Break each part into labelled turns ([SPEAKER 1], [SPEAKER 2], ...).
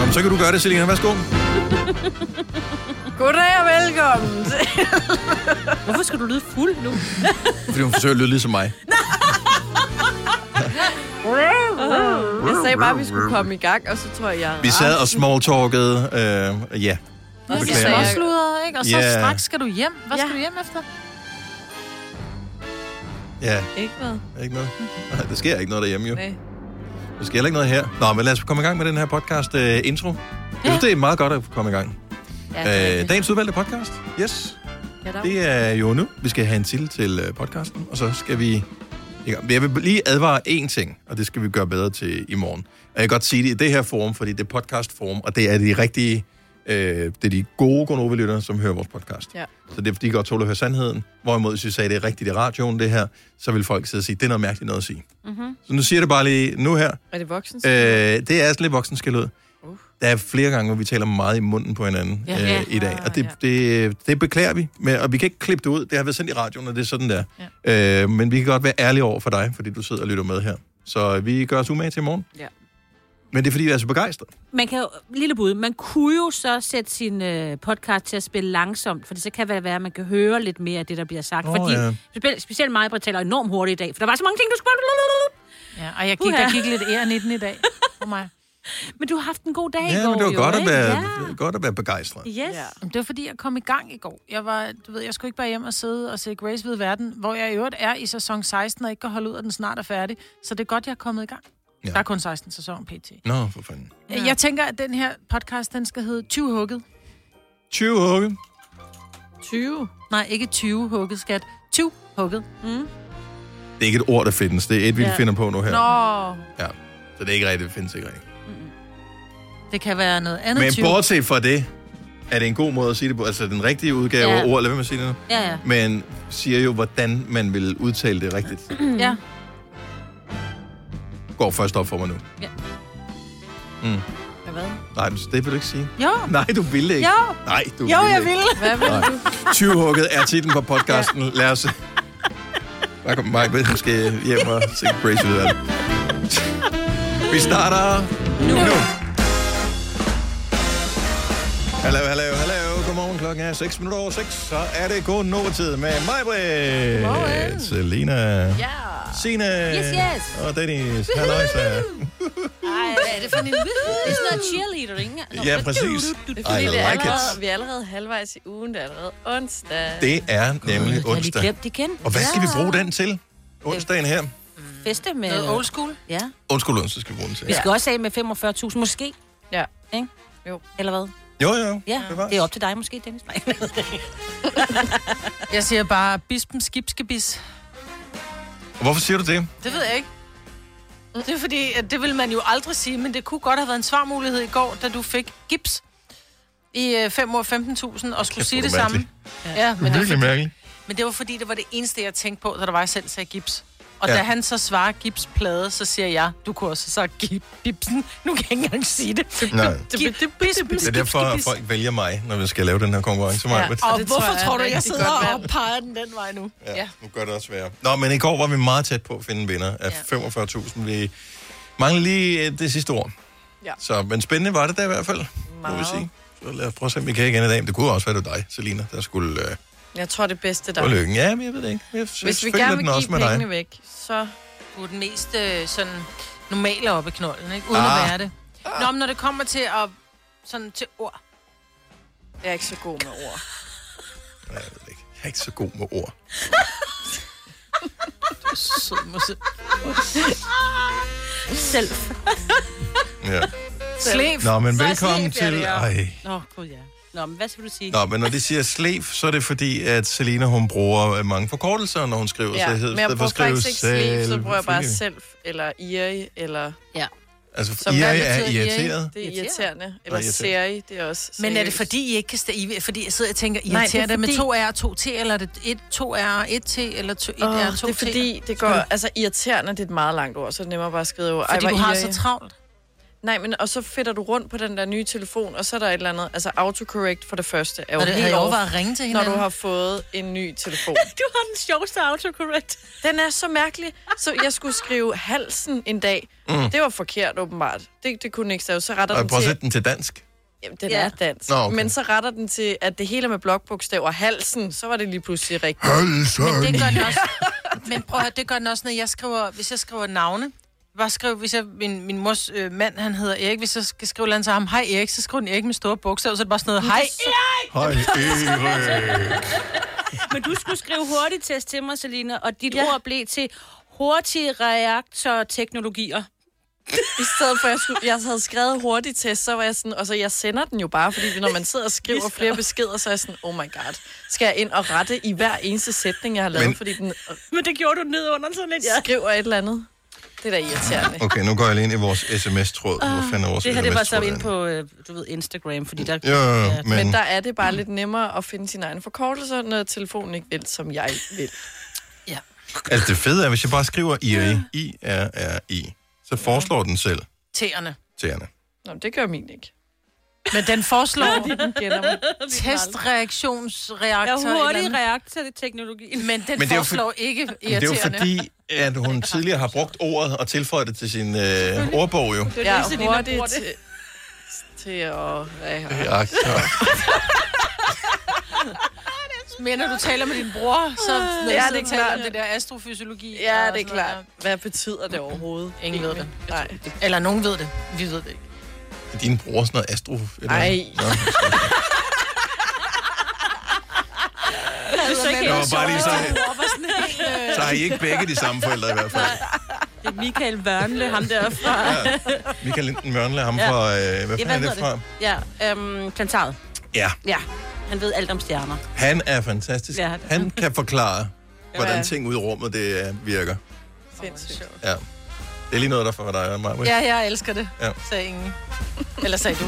[SPEAKER 1] Jamen, så kan du gøre det, Selina. Værsgo.
[SPEAKER 2] Goddag og velkommen.
[SPEAKER 3] Hvorfor skal du lyde fuld nu?
[SPEAKER 1] Fordi hun forsøger at lyde ligesom mig.
[SPEAKER 2] Jeg sagde bare, at vi skulle komme i gang, og så tror jeg, jeg
[SPEAKER 1] Vi sad og smalltalkede. Øh, ja.
[SPEAKER 3] Jeg skal
[SPEAKER 1] Beklager.
[SPEAKER 3] småsludre, ikke? Og så
[SPEAKER 1] Ja.
[SPEAKER 3] straks skal du hjem. Hvad skal
[SPEAKER 2] Ja.
[SPEAKER 3] du hjem efter?
[SPEAKER 1] Ja,
[SPEAKER 2] ikke noget.
[SPEAKER 1] ikke noget. Nej, der sker ikke noget derhjemme, jo.
[SPEAKER 2] Nej.
[SPEAKER 1] Der sker heller ikke noget her. Nå, men lad os komme i gang med den her podcast øh, intro. Jeg synes, det er meget godt at komme i gang.
[SPEAKER 3] Ja,
[SPEAKER 1] Øh, dagens udvalgte podcast. Yes.
[SPEAKER 3] Ja, der
[SPEAKER 1] Det er jo nu. Vi skal have en titel til øh, podcasten, og så skal vi... i gang. Men Jeg vil lige advare én ting, og det skal vi gøre bedre til i morgen. Og jeg kan godt sige det i det her forum, fordi det er podcastforum, og det er de rigtige... Øh, det er de gode Gonova-lyttere, som hører vores podcast.
[SPEAKER 2] Ja.
[SPEAKER 1] Så det er, fordi de godt tåler at høre sandheden. Hvorimod, hvis vi sagde, det er rigtigt i radioen, det her, så vil folk sidde og sige, det er noget mærkeligt noget at sige. Mm-hmm. Så nu siger jeg det bare lige nu her.
[SPEAKER 2] Er det voksen?
[SPEAKER 1] Øh, det er altså lidt voksenskæld ud. Der er flere gange, hvor vi taler meget i munden på hinanden
[SPEAKER 3] Ja.
[SPEAKER 1] ja.
[SPEAKER 3] Ja.
[SPEAKER 1] øh, i dag, og det, det, det beklager vi, med, og vi kan ikke klippe det ud. Det har været sendt i radioen, og det er sådan der. Ja. Øh, men vi kan godt være ærlige over for dig, fordi du sidder og lytter med her. Så vi gør os umage til i morgen.
[SPEAKER 2] Ja.
[SPEAKER 1] Men det er, fordi vi er så begejstrede.
[SPEAKER 4] Man kan jo, lille bud, man kunne jo så sætte sin øh, podcast til at spille langsomt, for så kan det være, at man kan høre lidt mere af det, der bliver sagt.
[SPEAKER 1] Åh,
[SPEAKER 4] Oh, fordi
[SPEAKER 1] ja.
[SPEAKER 4] ja. specielt, specielt mig, Britt, taler enormt hurtigt i dag, for der var så mange ting, du skulle...
[SPEAKER 3] Ja, og jeg gik,
[SPEAKER 4] Uha.
[SPEAKER 3] der gik lidt æren i den i dag. For mig.
[SPEAKER 4] Men du har haft en god dag i
[SPEAKER 1] Ja,
[SPEAKER 4] går,
[SPEAKER 1] men det var
[SPEAKER 4] jo,
[SPEAKER 1] godt at
[SPEAKER 4] ikke?
[SPEAKER 1] være, ja. godt at være begejstret.
[SPEAKER 4] Ja. Yes.
[SPEAKER 2] Ja.
[SPEAKER 4] Ja.
[SPEAKER 3] Jamen, Det var fordi, jeg kom i gang i går. Jeg, var, du ved, jeg skulle ikke bare hjem og sidde og se Grace ved verden, hvor jeg i øvrigt er i sæson 16 og ikke kan holde ud, at den snart er færdig. Så det er godt, jeg er kommet i gang.
[SPEAKER 1] Ja.
[SPEAKER 3] Ja. Der er kun 16 sæson pt.
[SPEAKER 1] Nå, for fanden.
[SPEAKER 3] Ja. Jeg tænker, at den her podcast, den skal hedde 20 hugget.
[SPEAKER 1] 20 hugge.
[SPEAKER 3] 20? Nej, ikke 20 hugget, skat. 20 hugget.
[SPEAKER 1] Det er ikke et ord, der findes. Det er et, vi ja.
[SPEAKER 4] Ja.
[SPEAKER 1] finder på nu her.
[SPEAKER 3] Nå,
[SPEAKER 1] Ja. Så det er ikke rigtigt, det findes ikke rigtigt.
[SPEAKER 3] det kan være noget andet
[SPEAKER 1] Men
[SPEAKER 3] 20.
[SPEAKER 1] bortset fra det, er det en god måde at sige det på. Altså den rigtige udgave af
[SPEAKER 4] Ja.
[SPEAKER 1] ja. ord, lad være med at sige det nu.
[SPEAKER 4] ja, ja.
[SPEAKER 1] men siger jo, hvordan man vil udtale det rigtigt.
[SPEAKER 3] Ja.
[SPEAKER 1] Går først op for mig nu.
[SPEAKER 2] Hvad?
[SPEAKER 1] Nej, men det vil du ikke sige.
[SPEAKER 3] Jo,
[SPEAKER 1] Nej, du ville ikke.
[SPEAKER 3] jo,
[SPEAKER 1] Nej, du
[SPEAKER 3] jo,
[SPEAKER 1] ville
[SPEAKER 3] jeg
[SPEAKER 1] ikke.
[SPEAKER 3] vil.
[SPEAKER 2] Hvad vil
[SPEAKER 1] Nej.
[SPEAKER 2] du?
[SPEAKER 1] 20-hugget er titlen på podcasten. Lad os... Der kommer Mike med, måske hjem og se Grace ud af det. Vi starter nu. nu. Hallo, hallo, hallo. Godmorgen. Klokken er 6 minutter over 6. Så er det god nåtid med mig, Britt. Selina. Ja. Signe.
[SPEAKER 4] Yes, yes.
[SPEAKER 1] Og Dennis. Halløjsa.
[SPEAKER 4] Ej, hvad er det for en... Det er sådan noget cheerleader, ikke? Nå,
[SPEAKER 1] Ja, præcis.
[SPEAKER 2] Det er
[SPEAKER 1] I
[SPEAKER 2] fordi, det er
[SPEAKER 1] like
[SPEAKER 2] allerede,
[SPEAKER 1] it.
[SPEAKER 2] vi er allerede halvvejs i ugen. Det er allerede onsdag.
[SPEAKER 1] Det er nemlig
[SPEAKER 4] Jeg har lige
[SPEAKER 1] onsdag.
[SPEAKER 4] glemt det igen.
[SPEAKER 1] Og hvad skal vi bruge den til? Onsdagen her.
[SPEAKER 4] Feste med...
[SPEAKER 3] Noget old school.
[SPEAKER 4] Ja.
[SPEAKER 1] Undskyld, onsdag skal vi bruge den til.
[SPEAKER 4] Vi skal også af med 45.000, måske,
[SPEAKER 2] Ja.
[SPEAKER 4] ikke?
[SPEAKER 2] Jo.
[SPEAKER 4] Eller hvad?
[SPEAKER 1] Jo, jo.
[SPEAKER 4] Ja,
[SPEAKER 1] Bevares.
[SPEAKER 4] det er op til dig måske, Dennis. Nej.
[SPEAKER 3] Jeg siger bare, bispen skibskebis.
[SPEAKER 1] Og Hvorfor siger du det?
[SPEAKER 3] Det ved jeg ikke. Det er fordi, at det vil man jo aldrig sige, men det kunne godt have været en svarmulighed i går, da du fik gips i øh, 5 år 15.000 og skulle sige
[SPEAKER 1] hvor
[SPEAKER 3] det
[SPEAKER 1] er det
[SPEAKER 3] samme. Ja, men det,
[SPEAKER 1] Virkelig mærkeligt.
[SPEAKER 3] men det var fordi, det var det eneste, jeg tænkte på, da der var, jeg selv sagde gips. Og
[SPEAKER 1] Ja.
[SPEAKER 3] ja. da han så svarer gipsplade, så siger jeg, du kunne også have sagt gip, bipsen. Nu kan jeg ikke engang sige det.
[SPEAKER 1] Nej.
[SPEAKER 3] Gip, bispen,
[SPEAKER 1] Det er derfor, at folk vælger mig, når vi skal lave den her konkurrence. Ja.
[SPEAKER 3] Og
[SPEAKER 2] Det tror
[SPEAKER 3] hvorfor
[SPEAKER 2] jeg er
[SPEAKER 3] tror du,
[SPEAKER 2] rigtig
[SPEAKER 3] jeg sidder
[SPEAKER 2] godt
[SPEAKER 3] og
[SPEAKER 2] valg.
[SPEAKER 3] peger den den vej nu?
[SPEAKER 1] Ja, nu gør det også værre. Nå, men i går var vi meget tæt på at finde en vinder af 45.000. Vi mangler lige øh, det sidste ord.
[SPEAKER 2] Ja.
[SPEAKER 1] Så, men spændende var det da i hvert fald, må vi
[SPEAKER 2] Meget.
[SPEAKER 1] sige. Så lad os prøve at se, om vi kan igen i dag. Men det kunne også være, det var dig, Selina, der skulle øh,
[SPEAKER 2] Jeg tror, det bedste
[SPEAKER 1] få
[SPEAKER 2] der.
[SPEAKER 1] lykken. Ja, men jeg ved det ikke. Jeg
[SPEAKER 2] Hvis vi
[SPEAKER 1] føler
[SPEAKER 2] gerne
[SPEAKER 1] den
[SPEAKER 2] vil
[SPEAKER 1] også
[SPEAKER 2] give
[SPEAKER 1] med dig.
[SPEAKER 2] pengene væk, så...
[SPEAKER 3] Du er den mest øh, sådan normale oppe i knolden, ikke? Uden
[SPEAKER 1] Ah.
[SPEAKER 3] ah. at være det. Nå, men når det kommer til at, sådan til ord.
[SPEAKER 2] Jeg er ikke så god med ord.
[SPEAKER 1] Nej, jeg ved det ikke. Jeg er ikke så god med ord.
[SPEAKER 3] Sød musik.
[SPEAKER 4] Selv.
[SPEAKER 1] Ja.
[SPEAKER 3] Slef.
[SPEAKER 1] Nå, men
[SPEAKER 2] Så er
[SPEAKER 1] velkommen
[SPEAKER 2] slip, ja,
[SPEAKER 1] til...
[SPEAKER 2] det er.
[SPEAKER 1] Ej.
[SPEAKER 4] Nå, gud ja. Nå, men hvad skal du sige?
[SPEAKER 1] Nå, men når de siger slev, så er det fordi, at Selina, hun bruger øh, mange forkortelser, når hun skriver.
[SPEAKER 2] Ja,
[SPEAKER 1] så hed-
[SPEAKER 2] men jeg
[SPEAKER 1] stedet for
[SPEAKER 2] bruger
[SPEAKER 1] at skrive
[SPEAKER 2] faktisk ikke sleep, så
[SPEAKER 1] selv-
[SPEAKER 2] bruger jeg bare
[SPEAKER 1] Fordi-
[SPEAKER 2] selv, eller Iri, eller...
[SPEAKER 1] Altså,
[SPEAKER 2] Som
[SPEAKER 1] I er,
[SPEAKER 2] hvad
[SPEAKER 1] er
[SPEAKER 2] betyder
[SPEAKER 1] irriteret.
[SPEAKER 2] Det er
[SPEAKER 4] Irriterende.
[SPEAKER 2] irriterende. Eller
[SPEAKER 1] irriterende.
[SPEAKER 2] Seri, det er også...
[SPEAKER 3] Men er det
[SPEAKER 2] seriøst.
[SPEAKER 3] fordi, I ikke kan stå, fordi jeg sidder og tænker,
[SPEAKER 4] Nej,
[SPEAKER 3] irriterer
[SPEAKER 4] det er
[SPEAKER 3] det med
[SPEAKER 4] fordi-
[SPEAKER 3] to R og to T, eller er det et, to R og et T, eller to, et
[SPEAKER 2] Åh,
[SPEAKER 3] R og to
[SPEAKER 2] det er
[SPEAKER 3] T?
[SPEAKER 2] fordi, det går... Altså, irriterende, det er et meget langt ord, så er det nemmere bare at skrive... Ej,
[SPEAKER 3] fordi
[SPEAKER 2] hvor
[SPEAKER 3] du har
[SPEAKER 2] irri.
[SPEAKER 3] så travlt.
[SPEAKER 2] Nej, men og så fedter du rundt på den der nye telefon, og så er der et eller andet... Altså, autocorrect for det første er jo
[SPEAKER 3] Og det havde
[SPEAKER 2] helt
[SPEAKER 3] jeg
[SPEAKER 2] off,
[SPEAKER 3] overvejet at ringe til
[SPEAKER 2] når
[SPEAKER 3] hinanden.
[SPEAKER 2] du har fået en ny telefon.
[SPEAKER 4] Du har den sjoveste autocorrect.
[SPEAKER 2] Den er så mærkelig. Så jeg skulle skrive halsen en dag. Mm. Det var forkert, åbenbart. Det, det kunne den ikke stave. Så retter
[SPEAKER 1] Og
[SPEAKER 2] den
[SPEAKER 1] prøv at
[SPEAKER 2] til...
[SPEAKER 1] sætte den til dansk.
[SPEAKER 2] Jamen, den
[SPEAKER 4] Ja.
[SPEAKER 2] er dansk.
[SPEAKER 1] Nå,
[SPEAKER 2] Nå,
[SPEAKER 1] okay.
[SPEAKER 2] okay. Men så retter den til, at det hele er med blokbogstaver. Halsen, så var det lige pludselig rigtigt.
[SPEAKER 1] Halsen!
[SPEAKER 3] Det gør den også. Men prøv at høre, det gør den også, når jeg skriver, hvis jeg skriver navne. Bare skriv, hvis jeg, min, min mors øh, mand, han hedder Erik, hvis jeg skal skrive et eller andet til ham, hej Erik, så skriver den Erik med store bogstaver, så er det bare sådan noget, hej
[SPEAKER 1] Hej, Erik.
[SPEAKER 4] Men du skulle skrive hurtigtest til mig, Selina, og dit ja. ord blev til hurtige reaktorteknologier.
[SPEAKER 2] I stedet for, at jeg, skulle, jeg havde skrevet hurtigt test, så var jeg sådan... Og så jeg sender den jo bare, fordi når man sidder og skriver flere beskeder, så er jeg sådan, oh my god, skal jeg ind og rette i hver eneste sætning, jeg har lavet,
[SPEAKER 1] Men-
[SPEAKER 2] men... fordi den øh,
[SPEAKER 4] Men det gjorde du ned under sådan lidt,
[SPEAKER 2] skriver et eller andet. Det er da irriterende.
[SPEAKER 1] Okay, nu går jeg lige ind i vores sms-tråd. Hvor fanden er vores
[SPEAKER 4] Det her, det var så
[SPEAKER 1] SMS-tråd
[SPEAKER 4] ind
[SPEAKER 1] henne?
[SPEAKER 4] på, øh, du ved, Instagram, fordi der...
[SPEAKER 1] Jo, jo, jo, men,
[SPEAKER 2] Men der er det bare lidt nemmere at finde sine egne forkortelser, når telefonen ikke vil, som jeg vil.
[SPEAKER 1] altså det fede er, hvis jeg bare skriver IRI, I-R-R-I, så foreslår den selv
[SPEAKER 3] T'erne.
[SPEAKER 1] til Anna.
[SPEAKER 2] Nå, men det gør min ikke.
[SPEAKER 3] Men den foreslår
[SPEAKER 2] Den gætter mig.
[SPEAKER 4] Ja,
[SPEAKER 3] testreaktionsreaktor. et eller
[SPEAKER 4] hurtig
[SPEAKER 3] andet.
[SPEAKER 4] reaktorteknologi.
[SPEAKER 3] Men den
[SPEAKER 1] Men
[SPEAKER 3] Men
[SPEAKER 1] det er jo
[SPEAKER 3] foreslår for... ikke
[SPEAKER 1] Men det er
[SPEAKER 3] irriterende.
[SPEAKER 1] jo fordi, at hun tidligere har brugt ordet og tilføjet det til sin øh, ordbog jo.
[SPEAKER 4] Det
[SPEAKER 2] Jeg
[SPEAKER 4] er
[SPEAKER 2] er
[SPEAKER 4] Selina bruger
[SPEAKER 2] hurtigt
[SPEAKER 4] det.
[SPEAKER 2] til, til at... Ja,
[SPEAKER 1] Ja, så-
[SPEAKER 3] Men når du taler med din bror, så
[SPEAKER 2] det
[SPEAKER 3] Ah. ja,
[SPEAKER 2] er
[SPEAKER 3] det er
[SPEAKER 2] klart.
[SPEAKER 3] klart. Om det der astrofysiologi.
[SPEAKER 2] ja
[SPEAKER 3] og
[SPEAKER 2] det er
[SPEAKER 3] sådan
[SPEAKER 2] klart.
[SPEAKER 3] noget
[SPEAKER 2] Hvad betyder det overhovedet? Altså,
[SPEAKER 3] der. Ingen ved det.
[SPEAKER 2] Nej.
[SPEAKER 3] Eller nogen ved det. Vi ved det ikke.
[SPEAKER 1] Din bror sådan noget astro... Eller?
[SPEAKER 2] Ej.
[SPEAKER 1] Nå,
[SPEAKER 4] Det er så ikke
[SPEAKER 1] det
[SPEAKER 4] helt
[SPEAKER 1] var bare lige
[SPEAKER 4] sjovt.
[SPEAKER 1] sådan, så har I ikke begge de samme forældre i hvert fald.
[SPEAKER 4] Det er Michael Vørnle, ham der fra...
[SPEAKER 1] Michael Linden Mørnle, ham
[SPEAKER 4] Ja.
[SPEAKER 1] fra... Øh, hvad fanden er det fra?
[SPEAKER 4] Ja, øhm, plantaret.
[SPEAKER 1] Ja,
[SPEAKER 4] Ja, han ved alt om stjerner.
[SPEAKER 1] han er fantastisk.
[SPEAKER 4] Ja.
[SPEAKER 1] Han kan forklare, hvordan
[SPEAKER 2] Ja.
[SPEAKER 1] ting ud i rummet det øh, virker.
[SPEAKER 2] Sindssygt.
[SPEAKER 1] Ja. Det er lige noget, der for dig øh, og mig. Ja.
[SPEAKER 3] Ja, jeg elsker det,
[SPEAKER 1] Ja.
[SPEAKER 3] ja. sagde ingen. Eller sagde du.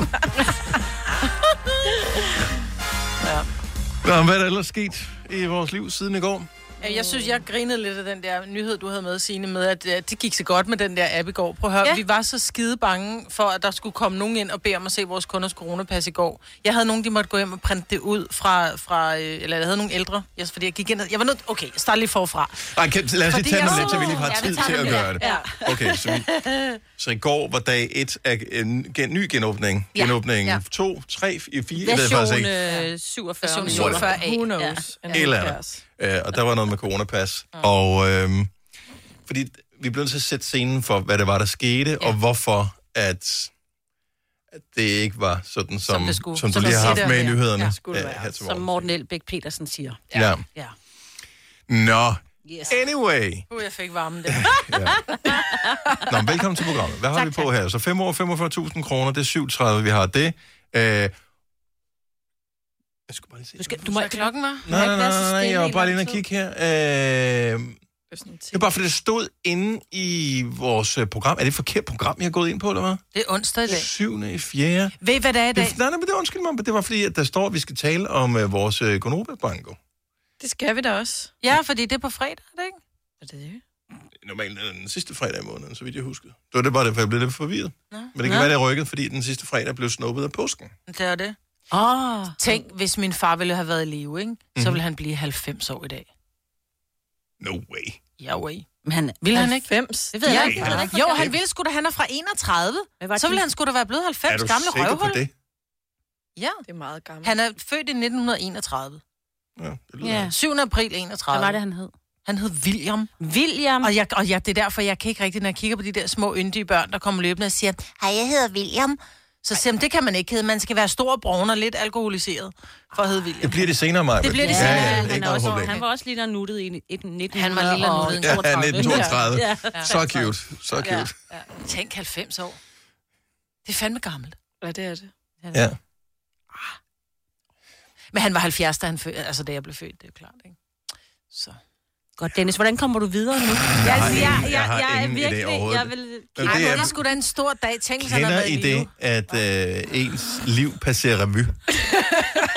[SPEAKER 1] Nå, men hvad er der ellers sket i vores liv siden i går?
[SPEAKER 3] Ja, Jeg synes, jeg grinede lidt af den der nyhed, du havde med, Signe, med, at øh, det gik så godt med den der app i går. Prøv at høre,
[SPEAKER 4] Ja.
[SPEAKER 3] ja. vi var så skide bange for, at der skulle komme nogen ind og bede om at se vores kunders coronapas i går. Jeg havde nogen, de måtte gå hjem og printe det ud fra, fra øh, eller jeg havde nogle ældre, jeg, fordi jeg gik ind og, jeg var nødt, okay, jeg starter lige forfra.
[SPEAKER 1] Ej, kan, lad os lige
[SPEAKER 3] Fordi
[SPEAKER 1] tage
[SPEAKER 3] jeg-
[SPEAKER 1] dem lidt, så vi lige har
[SPEAKER 4] Ja, vi
[SPEAKER 1] tid
[SPEAKER 4] tager
[SPEAKER 1] til
[SPEAKER 4] dem
[SPEAKER 1] at
[SPEAKER 4] lidt.
[SPEAKER 1] gøre det. Okay, så, vi, så i går var dag 1 af en gen, ny genåbning.
[SPEAKER 4] Ja.
[SPEAKER 1] Genåbning
[SPEAKER 4] Ja.
[SPEAKER 1] 2, 3, 4, 4, jeg ved faktisk
[SPEAKER 4] Version
[SPEAKER 1] ikke.
[SPEAKER 4] øh, 47.
[SPEAKER 3] Version
[SPEAKER 4] minutter.
[SPEAKER 3] 47.
[SPEAKER 2] Who knows? Ja.
[SPEAKER 1] Et eller andet. Øh, og der var noget med coronapas. Og øhm, fordi vi blev nødt til at sætte scenen for, hvad det var, der skete, og hvorfor at, at det ikke var sådan, som, som,
[SPEAKER 3] det skulle.
[SPEAKER 1] som du
[SPEAKER 3] Som
[SPEAKER 1] lige har
[SPEAKER 3] der
[SPEAKER 1] haft
[SPEAKER 3] siger
[SPEAKER 1] med i
[SPEAKER 3] der, ja.
[SPEAKER 1] nyhederne. Øh,
[SPEAKER 3] Ja,
[SPEAKER 2] skulle det være.
[SPEAKER 1] her til
[SPEAKER 4] Som
[SPEAKER 1] morgen.
[SPEAKER 4] Morten Elbæk Petersen siger.
[SPEAKER 1] Ja.
[SPEAKER 4] Ja.
[SPEAKER 1] Nå,
[SPEAKER 4] Yes.
[SPEAKER 1] anyway.
[SPEAKER 3] Uh, jeg fik varmen der.
[SPEAKER 1] Nå, men velkommen til programmet. Hvad har tak, vi på her? Så 5 år, 45.000 kroner, det er 37, vi har det. Øh, jeg skulle bare lige se.
[SPEAKER 4] Du, skal, du må
[SPEAKER 3] Hvad klokken var?
[SPEAKER 1] Nej, nej,
[SPEAKER 4] ikke
[SPEAKER 1] nej,
[SPEAKER 4] være så
[SPEAKER 1] nej, nej,
[SPEAKER 4] stille
[SPEAKER 1] jeg var
[SPEAKER 4] i
[SPEAKER 1] bare lige
[SPEAKER 4] lang
[SPEAKER 1] inde
[SPEAKER 4] tid.
[SPEAKER 1] og kigge her. Øh, Det er bare, fordi det stod inde i vores øh, program. Er det et forkert program, jeg har gået ind på, eller hvad?
[SPEAKER 3] Det er onsdag i dag.
[SPEAKER 1] Syvende i fjerde.
[SPEAKER 3] Ved I, hvad det er i
[SPEAKER 1] Det,
[SPEAKER 3] dag?
[SPEAKER 1] er- nej, nej, men det undskyld mig, men det var fordi, at der står, at vi skal tale om øh, vores øh, Gonoba-banko.
[SPEAKER 2] Det skal vi da også.
[SPEAKER 3] Ja, fordi det er på fredag, er det ikke?
[SPEAKER 2] Er det det?
[SPEAKER 1] Normalt er det den sidste fredag i måneden, så vidt jeg husker. Det var det bare, derfor jeg blev lidt forvirret.
[SPEAKER 3] Nå.
[SPEAKER 1] Men det kan være, det er rykket, fordi den sidste fredag blev snuppet af påsken.
[SPEAKER 3] Det er det.
[SPEAKER 4] Åh.
[SPEAKER 3] Tænk, hvis min far ville have været i live, ikke?
[SPEAKER 1] Mhm.
[SPEAKER 3] Så ville han blive 90 år i dag.
[SPEAKER 1] No way.
[SPEAKER 3] Ja, way.
[SPEAKER 4] Men han,
[SPEAKER 3] Vil han ikke?
[SPEAKER 2] 90.
[SPEAKER 4] det ved
[SPEAKER 3] Ja,
[SPEAKER 4] jeg ikke. Jeg ved ikke,
[SPEAKER 3] Jo,
[SPEAKER 4] hvor
[SPEAKER 3] han
[SPEAKER 4] gammel-
[SPEAKER 3] ville sgu da, han er fra 31.
[SPEAKER 4] Hvad var det,
[SPEAKER 3] Så ville
[SPEAKER 4] du-
[SPEAKER 3] han sgu da være blevet
[SPEAKER 1] er
[SPEAKER 3] 90
[SPEAKER 1] du
[SPEAKER 3] gamle
[SPEAKER 1] sikker
[SPEAKER 3] røvhul.
[SPEAKER 1] på det?
[SPEAKER 3] Ja,
[SPEAKER 2] Det er meget gammelt.
[SPEAKER 3] han er født i 1931.
[SPEAKER 1] Ja, det lyder
[SPEAKER 4] Ja.
[SPEAKER 1] yeah.
[SPEAKER 3] 7. april
[SPEAKER 4] Hvad
[SPEAKER 3] 31.
[SPEAKER 4] var det, han hed?
[SPEAKER 3] Han hed William.
[SPEAKER 4] William.
[SPEAKER 3] Og, jeg, og jeg, det er derfor, jeg kan ikke rigtig, når jeg kigger på de der små yndige børn, der kommer løbende og siger, hej, jeg hedder William. Så siger han, det kan man ikke hedde. Man skal være stor og brun og lidt alkoholiseret for at hedde William.
[SPEAKER 1] Det bliver det senere, Maja.
[SPEAKER 3] Det bliver det
[SPEAKER 1] Ja,
[SPEAKER 3] senere.
[SPEAKER 1] ja,
[SPEAKER 4] han,
[SPEAKER 1] det er
[SPEAKER 4] han,
[SPEAKER 1] ikke
[SPEAKER 4] er
[SPEAKER 1] noget
[SPEAKER 4] også,
[SPEAKER 1] problem.
[SPEAKER 4] han var også lige der nuttet i 19
[SPEAKER 3] Han var lille og nuttet i
[SPEAKER 1] Ja, 1932. Ja. Så cute, så cute.
[SPEAKER 3] Tænk 90 år. Det er fandme gammelt.
[SPEAKER 2] Ja, det er det.
[SPEAKER 1] Ja.
[SPEAKER 3] Men han var 70, da, han fø- altså, da jeg blev født, det er klart. Ikke? Så.
[SPEAKER 4] Godt, Dennis, hvordan kommer du videre nu? Jeg,
[SPEAKER 1] har ingen- jeg har ingen idé overhovedet.
[SPEAKER 4] jeg vil...
[SPEAKER 1] Men
[SPEAKER 3] Ej,
[SPEAKER 1] det
[SPEAKER 3] det
[SPEAKER 1] er-
[SPEAKER 3] er sgu da en stor dag. Tænk, hvis han har
[SPEAKER 1] Kender
[SPEAKER 3] været
[SPEAKER 1] I
[SPEAKER 3] i live.
[SPEAKER 1] det, at øh, ens liv passerer revy?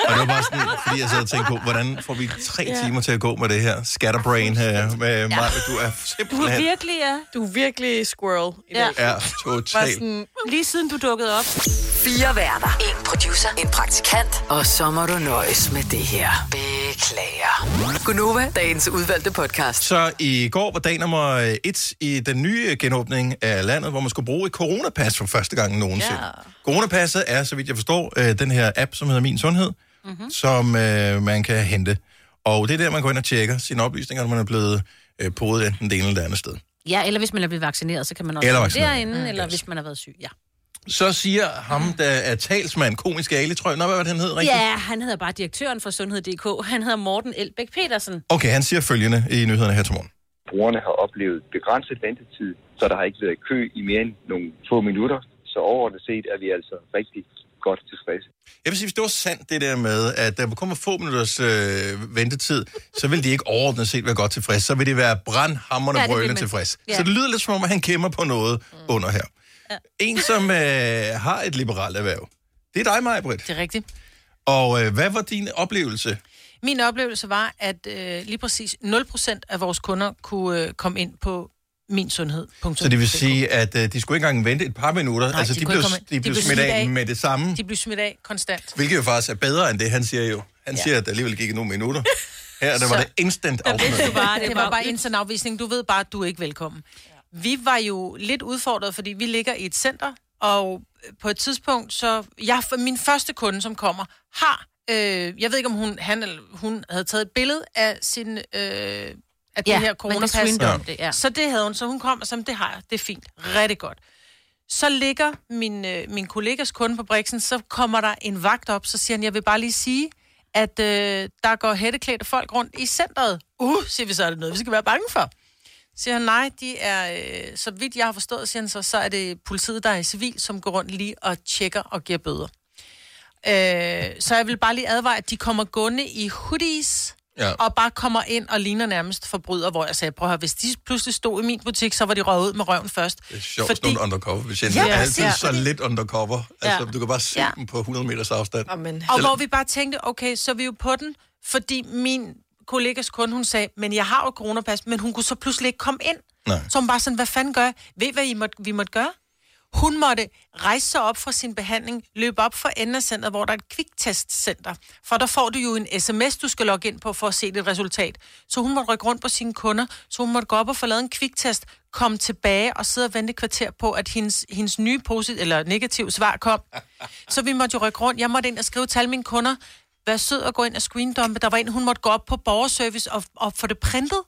[SPEAKER 1] Og det var bare sådan, fordi jeg sad og tænkte på, hvordan får vi tre timer til at gå med det her scatterbrain her med ja. mig? Du er
[SPEAKER 4] Du er
[SPEAKER 1] simpelthen...
[SPEAKER 4] virkelig, ja.
[SPEAKER 2] Du er virkelig squirrel i
[SPEAKER 4] Ja.
[SPEAKER 2] dag.
[SPEAKER 1] Ja,
[SPEAKER 2] Bare
[SPEAKER 1] totalt.
[SPEAKER 2] sådan,
[SPEAKER 4] Lige siden du dukkede op.
[SPEAKER 5] Fire værter.
[SPEAKER 6] En producer. En praktikant.
[SPEAKER 5] Og så må du nøjes med det her. Beklager. Gunova, dagens udvalgte podcast.
[SPEAKER 1] Så i går var dag nummer øh, et i den nye genåbning af landet, hvor man skulle bruge et coronapas for første gang nogensinde.
[SPEAKER 2] Ja.
[SPEAKER 1] Coronapasset er, så vidt jeg forstår, øh, den her app, som hedder Min Sundhed, mm-hmm. som øh, man kan hente. Og det er der, man går ind og tjekker sine oplysninger, når man er blevet øh, podet enten det ene eller det andet sted.
[SPEAKER 4] Ja, eller hvis man er blevet vaccineret, så kan man også
[SPEAKER 1] Eller
[SPEAKER 4] komme
[SPEAKER 1] vaccineret,
[SPEAKER 4] derinde, mm, eller hvis man har været syg, ja.
[SPEAKER 1] Så siger ham, der er talsmand, komisk Ali, tror jeg, Nå, hvad var det, han hed rigtigt?
[SPEAKER 4] Ja, han hedder bare direktøren for Sundhed.dk. Han hedder Morten Elbæk Petersen.
[SPEAKER 1] Okay, han siger følgende i nyhederne her til morgen.
[SPEAKER 7] Brugerne har oplevet begrænset ventetid, så der har ikke været kø i mere end nogle få minutter. Så overordnet set er vi altså rigtig godt tilfredse.
[SPEAKER 1] Jeg vil sige, hvis det var sandt, det der med, at der kun var få minutters øh, ventetid, så ville de ikke overordnet set være godt tilfreds. Så ville de være brandhammerne
[SPEAKER 4] Ja,
[SPEAKER 1] ja,
[SPEAKER 4] det vil
[SPEAKER 1] brølende
[SPEAKER 4] man.
[SPEAKER 1] tilfreds. Ja.
[SPEAKER 4] Ja.
[SPEAKER 1] Så det lyder lidt som om, at han kæmper på noget mm. under her. Ja. En, som øh, har et liberalt erhverv, det er dig, Maja Britt.
[SPEAKER 3] Det er rigtigt.
[SPEAKER 1] Og øh, hvad var din oplevelse?
[SPEAKER 3] Min oplevelse var, at øh, lige præcis 0% af vores kunder kunne øh, komme ind på min sundhed.
[SPEAKER 1] Så det vil sige, at øh, de skulle ikke engang vente et par minutter. Nej, altså,
[SPEAKER 3] de
[SPEAKER 1] de, de,
[SPEAKER 3] kunne
[SPEAKER 1] blev,
[SPEAKER 3] ikke komme ind.
[SPEAKER 1] de blev smidt af med det samme.
[SPEAKER 3] De blev smidt af konstant.
[SPEAKER 1] Hvilket jo faktisk er bedre end det, han siger jo. Han ja. siger, at der alligevel gik nogle minutter. Her der var
[SPEAKER 3] Så-
[SPEAKER 1] det instant
[SPEAKER 4] vidste du
[SPEAKER 1] afsmidt.
[SPEAKER 4] bare-
[SPEAKER 3] det,
[SPEAKER 4] det
[SPEAKER 3] det
[SPEAKER 4] var
[SPEAKER 3] var bare
[SPEAKER 4] lidt-
[SPEAKER 3] intern afvisning. Du ved bare, at du er ikke velkommen. Vi var jo lidt udfordret, fordi vi ligger i et center, og øh, på et tidspunkt, så... Jeg, min første kunde, som kommer, har... Øh, jeg ved ikke, om hun, han eller hun havde taget et billede af sin... Øh, af
[SPEAKER 4] Ja,
[SPEAKER 3] det her
[SPEAKER 4] man kan
[SPEAKER 3] coronapas.
[SPEAKER 4] screene om det, ja.
[SPEAKER 3] Så det havde hun, så hun kom og sagde, det har jeg, det er fint, rigtig godt. Så ligger min, øh, min kollegas kunde på Brixen, så kommer der en vagt op, så siger han, jeg vil bare lige sige, at øh, der går hætteklædte folk rundt i centret. Uh, siger vi så, er det noget, vi skal være bange for? Siger han, nej, de er, øh, så vidt jeg har forstået, siger han så, så er det politiet, der er i civil, som går rundt lige og tjekker og giver bøder. Øh, så jeg vil bare lige advare, at de kommer gående i hoodies,
[SPEAKER 1] Ja.
[SPEAKER 3] ja. og bare kommer ind og ligner nærmest forbryder, hvor jeg sagde, prøv at høre, hvis de pludselig stod i min butik, så var de røget ud med røven først.
[SPEAKER 1] Det er sjovt, fordi... sådan nogle undercover betjente.
[SPEAKER 3] Ja,
[SPEAKER 1] Ja, er altid
[SPEAKER 3] præcis,
[SPEAKER 1] så
[SPEAKER 3] fordi-
[SPEAKER 1] lidt undercover. Altså,
[SPEAKER 3] Ja.
[SPEAKER 1] du kan bare se ja.
[SPEAKER 3] Ja.
[SPEAKER 1] dem på 100 meters afstand.
[SPEAKER 2] amen.
[SPEAKER 3] Og hvor vi bare tænkte, okay, så er vi jo på den, fordi min kollegas kunde, hun sagde, men jeg har jo coronapas, men hun kunne så pludselig ikke komme ind.
[SPEAKER 1] Nej.
[SPEAKER 3] Så hun bare sådan, hvad fanden gør jeg? Ved I, hvad I måtte, vi måtte gøre? Hun måtte rejse sig op fra sin behandling, løbe op for enden af centret, hvor der er et kviktestcenter. For der får du jo en sms, du skal logge ind på for at se dit resultat. Så hun måtte rykke rundt på sine kunder, så hun måtte gå op og få lavet en kviktest, komme tilbage og sidde og vente et kvarter på, at hendes, hendes nye positiv eller negativ svar kom. Så vi måtte jo rykke rundt. Jeg måtte ind og skrive til alle mine kunder, vær sød og gå ind og screendumpe. Der var en, hun måtte gå op på borgerservice og, og få det printet.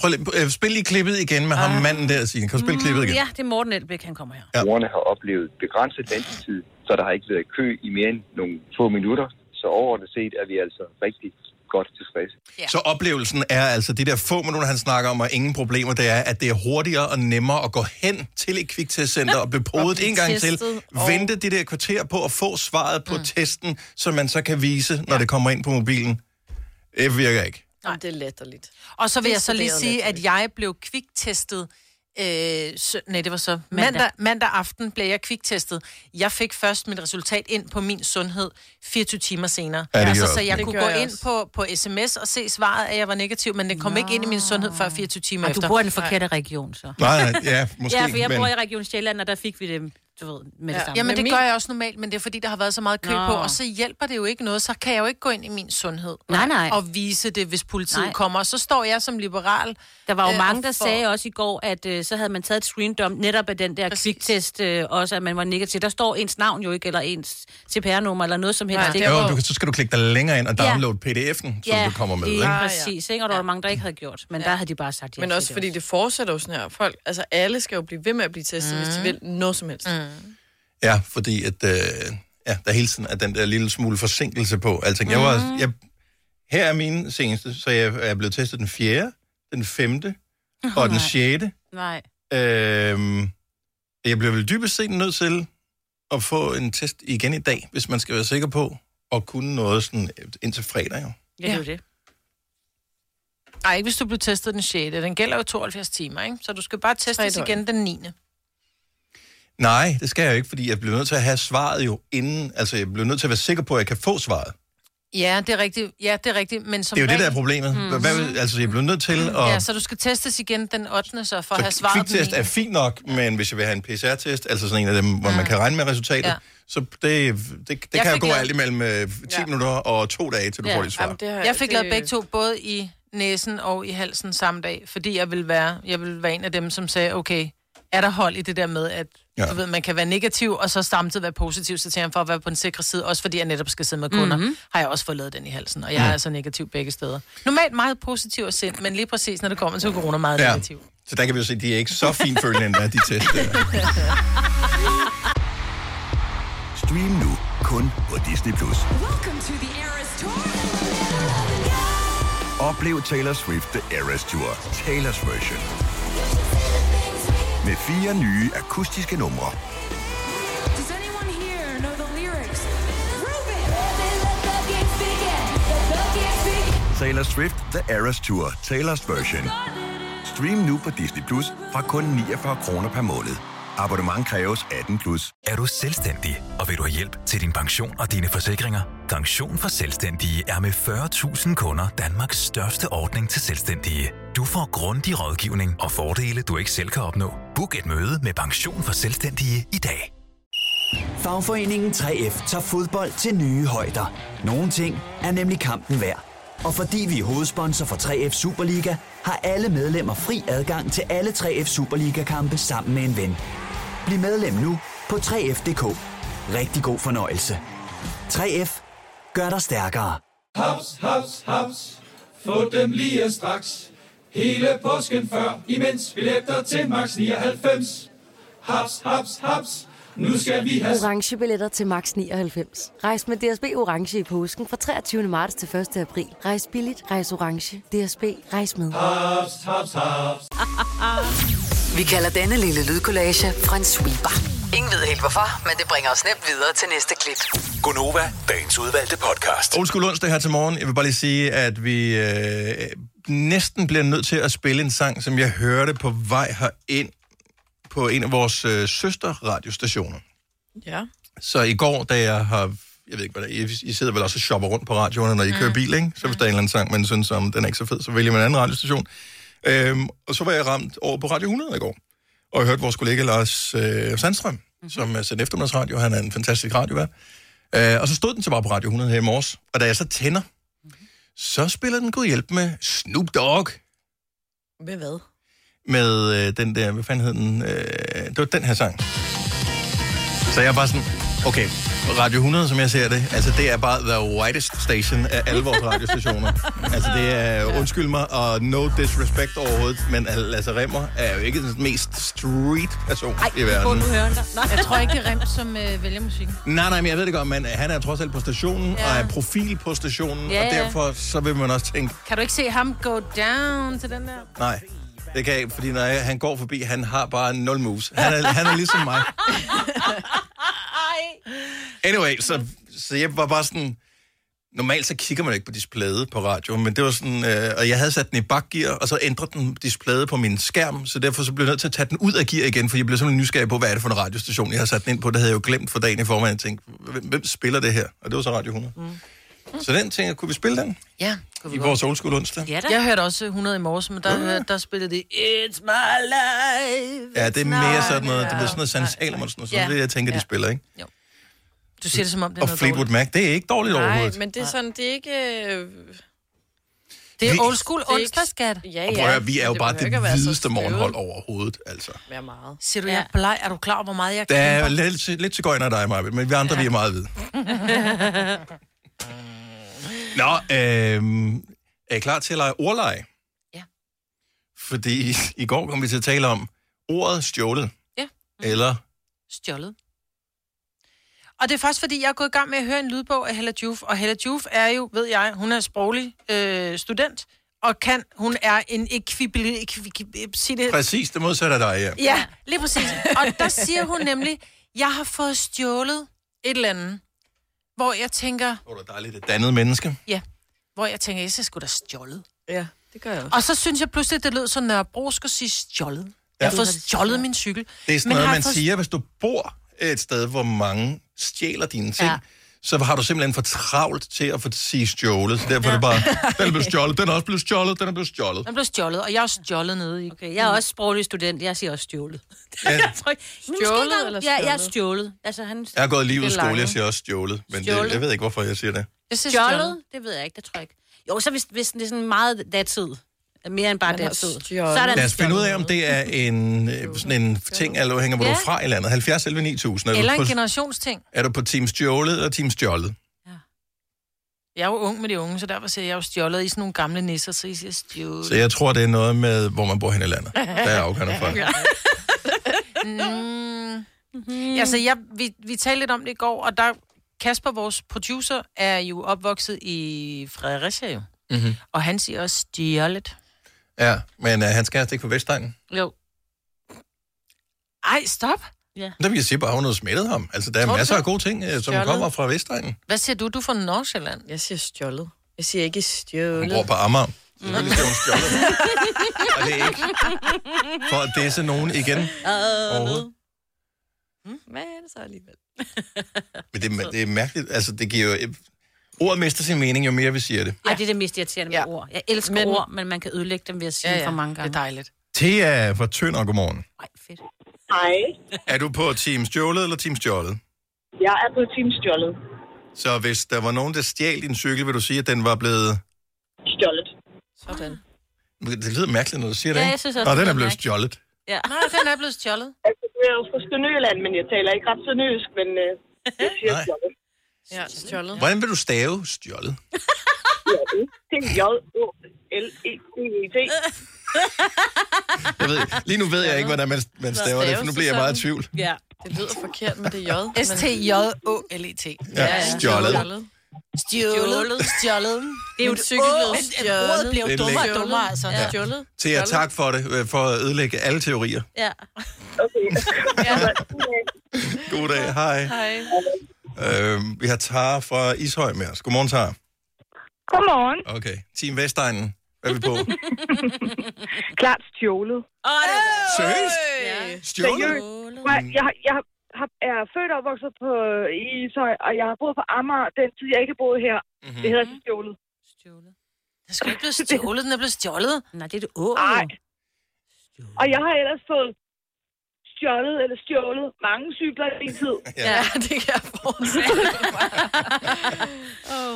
[SPEAKER 1] Prøv lige, øh, spil lige klippet igen med ham manden der, Signe. Kan du spille klippet igen?
[SPEAKER 4] Ja, det er Morten Elbæk, han kommer her.
[SPEAKER 1] Ja.
[SPEAKER 7] Brugerne har oplevet begrænset ventetid, så der har ikke været kø i mere end nogle få minutter. Så overordnet set er vi altså rigtig godt tilfredse.
[SPEAKER 1] Ja. Så oplevelsen er altså, de der få minutter, han snakker om, og ingen problemer, det er, at det er hurtigere og nemmere at gå hen til et kviktestcenter og blive podet en gang til.
[SPEAKER 2] testet, og-
[SPEAKER 1] Vente det der kvarter på at få svaret på mm. testen, som man så kan vise, når ja. det kommer ind på mobilen. Det virker ikke.
[SPEAKER 2] Jamen, det er latterligt.
[SPEAKER 3] Og så vil
[SPEAKER 2] Det
[SPEAKER 3] jeg så lige
[SPEAKER 2] studerede
[SPEAKER 3] sige,
[SPEAKER 2] lidt.
[SPEAKER 3] at jeg blev kviktestet. Øh, sø, nej, det var så mandag, mandag aften blev jeg kviktestet. Jeg fik først mit resultat ind på min sundhed 24 timer senere.
[SPEAKER 1] Ja, det gjorde
[SPEAKER 3] altså,
[SPEAKER 1] jeg
[SPEAKER 3] så
[SPEAKER 1] også.
[SPEAKER 3] jeg
[SPEAKER 2] Det
[SPEAKER 3] kunne
[SPEAKER 2] gjorde
[SPEAKER 3] gå
[SPEAKER 2] jeg
[SPEAKER 3] ind på, på sms og se svaret, at jeg var negativ, men det kom ikke ind i min sundhed før 24 timer
[SPEAKER 4] Og du
[SPEAKER 3] efter.
[SPEAKER 4] bor i den forkerte region, så.
[SPEAKER 1] Nej, nej, ja, måske.
[SPEAKER 4] Ja, for jeg
[SPEAKER 1] men...
[SPEAKER 4] bor i Region Sjælland, og der fik vi det, du ved, med det
[SPEAKER 2] Ja.
[SPEAKER 4] samme.
[SPEAKER 3] Jamen,
[SPEAKER 2] Men
[SPEAKER 3] det
[SPEAKER 2] min-
[SPEAKER 3] gør jeg også normalt, men det er fordi, der har været så meget kø
[SPEAKER 4] Nå.
[SPEAKER 3] på, og så hjælper det jo ikke noget. Så kan jeg jo ikke gå ind i min sundhed
[SPEAKER 4] Nej, nej.
[SPEAKER 3] og vise det, hvis politiet
[SPEAKER 4] Nej.
[SPEAKER 3] kommer. Og så står jeg som liberal.
[SPEAKER 4] Der var jo
[SPEAKER 3] øh,
[SPEAKER 4] mange,
[SPEAKER 3] og
[SPEAKER 4] der
[SPEAKER 3] får-
[SPEAKER 4] sagde også i går, at øh, så havde man taget et screendom netop af den der
[SPEAKER 3] Præcis.
[SPEAKER 4] kviktest, øh, også at man var negativ. Der står ens navn jo ikke, eller ens CPR-nummer, eller noget som helst.
[SPEAKER 3] Nej,
[SPEAKER 4] ikke?
[SPEAKER 3] det er
[SPEAKER 1] Jo, du, kan- så skal du klikke dig længere ind og
[SPEAKER 4] Ja.
[SPEAKER 1] downloade pdf'en, som
[SPEAKER 4] ja,
[SPEAKER 1] du kommer med.
[SPEAKER 4] lige
[SPEAKER 1] Ikke?
[SPEAKER 4] præcis. Ikke? Og der var mange, der ikke havde gjort. Men der havde de bare sagt ja.
[SPEAKER 2] Men
[SPEAKER 4] til
[SPEAKER 2] også fordi det fortsætter jo sådan her. Folk, altså alle skal jo blive ved med at blive testet, mm. hvis de vil noget som helst. Mm.
[SPEAKER 1] Ja, fordi at, øh, ja, der hele tiden er den der lille smule forsinkelse på alting. Jeg
[SPEAKER 3] Mhm.
[SPEAKER 1] var, jeg, her er mine seneste, så jeg er blevet testet den 4., den 5. og den
[SPEAKER 4] nej.
[SPEAKER 1] 6.
[SPEAKER 4] Nej.
[SPEAKER 1] Øhm, jeg bliver vel dybest set nødt til at få en test igen i dag, hvis man skal være sikker på at kunne noget sådan øh, indtil fredag. Jo.
[SPEAKER 4] Ja, det er jo det.
[SPEAKER 3] Nej, ikke hvis du blev testet den 6. Den gælder jo 72 timer, ikke? Så du skal bare testes
[SPEAKER 2] døgn.
[SPEAKER 3] igen den 9.
[SPEAKER 1] Nej, det skal jeg jo ikke, fordi jeg bliver nødt til at have svaret jo inden, altså jeg bliver nødt til at være sikker på, at jeg kan få svaret.
[SPEAKER 3] Ja, det er rigtigt. Ja, det er rigtigt. Men som
[SPEAKER 1] Det er jo det, der er
[SPEAKER 3] regel- Mm.
[SPEAKER 1] problemet. Hvad, vil- altså, jeg bliver nødt til at...
[SPEAKER 3] Ja, så du skal testes igen den 8. så for at have
[SPEAKER 1] Så
[SPEAKER 3] svaret den
[SPEAKER 1] kviktest er
[SPEAKER 3] niende.
[SPEAKER 1] fint nok, men hvis jeg vil have en PCR-test, altså sådan en af dem, hvor man kan regne med resultatet,
[SPEAKER 3] Ja.
[SPEAKER 1] så det, det, det
[SPEAKER 3] Jeg
[SPEAKER 1] kan jo
[SPEAKER 3] fik
[SPEAKER 1] gå
[SPEAKER 3] lavet-
[SPEAKER 1] alt imellem øh, 10
[SPEAKER 2] Ja.
[SPEAKER 1] minutter og to dage, til du
[SPEAKER 4] Ja,
[SPEAKER 1] får dit svar.
[SPEAKER 2] Jamen, det har,
[SPEAKER 3] Jeg fik
[SPEAKER 2] det-
[SPEAKER 3] lavet begge to, både i næsen og i halsen samme dag, fordi jeg ville være, jeg ville være en af dem, som sagde, okay, er der hold i det der med, at
[SPEAKER 1] Ja.
[SPEAKER 3] ja. du ved, man kan være negativ, og så samtidig være positiv, så tænker jeg for at være på den sikre side, også fordi jeg netop skal sidde med kunder, mm-hmm. har jeg også fået lavet den i halsen, og jeg er altså negativ begge steder. Normalt meget positiv og sind, men lige præcis, når det kommer til corona, meget ja. negativ.
[SPEAKER 1] Så der kan vi jo se, at de er ikke så finfølende endda, de test. Der.
[SPEAKER 8] Stream nu kun på Disney+. Plus. Oplev Taylor Swift The Eras Tour, Taylor's version. Med fire nye akustiske numre. Taylor Swift The Eras Tour, Taylor's version. Stream nu på Disney Plus fra kun 49 kroner per måned. Abonnement kræves 18 plus.
[SPEAKER 9] Er du selvstændig, og vil du have hjælp til din pension og dine forsikringer? Pension for Selvstændige er med 40.000 kunder Danmarks største ordning til selvstændige. Du får grundig rådgivning og fordele, du ikke selv kan opnå. Book et møde med Pension for Selvstændige i dag.
[SPEAKER 10] Fagforeningen 3F tager fodbold til nye højder. Nogle ting er nemlig kampen værd. Og fordi vi er hovedsponsor for 3F Superliga, har alle medlemmer fri adgang til alle 3F Superliga-kampe sammen med en ven. Bliv medlem nu på 3F.dk. Rigtig god fornøjelse. 3F gør dig stærkere.
[SPEAKER 11] Haps, haps, haps. Få dem lige straks. Hele påsken før, imens billetter til max 99. Haps, haps, haps. Nu skal vi have
[SPEAKER 12] Orange billetter til max 99. Rejs med DSB Orange i påsken fra 23. marts til 1. april. Rejs billigt, rejs orange. DSB, rejs med.
[SPEAKER 11] haps, haps, haps.
[SPEAKER 6] Vi kalder denne lille lydkollage en sweeper. Ingen ved helt hvorfor, men det bringer os nemt videre til næste klip.
[SPEAKER 9] Gonova, dagens udvalgte podcast.
[SPEAKER 1] Old School onsdag her til morgen. Jeg vil bare lige sige, at vi øh, næsten bliver nødt til at spille en sang, som jeg hørte på vej herind på en af vores øh, søsterradiostationer.
[SPEAKER 2] Ja.
[SPEAKER 1] Så i går, da jeg har... Jeg ved ikke, hvad der, I, I sidder vel også og shopper rundt på radioerne, når I kører bil, ikke? Så hvis der er en eller anden sang, man synes, om den er ikke så fed, så vælger man en anden radiostation. Øhm, og så var jeg ramt over på Radio 100 i går, og jeg hørte vores kollega Lars øh, Sandstrøm, mm-hmm. som er sendt eftermiddagsradio. Han er en fantastisk radiovært. Øh, og så stod den så bare på Radio 100 her i morges, og da jeg så tænder, mm-hmm. så spiller den god hjælp med Snoop Dogg,
[SPEAKER 2] Med hvad?
[SPEAKER 1] med øh, den der, hvad fanden hed den? Øh, det var den her sang. Så jeg er bare sådan, okay, Radio 100, som jeg ser det, altså det er bare the whitest station af alle vores radiostationer. altså det er, undskyld mig, og no disrespect overhovedet, men Al- Lasse Remmer er jo ikke den mest street person Ej, i
[SPEAKER 4] Hvor
[SPEAKER 1] verden.
[SPEAKER 4] nu hører han dig. Nej.
[SPEAKER 3] Jeg tror ikke, det er Rem, som øh, vælger musikken.
[SPEAKER 1] Nej, nej, men jeg ved det godt, men øh, han er trods alt på stationen, ja.
[SPEAKER 3] Ja.
[SPEAKER 1] og er profil på stationen, ja,
[SPEAKER 4] Ja,
[SPEAKER 1] og
[SPEAKER 4] ja.
[SPEAKER 1] derfor så vil man også tænke,
[SPEAKER 3] Kan du ikke se ham go down til den der?
[SPEAKER 1] Nej, det kan jeg ikke, fordi når jeg, han går forbi, han har bare nul moves. Han er, han er ligesom mig. Anyway, så, så jeg var bare sådan... Normalt så kigger man ikke på displayet på radio, men det var sådan... Øh, og jeg havde sat den i bakgear, og så ændrede den displayet på min skærm, så derfor så blev jeg nødt til at tage den ud af gear igen, for jeg blev simpelthen nysgerrig på, hvad er det for en radiostation, jeg har sat den ind på. Det havde jeg jo glemt for dagen i forvejen. Jeg tænkte, hvem, hvem spiller det her? Og det var så Radio 100. Mm. Så den tænker jeg, kunne vi spille den
[SPEAKER 3] Ja,
[SPEAKER 1] i vores old school onsdag?
[SPEAKER 4] Ja da.
[SPEAKER 3] Jeg hørte også 100 i morges, men der, hørte- der spillede de It's my life.
[SPEAKER 1] Ja, det er mere sådan noget, det
[SPEAKER 3] ja.
[SPEAKER 1] bliver sådan noget Sands Salomon, sådan noget,
[SPEAKER 3] Ja.
[SPEAKER 1] sådan det, jeg tænker, de
[SPEAKER 3] Ja.
[SPEAKER 1] spiller, ikke?
[SPEAKER 3] Du siger det som om, det er
[SPEAKER 1] Og
[SPEAKER 3] noget
[SPEAKER 1] Fleetwood
[SPEAKER 3] dårligt.
[SPEAKER 1] Mac, det er ikke dårligt
[SPEAKER 2] Nej,
[SPEAKER 1] overhovedet.
[SPEAKER 2] men det er sådan, det er ikke... øh,
[SPEAKER 3] Det er
[SPEAKER 1] Vi-
[SPEAKER 3] old school
[SPEAKER 2] det er ikke-
[SPEAKER 3] onsdag, skat.
[SPEAKER 2] Ja,
[SPEAKER 1] Og
[SPEAKER 2] ja.
[SPEAKER 1] prøv at høre, vi er jo
[SPEAKER 2] men
[SPEAKER 1] bare
[SPEAKER 2] behøver
[SPEAKER 1] det
[SPEAKER 2] ikke at være så
[SPEAKER 1] hvideste
[SPEAKER 2] støvet.
[SPEAKER 1] morgenhold overhovedet, altså.
[SPEAKER 2] Være meget.
[SPEAKER 3] Siger du, jeg er bleg? Er du klar over, hvor meget jeg
[SPEAKER 1] Der er
[SPEAKER 3] kæmper?
[SPEAKER 1] lidt, lidt til gøjner dig, Maja, men vi andre, ja. vi er meget hvide. Nå, øh, er I klar til at lege ordleje?
[SPEAKER 3] Ja.
[SPEAKER 1] Fordi i går kom vi til at tale om ordet stjålet.
[SPEAKER 3] Ja.
[SPEAKER 1] Eller
[SPEAKER 3] Stjålet. Og det er faktisk, fordi jeg er gået i gang med at høre en lydbog af Hella Juf. Og Hella Juf er jo, ved jeg, hun er sproglig øh, student. Og kan, hun er en ekvibili... ekvibili sig det,
[SPEAKER 1] præcis det modsatte af dig, ja.
[SPEAKER 3] Ja, lige præcis. Og der siger hun nemlig, jeg har fået stjålet et eller andet. Hvor jeg tænker,
[SPEAKER 1] Hvor du er dejligt et dannet menneske.
[SPEAKER 3] ja, hvor jeg tænker, jeg skal sgu da stjålet.
[SPEAKER 2] Ja, det gør jeg også.
[SPEAKER 3] Og så synes jeg pludselig, det lød så Nørrebro skal sige stjålet.
[SPEAKER 1] Ja.
[SPEAKER 3] Jeg har fået stjålet min cykel.
[SPEAKER 1] Det er sådan
[SPEAKER 3] Men
[SPEAKER 1] noget,
[SPEAKER 3] har
[SPEAKER 1] man
[SPEAKER 3] fået-
[SPEAKER 1] siger, hvis du bor et sted, hvor mange stjæler dine ting, ja.
[SPEAKER 3] Ja.
[SPEAKER 1] så har du simpelthen for travlt til at få sige stjålet. Så derfor er det bare, den er blevet stjålet, den er også blevet stjålet, den er blevet stjålet.
[SPEAKER 3] Den blev stjålet, og jeg er også stjålet nede i. Okay,
[SPEAKER 4] jeg er også sproglig student, jeg siger også stjålet.
[SPEAKER 1] Ja.
[SPEAKER 4] jeg tror ikke, men måske ikke
[SPEAKER 2] Stjålet
[SPEAKER 4] engang-
[SPEAKER 2] eller
[SPEAKER 4] Ja, jeg er
[SPEAKER 2] stjålet?
[SPEAKER 4] stjålet. Altså, han,
[SPEAKER 1] Jeg har gået lige ud af
[SPEAKER 4] Det er
[SPEAKER 1] skole,
[SPEAKER 4] lange.
[SPEAKER 1] jeg siger også stjålet, men det,
[SPEAKER 4] Stjålet.
[SPEAKER 1] jeg ved ikke, hvorfor jeg siger det.
[SPEAKER 4] Jeg
[SPEAKER 3] siger
[SPEAKER 4] stjålet, det ved jeg ikke, det tror jeg ikke. Jo, så hvis, hvis det er sådan meget datid, mere end bare
[SPEAKER 2] Man har
[SPEAKER 4] datid, så
[SPEAKER 2] stjålet.
[SPEAKER 4] er der
[SPEAKER 1] Lad os finde ud af, om det er en, øh, sådan en ting, eller hænger hvor du
[SPEAKER 3] Ja.
[SPEAKER 1] er fra i landet. 70 11 9000. Er,
[SPEAKER 3] Eller
[SPEAKER 1] du på,
[SPEAKER 3] en generationsting.
[SPEAKER 1] er du på team stjålet eller team stjålet?
[SPEAKER 3] Jeg er jo ung med de unge, så derfor siger jeg, jeg er jo stjålet i sådan nogle gamle nisser, så I siger stjålet.
[SPEAKER 1] Så jeg tror, det er noget med, hvor man bor hen i landet. Der er afgørende for det.
[SPEAKER 3] Mm.
[SPEAKER 4] Mhm.
[SPEAKER 3] Mm. Altså, jeg, vi, vi talte lidt om det i går, og der Kasper, vores producer, er jo opvokset i Fredericia, jo.
[SPEAKER 1] Mm-hmm.
[SPEAKER 3] og han siger også stjålet.
[SPEAKER 1] Ja, men øh, han skal altså ikke på Vestegnen.
[SPEAKER 3] Jo. Ej, stop.
[SPEAKER 1] Der vil jeg sige bare, at hun har smittet ham. Altså, der er
[SPEAKER 3] Tror du
[SPEAKER 1] masser
[SPEAKER 3] det?
[SPEAKER 1] af gode ting, øh, som
[SPEAKER 3] Stjålet.
[SPEAKER 1] kommer fra Vestegnen.
[SPEAKER 3] Hvad siger du? Du er fra Nordsjælland.
[SPEAKER 2] Jeg siger stjålet. Jeg siger ikke stjålet.
[SPEAKER 1] Hun bor på Amager. Selvfølgelig skal hun stjålet. Og det er ikke for at disse nogen igen. Overhovedet.
[SPEAKER 2] Men så alligevel.
[SPEAKER 1] Men det, er- det er mærkeligt. Altså, det giver jo... Ordet mister sin mening, jo mere vi siger det.
[SPEAKER 4] Ej, det er det mest irriterende med ja. ord. Jeg elsker men... ord, men man kan ødelægge dem ved at sige ja, ja. for mange gange.
[SPEAKER 3] Det er dejligt.
[SPEAKER 1] Thea fra Tønder, godmorgen.
[SPEAKER 13] Hej.
[SPEAKER 1] Er du på team stjålet eller team stjålet?
[SPEAKER 13] Jeg er på Team Stjålet.
[SPEAKER 1] Så hvis der var nogen, der stjal din cykel, vil du sige, at den var blevet...
[SPEAKER 13] Stjålet.
[SPEAKER 2] Sådan.
[SPEAKER 1] Det lyder mærkeligt, når du siger det,
[SPEAKER 13] Ja,
[SPEAKER 1] ikke?
[SPEAKER 13] jeg synes også,
[SPEAKER 1] Nå,
[SPEAKER 13] det
[SPEAKER 1] den er
[SPEAKER 13] lyder
[SPEAKER 1] blevet
[SPEAKER 13] mærkeligt.
[SPEAKER 1] stjålet.
[SPEAKER 4] Ja.
[SPEAKER 3] Nej, den er blevet stjålet.
[SPEAKER 13] Altså, jeg er jo fra Sønderjylland, men jeg taler ikke ret sønderjysk, men øh, jeg siger
[SPEAKER 1] Nej.
[SPEAKER 13] Stjålet.
[SPEAKER 2] Ja, Ah, stjålet.
[SPEAKER 1] Hvordan vil du stave stjålet?
[SPEAKER 13] Det er j o l e d e t
[SPEAKER 1] Jeg ved, lige nu ved jeg ikke, hvordan man, man staver det, for nu bliver jeg meget i tvivl.
[SPEAKER 4] Ja.
[SPEAKER 2] Det lyder forkert med det j.
[SPEAKER 3] S-T-J-O-L-E-T.
[SPEAKER 1] Ja, stjålet.
[SPEAKER 3] E Stjålet. Stjålet.
[SPEAKER 2] Det er jo et cykelblad.
[SPEAKER 3] Ordet bliver
[SPEAKER 1] Det
[SPEAKER 3] jo
[SPEAKER 1] er
[SPEAKER 3] dummere og
[SPEAKER 1] lækkert.
[SPEAKER 3] dummere, altså.
[SPEAKER 1] Ja.
[SPEAKER 2] Stjålet.
[SPEAKER 1] Thea, tak for det, øh, for at ødelægge alle teorier.
[SPEAKER 4] Ja.
[SPEAKER 13] Okay.
[SPEAKER 1] God dag, hej.
[SPEAKER 2] Hej.
[SPEAKER 1] Øhm, vi har Tara fra Ishøj med os. Godmorgen, Tara.
[SPEAKER 13] Godmorgen.
[SPEAKER 1] Okay, Team Vestegnen. Hvad er vi på?
[SPEAKER 13] Klart stjålet.
[SPEAKER 4] Åh, det er
[SPEAKER 1] Seriøst? Stjålet?
[SPEAKER 13] Seriøst. Jeg,
[SPEAKER 9] Mm.
[SPEAKER 13] jeg, jeg har- er født og opvokset på øh, i Ishøj, og jeg har boet på Amager den tid, jeg ikke har boet her. Mm-hmm. Det hedder altså stjålet.
[SPEAKER 3] Den skal ikke blive stjålet, den er blevet stjålet.
[SPEAKER 4] Nej, det er det ål.
[SPEAKER 13] Nej. Og jeg har ellers fået stjålet eller stjålet mange cykler i min tid.
[SPEAKER 2] Ja, det kan jeg forestille
[SPEAKER 3] Oh.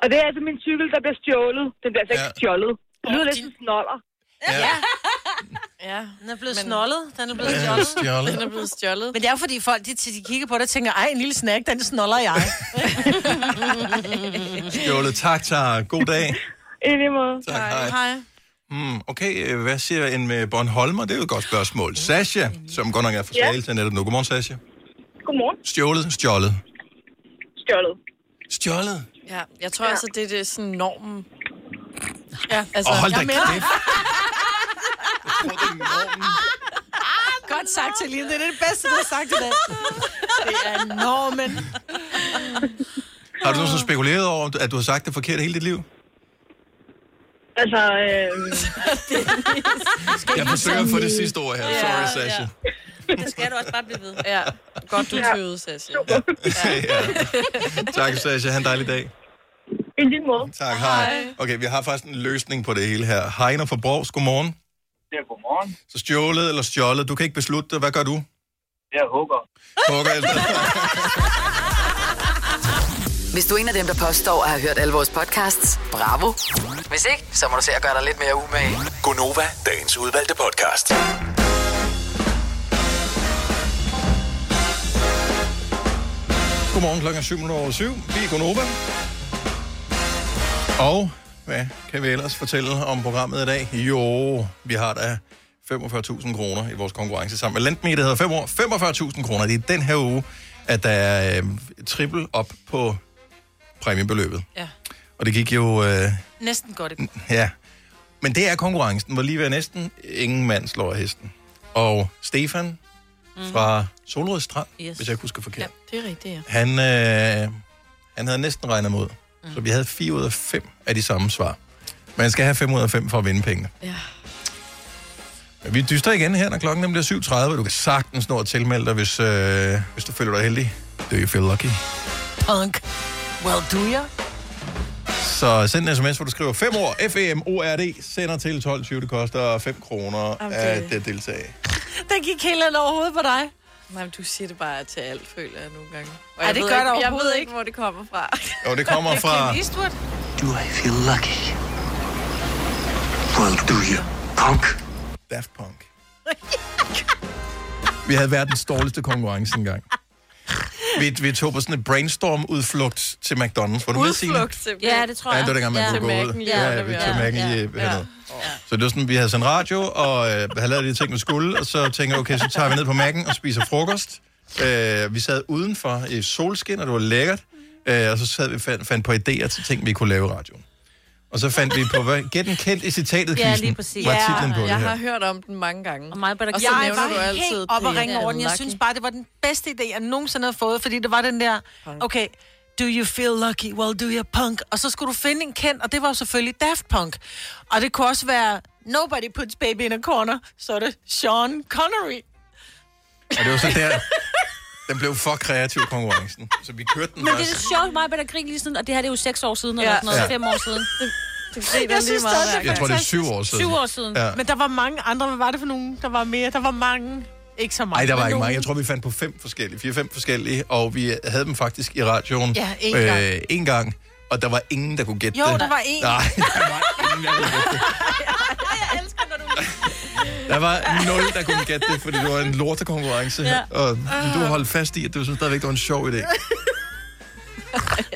[SPEAKER 13] Og det er altså min cykel, der bliver stjålet. Den bliver altså ikke stjålet. Det lyder lidt som snoller.
[SPEAKER 2] Ja,
[SPEAKER 3] den er blevet men... snollet. Den er blevet
[SPEAKER 1] Ja,
[SPEAKER 3] stjålet.
[SPEAKER 1] stjålet. Den
[SPEAKER 2] er blevet stjålet.
[SPEAKER 3] Men det er jo fordi folk, de, de kigger på det og tænker, ej, en lille snack, den snoller jeg.
[SPEAKER 1] Stjålet. Tak, Tara. God dag.
[SPEAKER 13] I lige måde.
[SPEAKER 1] Tak, hej. Hmm, okay, øh, hvad siger en med Bornholmer? Det er jo et godt spørgsmål. Sasha, som godt nok er fra
[SPEAKER 13] Ja.
[SPEAKER 1] Slagelse netop nu. Godmorgen, Sasha.
[SPEAKER 13] Godmorgen.
[SPEAKER 1] Stjålet, stjålet.
[SPEAKER 13] Stjålet.
[SPEAKER 1] Stjålet?
[SPEAKER 2] Ja, jeg tror også, at det, det er sådan normen. Ja,
[SPEAKER 1] Åh, hold da
[SPEAKER 2] jeg er med.
[SPEAKER 1] kæft.
[SPEAKER 3] Godt sagt til Line. Det er det bedste, du har sagt i dag. Det er normen.
[SPEAKER 1] Har du nogensinde spekuleret over, at du har sagt det forkert hele dit liv? øhm.
[SPEAKER 13] Altså, øh,
[SPEAKER 1] Jeg forsøger at få det sidste ord her. Sorry, Sasha.
[SPEAKER 4] Det skal du også bare blive ved.
[SPEAKER 2] Ja, godt du
[SPEAKER 13] Ja.
[SPEAKER 2] tøvede, Sasha.
[SPEAKER 1] Tak, Sasha. Ha' en dejlig dag.
[SPEAKER 13] i lige måde.
[SPEAKER 1] Tak, hej. Okay, vi har faktisk en løsning på det hele her. Heiner fra Borgs, godmorgen.
[SPEAKER 14] Ja, godmorgen.
[SPEAKER 1] Så stjålet eller stjålet, du kan ikke beslutte det. Hvad gør du?
[SPEAKER 14] Jeg hugger.
[SPEAKER 1] Hugger efter.
[SPEAKER 6] Hvis du er en af dem, der påstår at have hørt alle vores podcasts, bravo. Hvis ikke, så må du se at gøre dig lidt mere umage.
[SPEAKER 9] Gonova, dagens udvalgte podcast.
[SPEAKER 1] Godmorgen, klokken er syv minutter over syv. Vi er Gunnova. Og hvad kan vi ellers fortælle om programmet i dag? Jo, vi har da 45.000 kroner i vores konkurrence sammen med Lendme, der hedder 5 år. 45.000 kroner, det er den her uge, at der er øh, trippel op på præmiebeløbet.
[SPEAKER 3] Ja.
[SPEAKER 1] Og det gik jo... Øh,
[SPEAKER 3] Næsten godt. ikke?
[SPEAKER 1] Ja. Men det er konkurrencen, hvor lige ved næsten ingen mand slår hesten. Og Stefan fra Solrød Strand, yes.
[SPEAKER 2] Mm. Yes.
[SPEAKER 1] hvis jeg ikke husker forkert,
[SPEAKER 2] Det er rigtigt, ja.
[SPEAKER 1] ja. han, øh, han havde næsten regnet mod. Mm. Så vi havde 4 ud af 5 af de samme svar. Man skal have 5 ud af 5 for at vinde pengene.
[SPEAKER 2] Ja.
[SPEAKER 1] Men vi dyster igen her, når klokken nemlig er 7.30. Du kan sagtens nå at tilmelde dig, hvis, øh, hvis du føler dig heldig. Do you feel lucky?
[SPEAKER 3] punk. Well, do you?
[SPEAKER 1] Så send en sms, hvor du skriver 5 år, F-E-M-O-R-D, sender til 12.20. Det koster 5 kroner
[SPEAKER 2] Jamen, det-
[SPEAKER 1] at øh, deltage.
[SPEAKER 3] Den gik helt hen over hovedet på dig.
[SPEAKER 2] Nej, men du siger det bare til alt, føler jeg nogle gange.
[SPEAKER 3] Ej,
[SPEAKER 2] jeg
[SPEAKER 3] det
[SPEAKER 2] ved
[SPEAKER 3] gør
[SPEAKER 2] ikke,
[SPEAKER 3] det
[SPEAKER 2] Jeg ved
[SPEAKER 3] overhovedet
[SPEAKER 2] ikke, hvor det kommer fra.
[SPEAKER 1] Jo, det kommer fra...
[SPEAKER 3] Eastwood.
[SPEAKER 1] Do I feel lucky?
[SPEAKER 15] Well, do you, punk?
[SPEAKER 1] Daft Punk. Vi havde verdens dårligste konkurrence engang. Vi, vi tog på sådan en brainstorm-udflugt til McDonald's. Var du med, Signe?
[SPEAKER 4] Ja, det tror jeg.
[SPEAKER 1] Ja, det var dengang, man kunne gå ud. Ja, ja, vi tog Mac'en i, øh, hvad hedder det. Så det var sådan, vi havde sendt radio, og øh, havde lavet de ting, vi skulle, og så tænker jeg, okay, så tager vi ned på Mac'en og spiser frokost. Øh, vi sad udenfor i solskin, og det var lækkert. Øh, og så sad vi fandt, fandt på idéer til ting, vi kunne lave i radioen. Og så fandt vi på, hvad, gæt en kendt i citatet
[SPEAKER 2] Ja, lige præcis.
[SPEAKER 1] var titlen på
[SPEAKER 2] jeg
[SPEAKER 1] det her.
[SPEAKER 2] har hørt om den mange gange. Og,
[SPEAKER 4] mig,
[SPEAKER 2] og så
[SPEAKER 3] jeg
[SPEAKER 2] nævner
[SPEAKER 3] var
[SPEAKER 2] du altid
[SPEAKER 3] helt op og
[SPEAKER 2] det.
[SPEAKER 3] ringe over den. Jeg
[SPEAKER 2] Lucky.
[SPEAKER 3] synes bare, det var den bedste idé, jeg nogensinde havde fået, fordi det var den der, okay, do you feel lucky? Well, do you punk? Og så skulle du finde en kendt, og det var jo selvfølgelig Daft Punk. Og det kunne også være, nobody puts baby in a corner, så er det Sean Connery.
[SPEAKER 1] Og det var så der, den blev for kreativ konkurrencen. Så vi kørte den
[SPEAKER 4] Men det er
[SPEAKER 1] også.
[SPEAKER 4] det sjovt, mig, at grine lige sådan, og det her det er jo seks år siden, eller
[SPEAKER 1] Ja.
[SPEAKER 4] sådan noget,
[SPEAKER 1] Ja.
[SPEAKER 4] fem år siden. Det,
[SPEAKER 2] det
[SPEAKER 3] Jeg synes stadig,
[SPEAKER 1] Jeg tror, det er syv år siden.
[SPEAKER 4] Syv år siden.
[SPEAKER 1] Ja.
[SPEAKER 3] Men der var mange andre. Hvad var det for nogen? Der var mere. Der var mange. Ikke så mange.
[SPEAKER 1] Nej, der var
[SPEAKER 3] men
[SPEAKER 1] ikke
[SPEAKER 3] nogen.
[SPEAKER 1] mange. Jeg tror, vi fandt på fem forskellige, fire-fem forskellige, og vi havde dem faktisk i radioen
[SPEAKER 3] Ja, én gang.
[SPEAKER 1] Øh, en gang. Og der var ingen, der kunne gætte
[SPEAKER 3] Jo,
[SPEAKER 1] det.
[SPEAKER 3] der var én.
[SPEAKER 1] Nej, der var ingen, der kunne gætte det. Der var nul, der kunne gætte det, fordi det var en lortekonkurrence.
[SPEAKER 3] Ja.
[SPEAKER 1] Ja. Og du holdt fast i, at du synes stadigvæk, det var en sjov idé.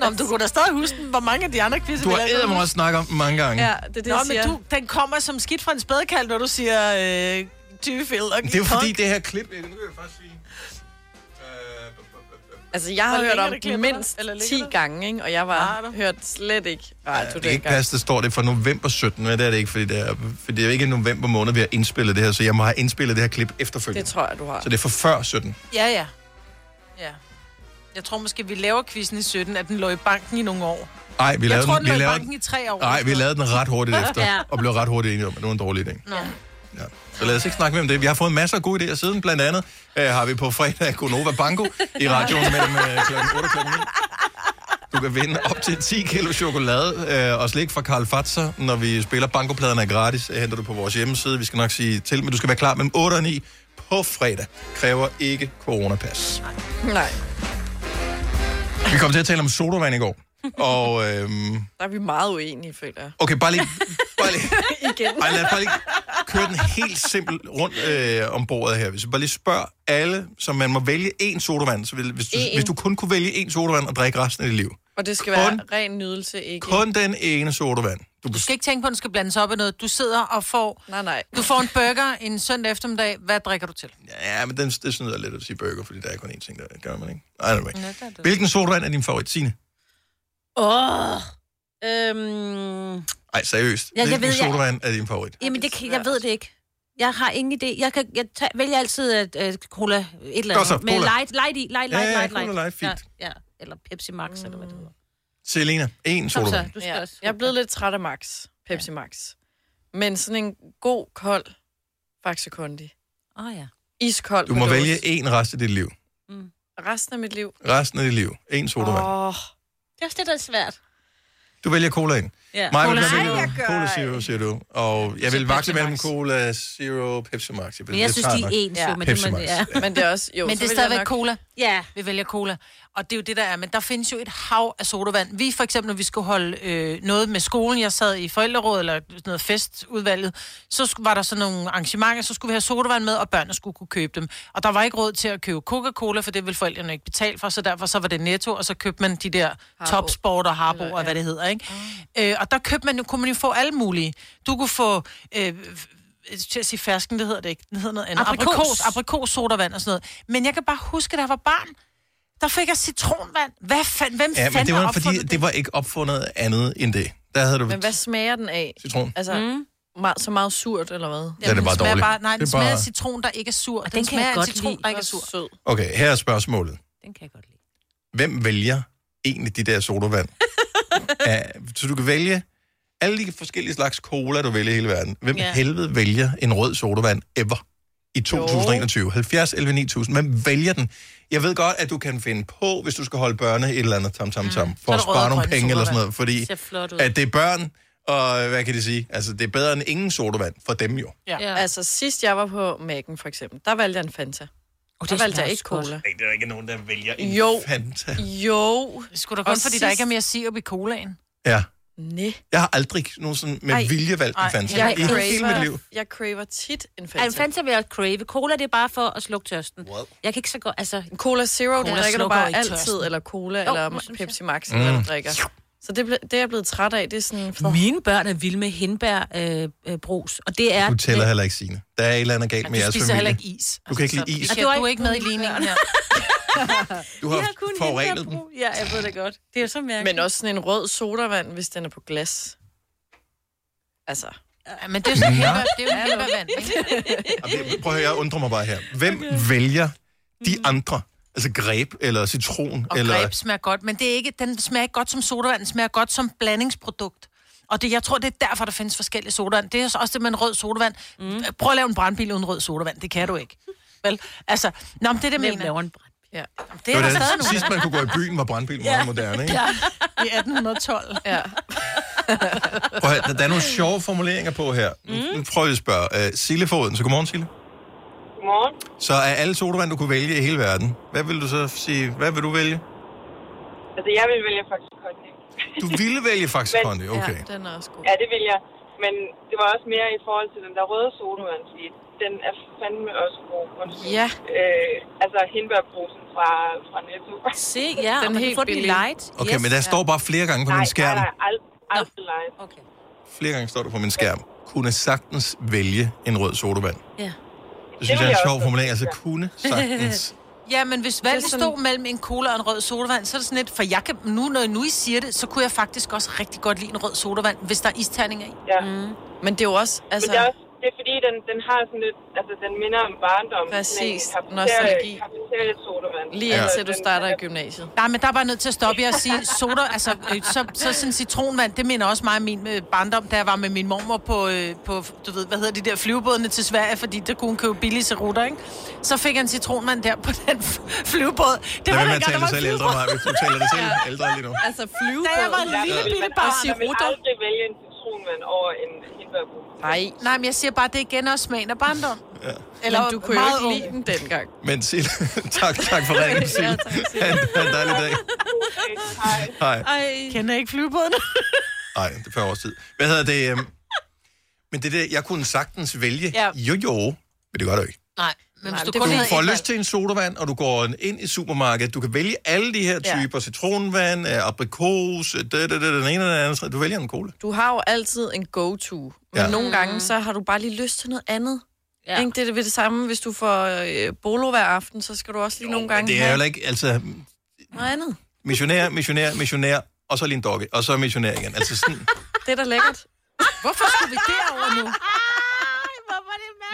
[SPEAKER 3] Nå, men du kunne da stadig huske, den, hvor mange af de andre quizzer
[SPEAKER 1] Du har
[SPEAKER 3] vi lavede.
[SPEAKER 1] eddermame også snakket om den mange gange.
[SPEAKER 3] Ja, det er det, Nå,
[SPEAKER 2] jeg
[SPEAKER 3] men
[SPEAKER 2] siger.
[SPEAKER 3] du, den kommer som skidt fra en spædekald, når du siger... Øh, do you feel lucky?
[SPEAKER 1] Det er jo fordi,
[SPEAKER 3] punk?
[SPEAKER 1] det her klip... Nu kan jeg faktisk sige...
[SPEAKER 2] Altså, jeg
[SPEAKER 3] Hvor
[SPEAKER 2] har hørt
[SPEAKER 3] ligger det,
[SPEAKER 2] om den
[SPEAKER 3] klipper du?
[SPEAKER 2] mindst
[SPEAKER 3] Eller ligger
[SPEAKER 2] 10 gange, ikke? og jeg var hørt slet ikke radio
[SPEAKER 1] Det kan ikke
[SPEAKER 2] dengang.
[SPEAKER 1] passe, det står det er fra november 17, men det er det ikke, fordi det er, fordi det er jo ikke i november måned, vi har indspillet det her, så jeg må have indspillet det her klip efterfølgende.
[SPEAKER 2] Det tror jeg, du har.
[SPEAKER 1] Så det er fra før 17.
[SPEAKER 3] Ja, ja. Ja. Jeg tror måske, vi laver quizzen i 17, at den lå i banken i nogle år.
[SPEAKER 1] Nej, vi
[SPEAKER 3] jeg
[SPEAKER 1] lavede
[SPEAKER 3] tror,
[SPEAKER 1] den,
[SPEAKER 3] den lå
[SPEAKER 1] vi
[SPEAKER 3] i
[SPEAKER 1] lavede
[SPEAKER 3] banken i tre år.
[SPEAKER 1] Nej, vi lavede den ret hurtigt efter,
[SPEAKER 3] Ja.
[SPEAKER 1] og blev ret hurtigt enige om, at det var en dårlig idé.
[SPEAKER 3] Nå.
[SPEAKER 1] Så lad os ikke snakke mere om det. Vi har fået masser af gode idéer siden. Blandt andet øh, har vi på fredag Gonova Banko i radioen mellem øh, kl. 8 og kl. 9. Du kan vinde op til 10 kilo chokolade øh, og slik fra Karl Fatser, når vi spiller Bankopladerne er gratis. Det henter du på vores hjemmeside. Vi skal nok sige til, men du skal være klar mellem 8 og 9 på fredag. Kræver ikke coronapas.
[SPEAKER 2] Nej,
[SPEAKER 1] Vi kom til at tale om sodavand i går. Og øhm,
[SPEAKER 2] der er vi meget uenige, føler jeg.
[SPEAKER 1] okay, bare lige
[SPEAKER 2] Igen.
[SPEAKER 1] Ej, lad os bare lige køre den helt simpel rundt øh, om bordet her. Hvis vi bare lige spørger alle, som man må vælge én sodavand, så vil, hvis, du,
[SPEAKER 2] Én.
[SPEAKER 1] hvis du kun kunne vælge én sodavand og drikke resten af dit liv.
[SPEAKER 2] Og det skal
[SPEAKER 1] Kun-
[SPEAKER 2] være ren nydelse, ikke?
[SPEAKER 1] Kun den ene sodavand. Du
[SPEAKER 3] Du
[SPEAKER 1] bes-
[SPEAKER 3] skal ikke tænke på, at den skal blandes op i noget. Du sidder og får...
[SPEAKER 2] Nej, nej.
[SPEAKER 3] Du får en burger en søndag eftermiddag. Hvad drikker du til?
[SPEAKER 1] ja, men den, det snyder lidt at sige burger, fordi der er kun én ting, der gør man ikke. Anyway. Hvilken sodavand er din favorit, Signe?
[SPEAKER 4] Åh. Øhm,
[SPEAKER 1] Ej, seriøst.
[SPEAKER 4] Ja, jeg
[SPEAKER 1] Hvilken
[SPEAKER 4] ved, jeg-
[SPEAKER 1] sodavand er din favorit?
[SPEAKER 4] jamen, det, kan- jeg ved det ikke. Jeg har ingen idé. Jeg, kan, jeg tager, vælger altid at, uh, cola et eller
[SPEAKER 1] Godt
[SPEAKER 4] andet.
[SPEAKER 1] så,
[SPEAKER 4] Med
[SPEAKER 1] cola.
[SPEAKER 4] light, light i. Light,
[SPEAKER 1] Ja,
[SPEAKER 4] light,
[SPEAKER 1] ja,
[SPEAKER 4] light, light.
[SPEAKER 1] cola light, fint.
[SPEAKER 4] Ja, ja. Eller Pepsi Max, mm. eller hvad det hedder.
[SPEAKER 1] Selena, én
[SPEAKER 4] Kom så,
[SPEAKER 1] sodavand.
[SPEAKER 4] du skal
[SPEAKER 2] Ja.
[SPEAKER 4] også.
[SPEAKER 2] Jeg er blevet lidt træt af Max, Pepsi Max. Men sådan en god, kold Faxe Kondi.
[SPEAKER 4] Åh oh, ja.
[SPEAKER 2] Iskold
[SPEAKER 1] Du
[SPEAKER 2] på
[SPEAKER 1] må
[SPEAKER 2] dåse.
[SPEAKER 1] vælge én resten af dit liv.
[SPEAKER 2] Resten af mit liv.
[SPEAKER 1] Resten af dit liv. Én sodavand.
[SPEAKER 2] Åh,
[SPEAKER 4] Det er også det, der er svært.
[SPEAKER 1] Du vælger colaen.
[SPEAKER 4] Ja.
[SPEAKER 1] Maja,
[SPEAKER 4] Cola Zero.
[SPEAKER 1] cola, cola,
[SPEAKER 4] Nej, jeg gør
[SPEAKER 1] cola Zero, siger du. Og jeg vil vakle mellem Cola Zero Pepsi Max.
[SPEAKER 4] Men jeg synes, de er ens, jo, men det
[SPEAKER 1] Pepsi
[SPEAKER 4] må-
[SPEAKER 1] Max.
[SPEAKER 4] ja.
[SPEAKER 2] Men det er også... Jo,
[SPEAKER 3] men det
[SPEAKER 2] så
[SPEAKER 3] er
[SPEAKER 2] vil jeg
[SPEAKER 3] stadigvæk
[SPEAKER 2] nok-
[SPEAKER 3] cola.
[SPEAKER 4] Ja.
[SPEAKER 3] Vi vælger cola. Og det er jo det, der er. Men der findes jo et hav af sodavand. Vi for eksempel, når vi skulle holde øh, noget med skolen, jeg sad i forældrerådet eller sådan noget festudvalget, så sk- var der sådan nogle arrangementer, så skulle vi have sodavand med, og børnene skulle kunne købe dem. Og der var ikke råd til at købe Coca-Cola, for det ville forældrene ikke betale for, så derfor så var det netto, og så købte man de der topsport og harbo, og hvad det hedder, ikke?
[SPEAKER 4] Ah.
[SPEAKER 3] Øh, og der købte man, jo- kunne man jo få alle mulige. Du kunne få... Øh, jeg skulle til at sige fersken, det hedder det ikke. Den hedder noget andet.
[SPEAKER 4] Aprikos.
[SPEAKER 3] Aprikos, aprikos, sodavand og sådan noget. Men jeg kan bare huske, da jeg var barn, der fik jeg citronvand. Hvad fanden, hvem
[SPEAKER 1] Ja, men
[SPEAKER 3] fanden
[SPEAKER 1] det var,
[SPEAKER 3] har
[SPEAKER 1] fordi
[SPEAKER 3] opfundet
[SPEAKER 1] det var ikke opfundet andet end det. Der havde du...
[SPEAKER 2] Men hvad smager den af?
[SPEAKER 1] Citron.
[SPEAKER 2] Altså,
[SPEAKER 4] mm.
[SPEAKER 2] meget, så meget surt, eller hvad?
[SPEAKER 1] Ja, det er bare
[SPEAKER 3] smager
[SPEAKER 1] dårligt.
[SPEAKER 3] Bare, nej, den
[SPEAKER 1] det er
[SPEAKER 3] smager
[SPEAKER 1] bare...
[SPEAKER 3] af citron, der ikke er sur. Den,
[SPEAKER 4] den
[SPEAKER 3] den
[SPEAKER 4] kan jeg
[SPEAKER 3] smager af
[SPEAKER 4] godt
[SPEAKER 3] citron,
[SPEAKER 4] lide.
[SPEAKER 3] der ikke er sur. Sød.
[SPEAKER 1] Okay, her er spørgsmålet.
[SPEAKER 4] Den kan jeg godt lide.
[SPEAKER 1] Hvem vælger egentlig de der sodavand? ja, så du kan vælge alle de forskellige slags cola, du vælger i hele verden. Hvem
[SPEAKER 4] Ja.
[SPEAKER 1] helvede vælger en rød sodavand ever? i 2021. 70, 11, 9000. Man vælger den. Jeg ved godt, at du kan finde på, hvis du skal holde børne et eller andet tam tam tam, mm.
[SPEAKER 16] Så
[SPEAKER 1] for
[SPEAKER 16] er
[SPEAKER 1] at
[SPEAKER 16] der røde
[SPEAKER 1] spare
[SPEAKER 16] og
[SPEAKER 1] nogle
[SPEAKER 16] grønne
[SPEAKER 1] penge eller sådan
[SPEAKER 16] sodavand.
[SPEAKER 1] noget, fordi
[SPEAKER 16] Ser flot ud.
[SPEAKER 1] at det er børn, og hvad kan de sige? Altså, det er bedre end ingen sodavand for dem jo.
[SPEAKER 2] Ja. ja. Altså, sidst jeg var på Mac'en, for eksempel, der valgte jeg en Fanta. Oh,
[SPEAKER 1] det
[SPEAKER 2] der
[SPEAKER 1] smager
[SPEAKER 2] valgte jeg
[SPEAKER 1] også
[SPEAKER 2] ikke
[SPEAKER 1] godt.
[SPEAKER 2] cola.
[SPEAKER 1] Nej, der er ikke nogen, der vælger en
[SPEAKER 2] Jo.
[SPEAKER 1] Fanta.
[SPEAKER 2] Jo.
[SPEAKER 3] Skulle da kun, fordi der ikke er mere sirup i colaen.
[SPEAKER 1] Ja.
[SPEAKER 2] Nej.
[SPEAKER 1] Jeg har aldrig nogen sådan med
[SPEAKER 2] Ej.
[SPEAKER 1] vilje valgt en
[SPEAKER 2] Ej,
[SPEAKER 1] Fanta.
[SPEAKER 2] jeg
[SPEAKER 1] i hele
[SPEAKER 2] craver-
[SPEAKER 1] mit liv.
[SPEAKER 2] Jeg craver tit en Fanta.
[SPEAKER 4] Ej, en Fanta vil jeg crave. Cola, det er bare for at slukke tørsten.
[SPEAKER 1] Wow.
[SPEAKER 4] Jeg kan ikke så godt, altså...
[SPEAKER 2] Cola Zero, det drikker du
[SPEAKER 4] slukker
[SPEAKER 2] bare
[SPEAKER 4] ikke
[SPEAKER 2] altid,
[SPEAKER 4] tørsten.
[SPEAKER 2] eller cola,
[SPEAKER 4] Jo,
[SPEAKER 2] eller
[SPEAKER 4] det synes jeg.
[SPEAKER 2] Pepsi Max, eller hvad
[SPEAKER 4] Mm.
[SPEAKER 2] du drikker. Så det, ble- det er jeg blevet træt af, det er sådan...
[SPEAKER 4] Mine børn er vilde med hindbær øh, øh, brus, og det er...
[SPEAKER 1] Du tæller heller ikke sine. Der er et eller andet galt med
[SPEAKER 4] du
[SPEAKER 1] jeres
[SPEAKER 4] spiser
[SPEAKER 1] familie.
[SPEAKER 4] heller ikke is.
[SPEAKER 1] Du kan ikke lide is.
[SPEAKER 3] Michelle, du er Altså, ikke med i ligningen her.
[SPEAKER 1] Du har, forurenet dem.
[SPEAKER 4] Ja, jeg ved det godt. Det er så mærkeligt.
[SPEAKER 2] Men også sådan en rød sodavand, hvis den er på glas. Altså...
[SPEAKER 3] Ja, men det
[SPEAKER 1] er sådan Nå. hindbær-
[SPEAKER 3] det er jo hindbærvand,
[SPEAKER 1] Prøv at høre, jeg undrer mig bare her. Hvem okay. vælger de andre? Altså greb eller citron?
[SPEAKER 3] Og
[SPEAKER 1] eller...
[SPEAKER 3] Eller... greb smager godt, men det er ikke, den smager ikke godt som sodavand, den smager godt som blandingsprodukt. Og det, jeg tror, det er derfor, der findes forskellige sodavand. Det er også det med en rød sodavand. Mm. Prøv at lave en brandbil uden rød sodavand. Det kan du ikke. Vel? Altså, nå, men det er det,
[SPEAKER 4] Hvem
[SPEAKER 3] mener.
[SPEAKER 4] laver en
[SPEAKER 3] brandbil? Ja. Jamen,
[SPEAKER 1] Det
[SPEAKER 3] det er der
[SPEAKER 1] var
[SPEAKER 3] stadig
[SPEAKER 1] da
[SPEAKER 3] nogen.
[SPEAKER 1] sidst, man kunne gå i byen, var brandbil meget ja. moderne, ikke?
[SPEAKER 3] Ja, i 1812.
[SPEAKER 2] Ja.
[SPEAKER 1] Prøv at, høre, der er nogle sjove formuleringer på her. Mm. Nu prøver jeg at spørge. Uh, Sille Foden, så godmorgen, Sille.
[SPEAKER 17] Godmorgen.
[SPEAKER 1] Så af alle sodavand, du kunne vælge i hele verden, hvad vil du så sige, hvad vil du vælge?
[SPEAKER 17] Altså, jeg vil vælge faktisk Kondi.
[SPEAKER 1] Du ville vælge faktisk Kondi, okay.
[SPEAKER 2] Ja, den er også god.
[SPEAKER 17] Ja, det vil jeg. Men det var også mere i forhold til den der røde sodavand, fordi den er fandme også god. Undskyld.
[SPEAKER 2] Ja.
[SPEAKER 17] Øh, altså hindbærbrusen fra, fra Netto.
[SPEAKER 4] Se, ja, og man kan få den i light.
[SPEAKER 1] Okay, men der står bare flere gange på min skærm.
[SPEAKER 17] Nej, nej, ald- aldrig light.
[SPEAKER 4] Okay.
[SPEAKER 1] Flere gange står der på min skærm. Kunne sagtens vælge en rød sodavand.
[SPEAKER 4] Ja.
[SPEAKER 1] Det
[SPEAKER 3] vil
[SPEAKER 1] synes jeg er
[SPEAKER 3] jeg
[SPEAKER 1] en sjov
[SPEAKER 3] også
[SPEAKER 1] formulering. Altså, kunne sagtens.
[SPEAKER 3] Ja, men hvis valget sådan... stod mellem en cola og en rød sodavand, så er det sådan lidt, for jeg kan, nu når nu I siger det, så kunne jeg faktisk også rigtig godt lide en rød sodavand, hvis der er isterninger i.
[SPEAKER 17] Ja.
[SPEAKER 2] Mm. Men det er jo også, altså...
[SPEAKER 17] Men det er også, det er fordi, den, den har sådan lidt, altså den minder om barndom.
[SPEAKER 2] Præcis. Nostalgi.
[SPEAKER 17] Nostalgi. Kapitalisodavand.
[SPEAKER 2] Lige indtil du starter i gymnasiet.
[SPEAKER 3] Nej, men der er bare nødt til at stoppe jer og sige, soda, altså, øh, så, så sådan citronvand, det minder også mig om min øh, barndom, da jeg var med min mormor på, øh, på, du ved, hvad hedder de der flyvebådene til Sverige, fordi der kunne hun købe billige cerutter, ikke? Så fik jeg en citronvand der på den f- flyvebåd.
[SPEAKER 1] Lad være med
[SPEAKER 3] dengang,
[SPEAKER 1] at
[SPEAKER 3] der
[SPEAKER 1] tale
[SPEAKER 3] var en
[SPEAKER 1] dig selv ældre,
[SPEAKER 3] flyvebåd.
[SPEAKER 1] Maja. Du taler dig selv ældre lige nu.
[SPEAKER 2] Altså flyvebåd.
[SPEAKER 3] Da jeg var en lille bitte barn.
[SPEAKER 17] Og Jeg vil aldrig vælge en citronvand over en hindbærbrus.
[SPEAKER 2] Nej.
[SPEAKER 3] Nej, men jeg siger bare, det er igen også smagen af barndom.
[SPEAKER 1] Ja.
[SPEAKER 3] Eller
[SPEAKER 2] Men du kunne jo
[SPEAKER 3] meget
[SPEAKER 2] ikke
[SPEAKER 3] ung.
[SPEAKER 2] lide den dengang.
[SPEAKER 1] Men Sille, tak, tak for ringen, Sille.
[SPEAKER 2] Ja, tak, Sille.
[SPEAKER 1] Ha' en- ha' en dejlig dag. Hej.
[SPEAKER 3] Ej. Kender ikke flyvebåden?
[SPEAKER 1] Nej, det er før års tid. Hvad hedder det? øhm, Men det der, jeg kunne sagtens vælge.
[SPEAKER 3] Ja.
[SPEAKER 1] Jo, jo. Men det gør du ikke.
[SPEAKER 3] Nej, men hvis
[SPEAKER 1] Du,
[SPEAKER 3] du
[SPEAKER 1] du
[SPEAKER 3] kun havde
[SPEAKER 1] får
[SPEAKER 3] et valg-
[SPEAKER 1] lyst til en sodavand, og du går ind i supermarkedet. Du kan vælge alle de her
[SPEAKER 2] Ja.
[SPEAKER 1] typer. Citronvand, øh, aprikos, øh, det, det, det, den ene og den anden. Du vælger en cola.
[SPEAKER 2] Du har jo altid en go-to, men
[SPEAKER 1] Ja.
[SPEAKER 2] ja. nogle gange, så har du bare lige lyst til noget andet. Mm. Ja. Ikke? Det er det ved det samme, hvis du får øh, bolo hver aften, så skal du også lige jo, nogle gange
[SPEAKER 1] Det er jo heller ikke, altså,
[SPEAKER 2] have noget andet.
[SPEAKER 1] missionær, missionær, missionær, og så lige en dogge, og så missionær igen. Altså sådan,
[SPEAKER 2] Det er da lækkert.
[SPEAKER 3] Hvorfor skulle vi derover nu?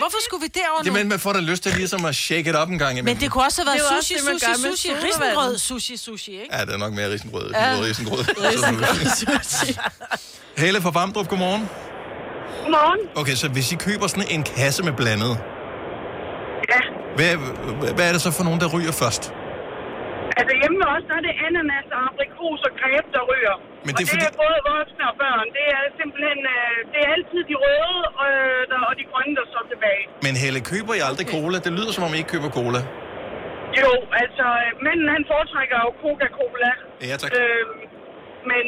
[SPEAKER 3] Hvorfor skulle vi derover nu?
[SPEAKER 1] det, men man får da lyst til ligesom at shake it up en gang imellem.
[SPEAKER 3] Men det kunne også have
[SPEAKER 2] Det er jo
[SPEAKER 3] været
[SPEAKER 2] også
[SPEAKER 3] sushi,
[SPEAKER 2] det, man
[SPEAKER 3] sushi,
[SPEAKER 2] gør med
[SPEAKER 3] sushi,
[SPEAKER 2] sodavand.
[SPEAKER 3] risengrød, sushi, sushi, ikke?
[SPEAKER 1] Ja, det er nok mere risengrød.
[SPEAKER 3] Ja.
[SPEAKER 1] Ja. Rød risengrød.
[SPEAKER 3] Risengrød sushi.
[SPEAKER 1] Helle fra Vamdrup, godmorgen.
[SPEAKER 17] Godmorgen.
[SPEAKER 1] Okay, så hvis I køber sådan en kasse med blandet,
[SPEAKER 17] Ja.
[SPEAKER 1] hvad, hvad er det så for nogen, der ryger først?
[SPEAKER 17] Altså hjemme ved os, der er det ananas og aprikos og greb, der ryger.
[SPEAKER 1] Men
[SPEAKER 17] Men
[SPEAKER 1] det
[SPEAKER 17] det og
[SPEAKER 1] er
[SPEAKER 17] det er både voksne og børn. Det er simpelthen, øh, det er altid de røde øh, der, og de grønne, der står tilbage.
[SPEAKER 1] Men Helle, køber I aldrig cola? Det lyder, som om I ikke køber cola.
[SPEAKER 17] Jo, altså øh, manden han foretrækker jo Coca-Cola.
[SPEAKER 1] Ja, tak.
[SPEAKER 17] Øh, men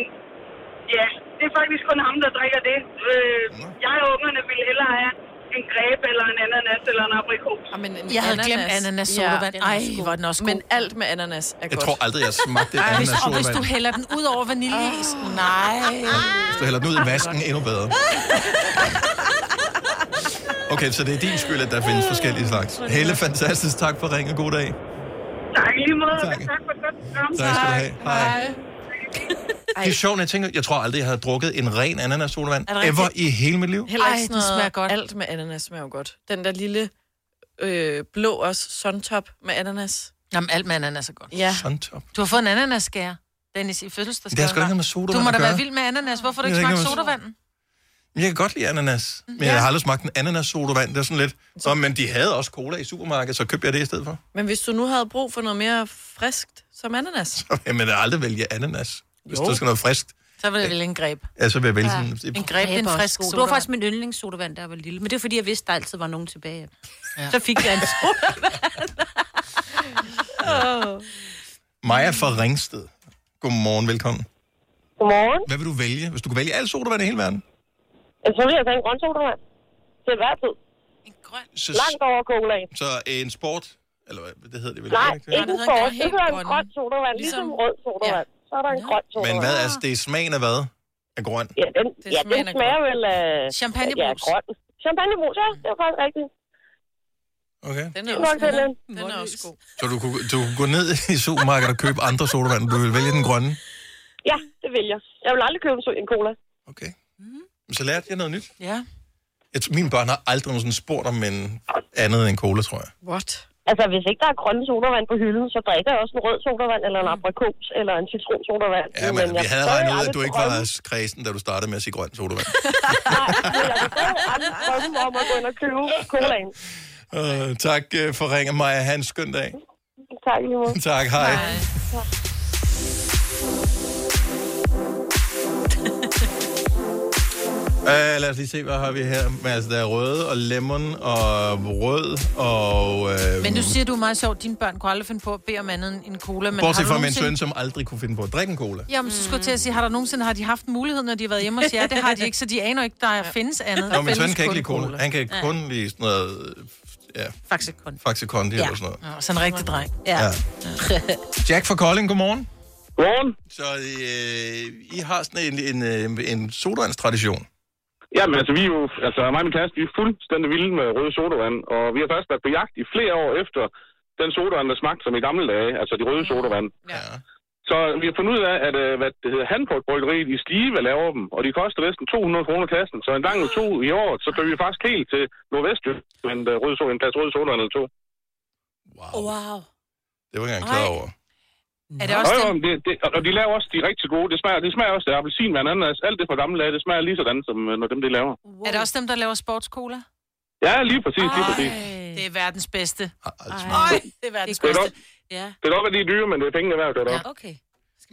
[SPEAKER 17] ja, det er faktisk kun ham, der drikker det. Øh, jeg og ungerne ville hellere have en greb eller en ananas eller en aprikos.
[SPEAKER 2] Jamen, en
[SPEAKER 3] Jeg havde glemt ananas sodavand. Ej, hvor er den også god.
[SPEAKER 2] Men alt med ananas er
[SPEAKER 1] Jeg
[SPEAKER 2] godt.
[SPEAKER 1] tror aldrig, jeg smagte et
[SPEAKER 3] Ej, hvis,
[SPEAKER 1] ananas
[SPEAKER 3] og hvis du
[SPEAKER 1] sodavand.
[SPEAKER 3] hælder den ud over vaniljeis. Nej.
[SPEAKER 1] Hvis du hælder den ud i vasken, endnu bedre. Okay, så det er din skyld, at der findes forskellige slags. Helle, fantastisk. Tak for ringen. God dag.
[SPEAKER 17] Tak i lige måde, tak. tak for et godt program.
[SPEAKER 1] Tak skal du have. Hej. Det er sjovt, når jeg tænker, jeg tror aldrig, jeg havde drukket en ren ananas sodavand
[SPEAKER 2] Er det rigtigt?
[SPEAKER 1] ever i hele mit liv.
[SPEAKER 2] Heller
[SPEAKER 3] Ej,
[SPEAKER 2] ikke sådan
[SPEAKER 3] den
[SPEAKER 2] noget,
[SPEAKER 3] smager
[SPEAKER 2] smager godt. alt med ananas smager jo godt. Den der lille øh, blå også, suntop med ananas.
[SPEAKER 3] Jamen, alt med ananas er godt.
[SPEAKER 2] Ja.
[SPEAKER 1] Suntop.
[SPEAKER 3] Du har fået en ananaskære, Dennis, i fødselsdagsgave.
[SPEAKER 1] Det har sgu da ikke noget med
[SPEAKER 3] Du
[SPEAKER 1] sodavand
[SPEAKER 3] må
[SPEAKER 1] at
[SPEAKER 3] da være
[SPEAKER 1] gøre.
[SPEAKER 3] vild med ananas. Hvorfor har du
[SPEAKER 1] Det
[SPEAKER 3] ikke
[SPEAKER 1] har
[SPEAKER 3] smagt
[SPEAKER 1] ikke noget med-
[SPEAKER 3] sodavanden?
[SPEAKER 1] Men jeg kan godt lide ananas, men jeg har aldrig smagt en ananas-sodavand. Det er sådan lidt, så, men de havde også cola i supermarkedet, så købte jeg det i stedet for.
[SPEAKER 2] Men hvis du nu havde brug for noget mere friskt som ananas,
[SPEAKER 1] Jamen, jeg vil aldrig vælge ananas, hvis
[SPEAKER 2] Jo.
[SPEAKER 1] der skal noget friskt.
[SPEAKER 2] så var det vel en greb.
[SPEAKER 1] Ja, så vil jeg vælge ja. sådan...
[SPEAKER 4] En greb,
[SPEAKER 3] det er en frisk
[SPEAKER 4] Det var
[SPEAKER 3] sodavand.
[SPEAKER 4] faktisk min yndlingssodavand, der var lille. Men det er fordi, jeg vidste, der altid var nogen tilbage. Ja. Så fik jeg en sodavand. oh.
[SPEAKER 1] Maja fra Ringsted. Godmorgen, velkommen.
[SPEAKER 16] Godmorgen.
[SPEAKER 1] Hvad vil du vælge, hvis du kunne vælge al sodavand i hele verden?
[SPEAKER 16] Jeg tror, jeg tage en grøn sodavand. Til hver tid.
[SPEAKER 1] Så,
[SPEAKER 16] Langt over colaen.
[SPEAKER 1] så en sport, eller hvad det hedder det vel?
[SPEAKER 16] Nej,
[SPEAKER 1] ikke det?
[SPEAKER 16] ikke en sår. Det hedder en grøn sodavand, ligesom rød sodavand. Så er der en grøn sodavand.
[SPEAKER 1] Men hvad, altså, det er smagen af hvad? Af grøn?
[SPEAKER 16] Ja, den,
[SPEAKER 1] Det
[SPEAKER 16] ja, den
[SPEAKER 1] smagen er
[SPEAKER 16] smager vel af...
[SPEAKER 1] Champagnebrus.
[SPEAKER 16] Ja, grøn. Champagnebrus, ja. Det var faktisk rigtigt.
[SPEAKER 1] Okay.
[SPEAKER 2] Den
[SPEAKER 16] er også god.
[SPEAKER 2] Den er også god.
[SPEAKER 1] Så du kunne, du kunne gå ned i supermarkedet og købe andre sodavand, du vil vælge den grønne.
[SPEAKER 16] Ja, det vil jeg. Jeg vil aldrig købe en so- en cola.
[SPEAKER 1] Så lærte jeg noget nyt.
[SPEAKER 3] Mhm. Ja.
[SPEAKER 1] Jeg, tror, mine børn har aldrig nogensinde spurgt om en andet end cola, tror jeg.
[SPEAKER 2] What?
[SPEAKER 16] Altså, hvis ikke der er grønne sodavand på hylden, så drikker jeg også en rød sodavand, eller en aprikos, eller en citronsodavand.
[SPEAKER 1] Ja, men
[SPEAKER 16] jeg
[SPEAKER 1] vi havde
[SPEAKER 16] forstår
[SPEAKER 1] regnet
[SPEAKER 16] jo
[SPEAKER 1] ud,
[SPEAKER 16] aldrig
[SPEAKER 1] at du ikke
[SPEAKER 16] drømmen-
[SPEAKER 1] var kredsen, da du startede med at sige grøn sodavand.
[SPEAKER 16] Men jeg forstår jo aldrig drømmen om at gå ind og købe colaen.
[SPEAKER 1] Uh, tak øh, for ringen, Maja. Ha' en skøn dag.
[SPEAKER 16] Tak, i lige måde.
[SPEAKER 1] Tak, hej. hej. Uh, lad os lige se, hvad har vi her. Men, altså, der er røde og lemon og rød og... Uh,
[SPEAKER 3] Men du siger, du er meget sjov. Dine børn kunne aldrig finde på at bede om andet end en cola. Men har
[SPEAKER 1] Bortset
[SPEAKER 3] du
[SPEAKER 1] fra min
[SPEAKER 3] nogensinde-
[SPEAKER 1] søn, som aldrig kunne finde på at drikke en cola.
[SPEAKER 3] Jamen, så skulle jeg til at sige, har der nogensinde har de haft mulighed, når de har været hjemme hos jer? Det har de ikke, så de aner ikke, der findes andet.
[SPEAKER 1] Nå,
[SPEAKER 3] Der
[SPEAKER 1] min søn
[SPEAKER 3] findes
[SPEAKER 1] kan ikke lide
[SPEAKER 3] kun
[SPEAKER 1] cola. Han kan kun lide sådan noget... øh, Ja,
[SPEAKER 4] Faktisk kun.
[SPEAKER 1] Faxe Kondi ja. eller sådan noget.
[SPEAKER 3] Ja. Nå, sådan en rigtig dreng.
[SPEAKER 1] Ja. Jack fra Kolding, godmorgen. Godmorgen. Så øh, I har sådan en, en, øh, en sodavandstradition.
[SPEAKER 18] Jamen, altså, vi er jo, altså, mig og min kæreste, vi er fuldstændig vilde med røde sodavand, og vi har faktisk været på jagt i flere år efter den sodavand, der smagte som i gamle dage, altså de røde sodavand.
[SPEAKER 1] Ja.
[SPEAKER 18] Så vi har fundet ud af, at øh, hvad det hedder, Hanford-bryggeriet i Skive laver dem, og de koster næsten 200 kroner kassen, så en gang eller to i år, så kører vi faktisk helt til Nordvestjylland med en, øh, rød so- en plads røde sodavand eller to.
[SPEAKER 1] Wow.
[SPEAKER 4] wow.
[SPEAKER 1] Det var jeg ikke engang klar over.
[SPEAKER 3] Er
[SPEAKER 18] det også jo, jo, men det, det, og de laver også de rigtig gode. Det smager, det smager også af appelsin med ananas. Alt det fra gamle dage, det smager lige sådan, som øh, når dem det laver.
[SPEAKER 3] Wow. Er det også dem, der laver sportscola?
[SPEAKER 18] Ja, lige præcis, lige præcis.
[SPEAKER 19] Øh.
[SPEAKER 3] Det er verdens bedste.
[SPEAKER 1] Ej,
[SPEAKER 3] det er verdens
[SPEAKER 18] Det er
[SPEAKER 3] bedste.
[SPEAKER 18] godt.
[SPEAKER 4] Ja.
[SPEAKER 18] Det kan godt være, de er dyre, men det er pengene værd, det er ja.
[SPEAKER 4] Okay.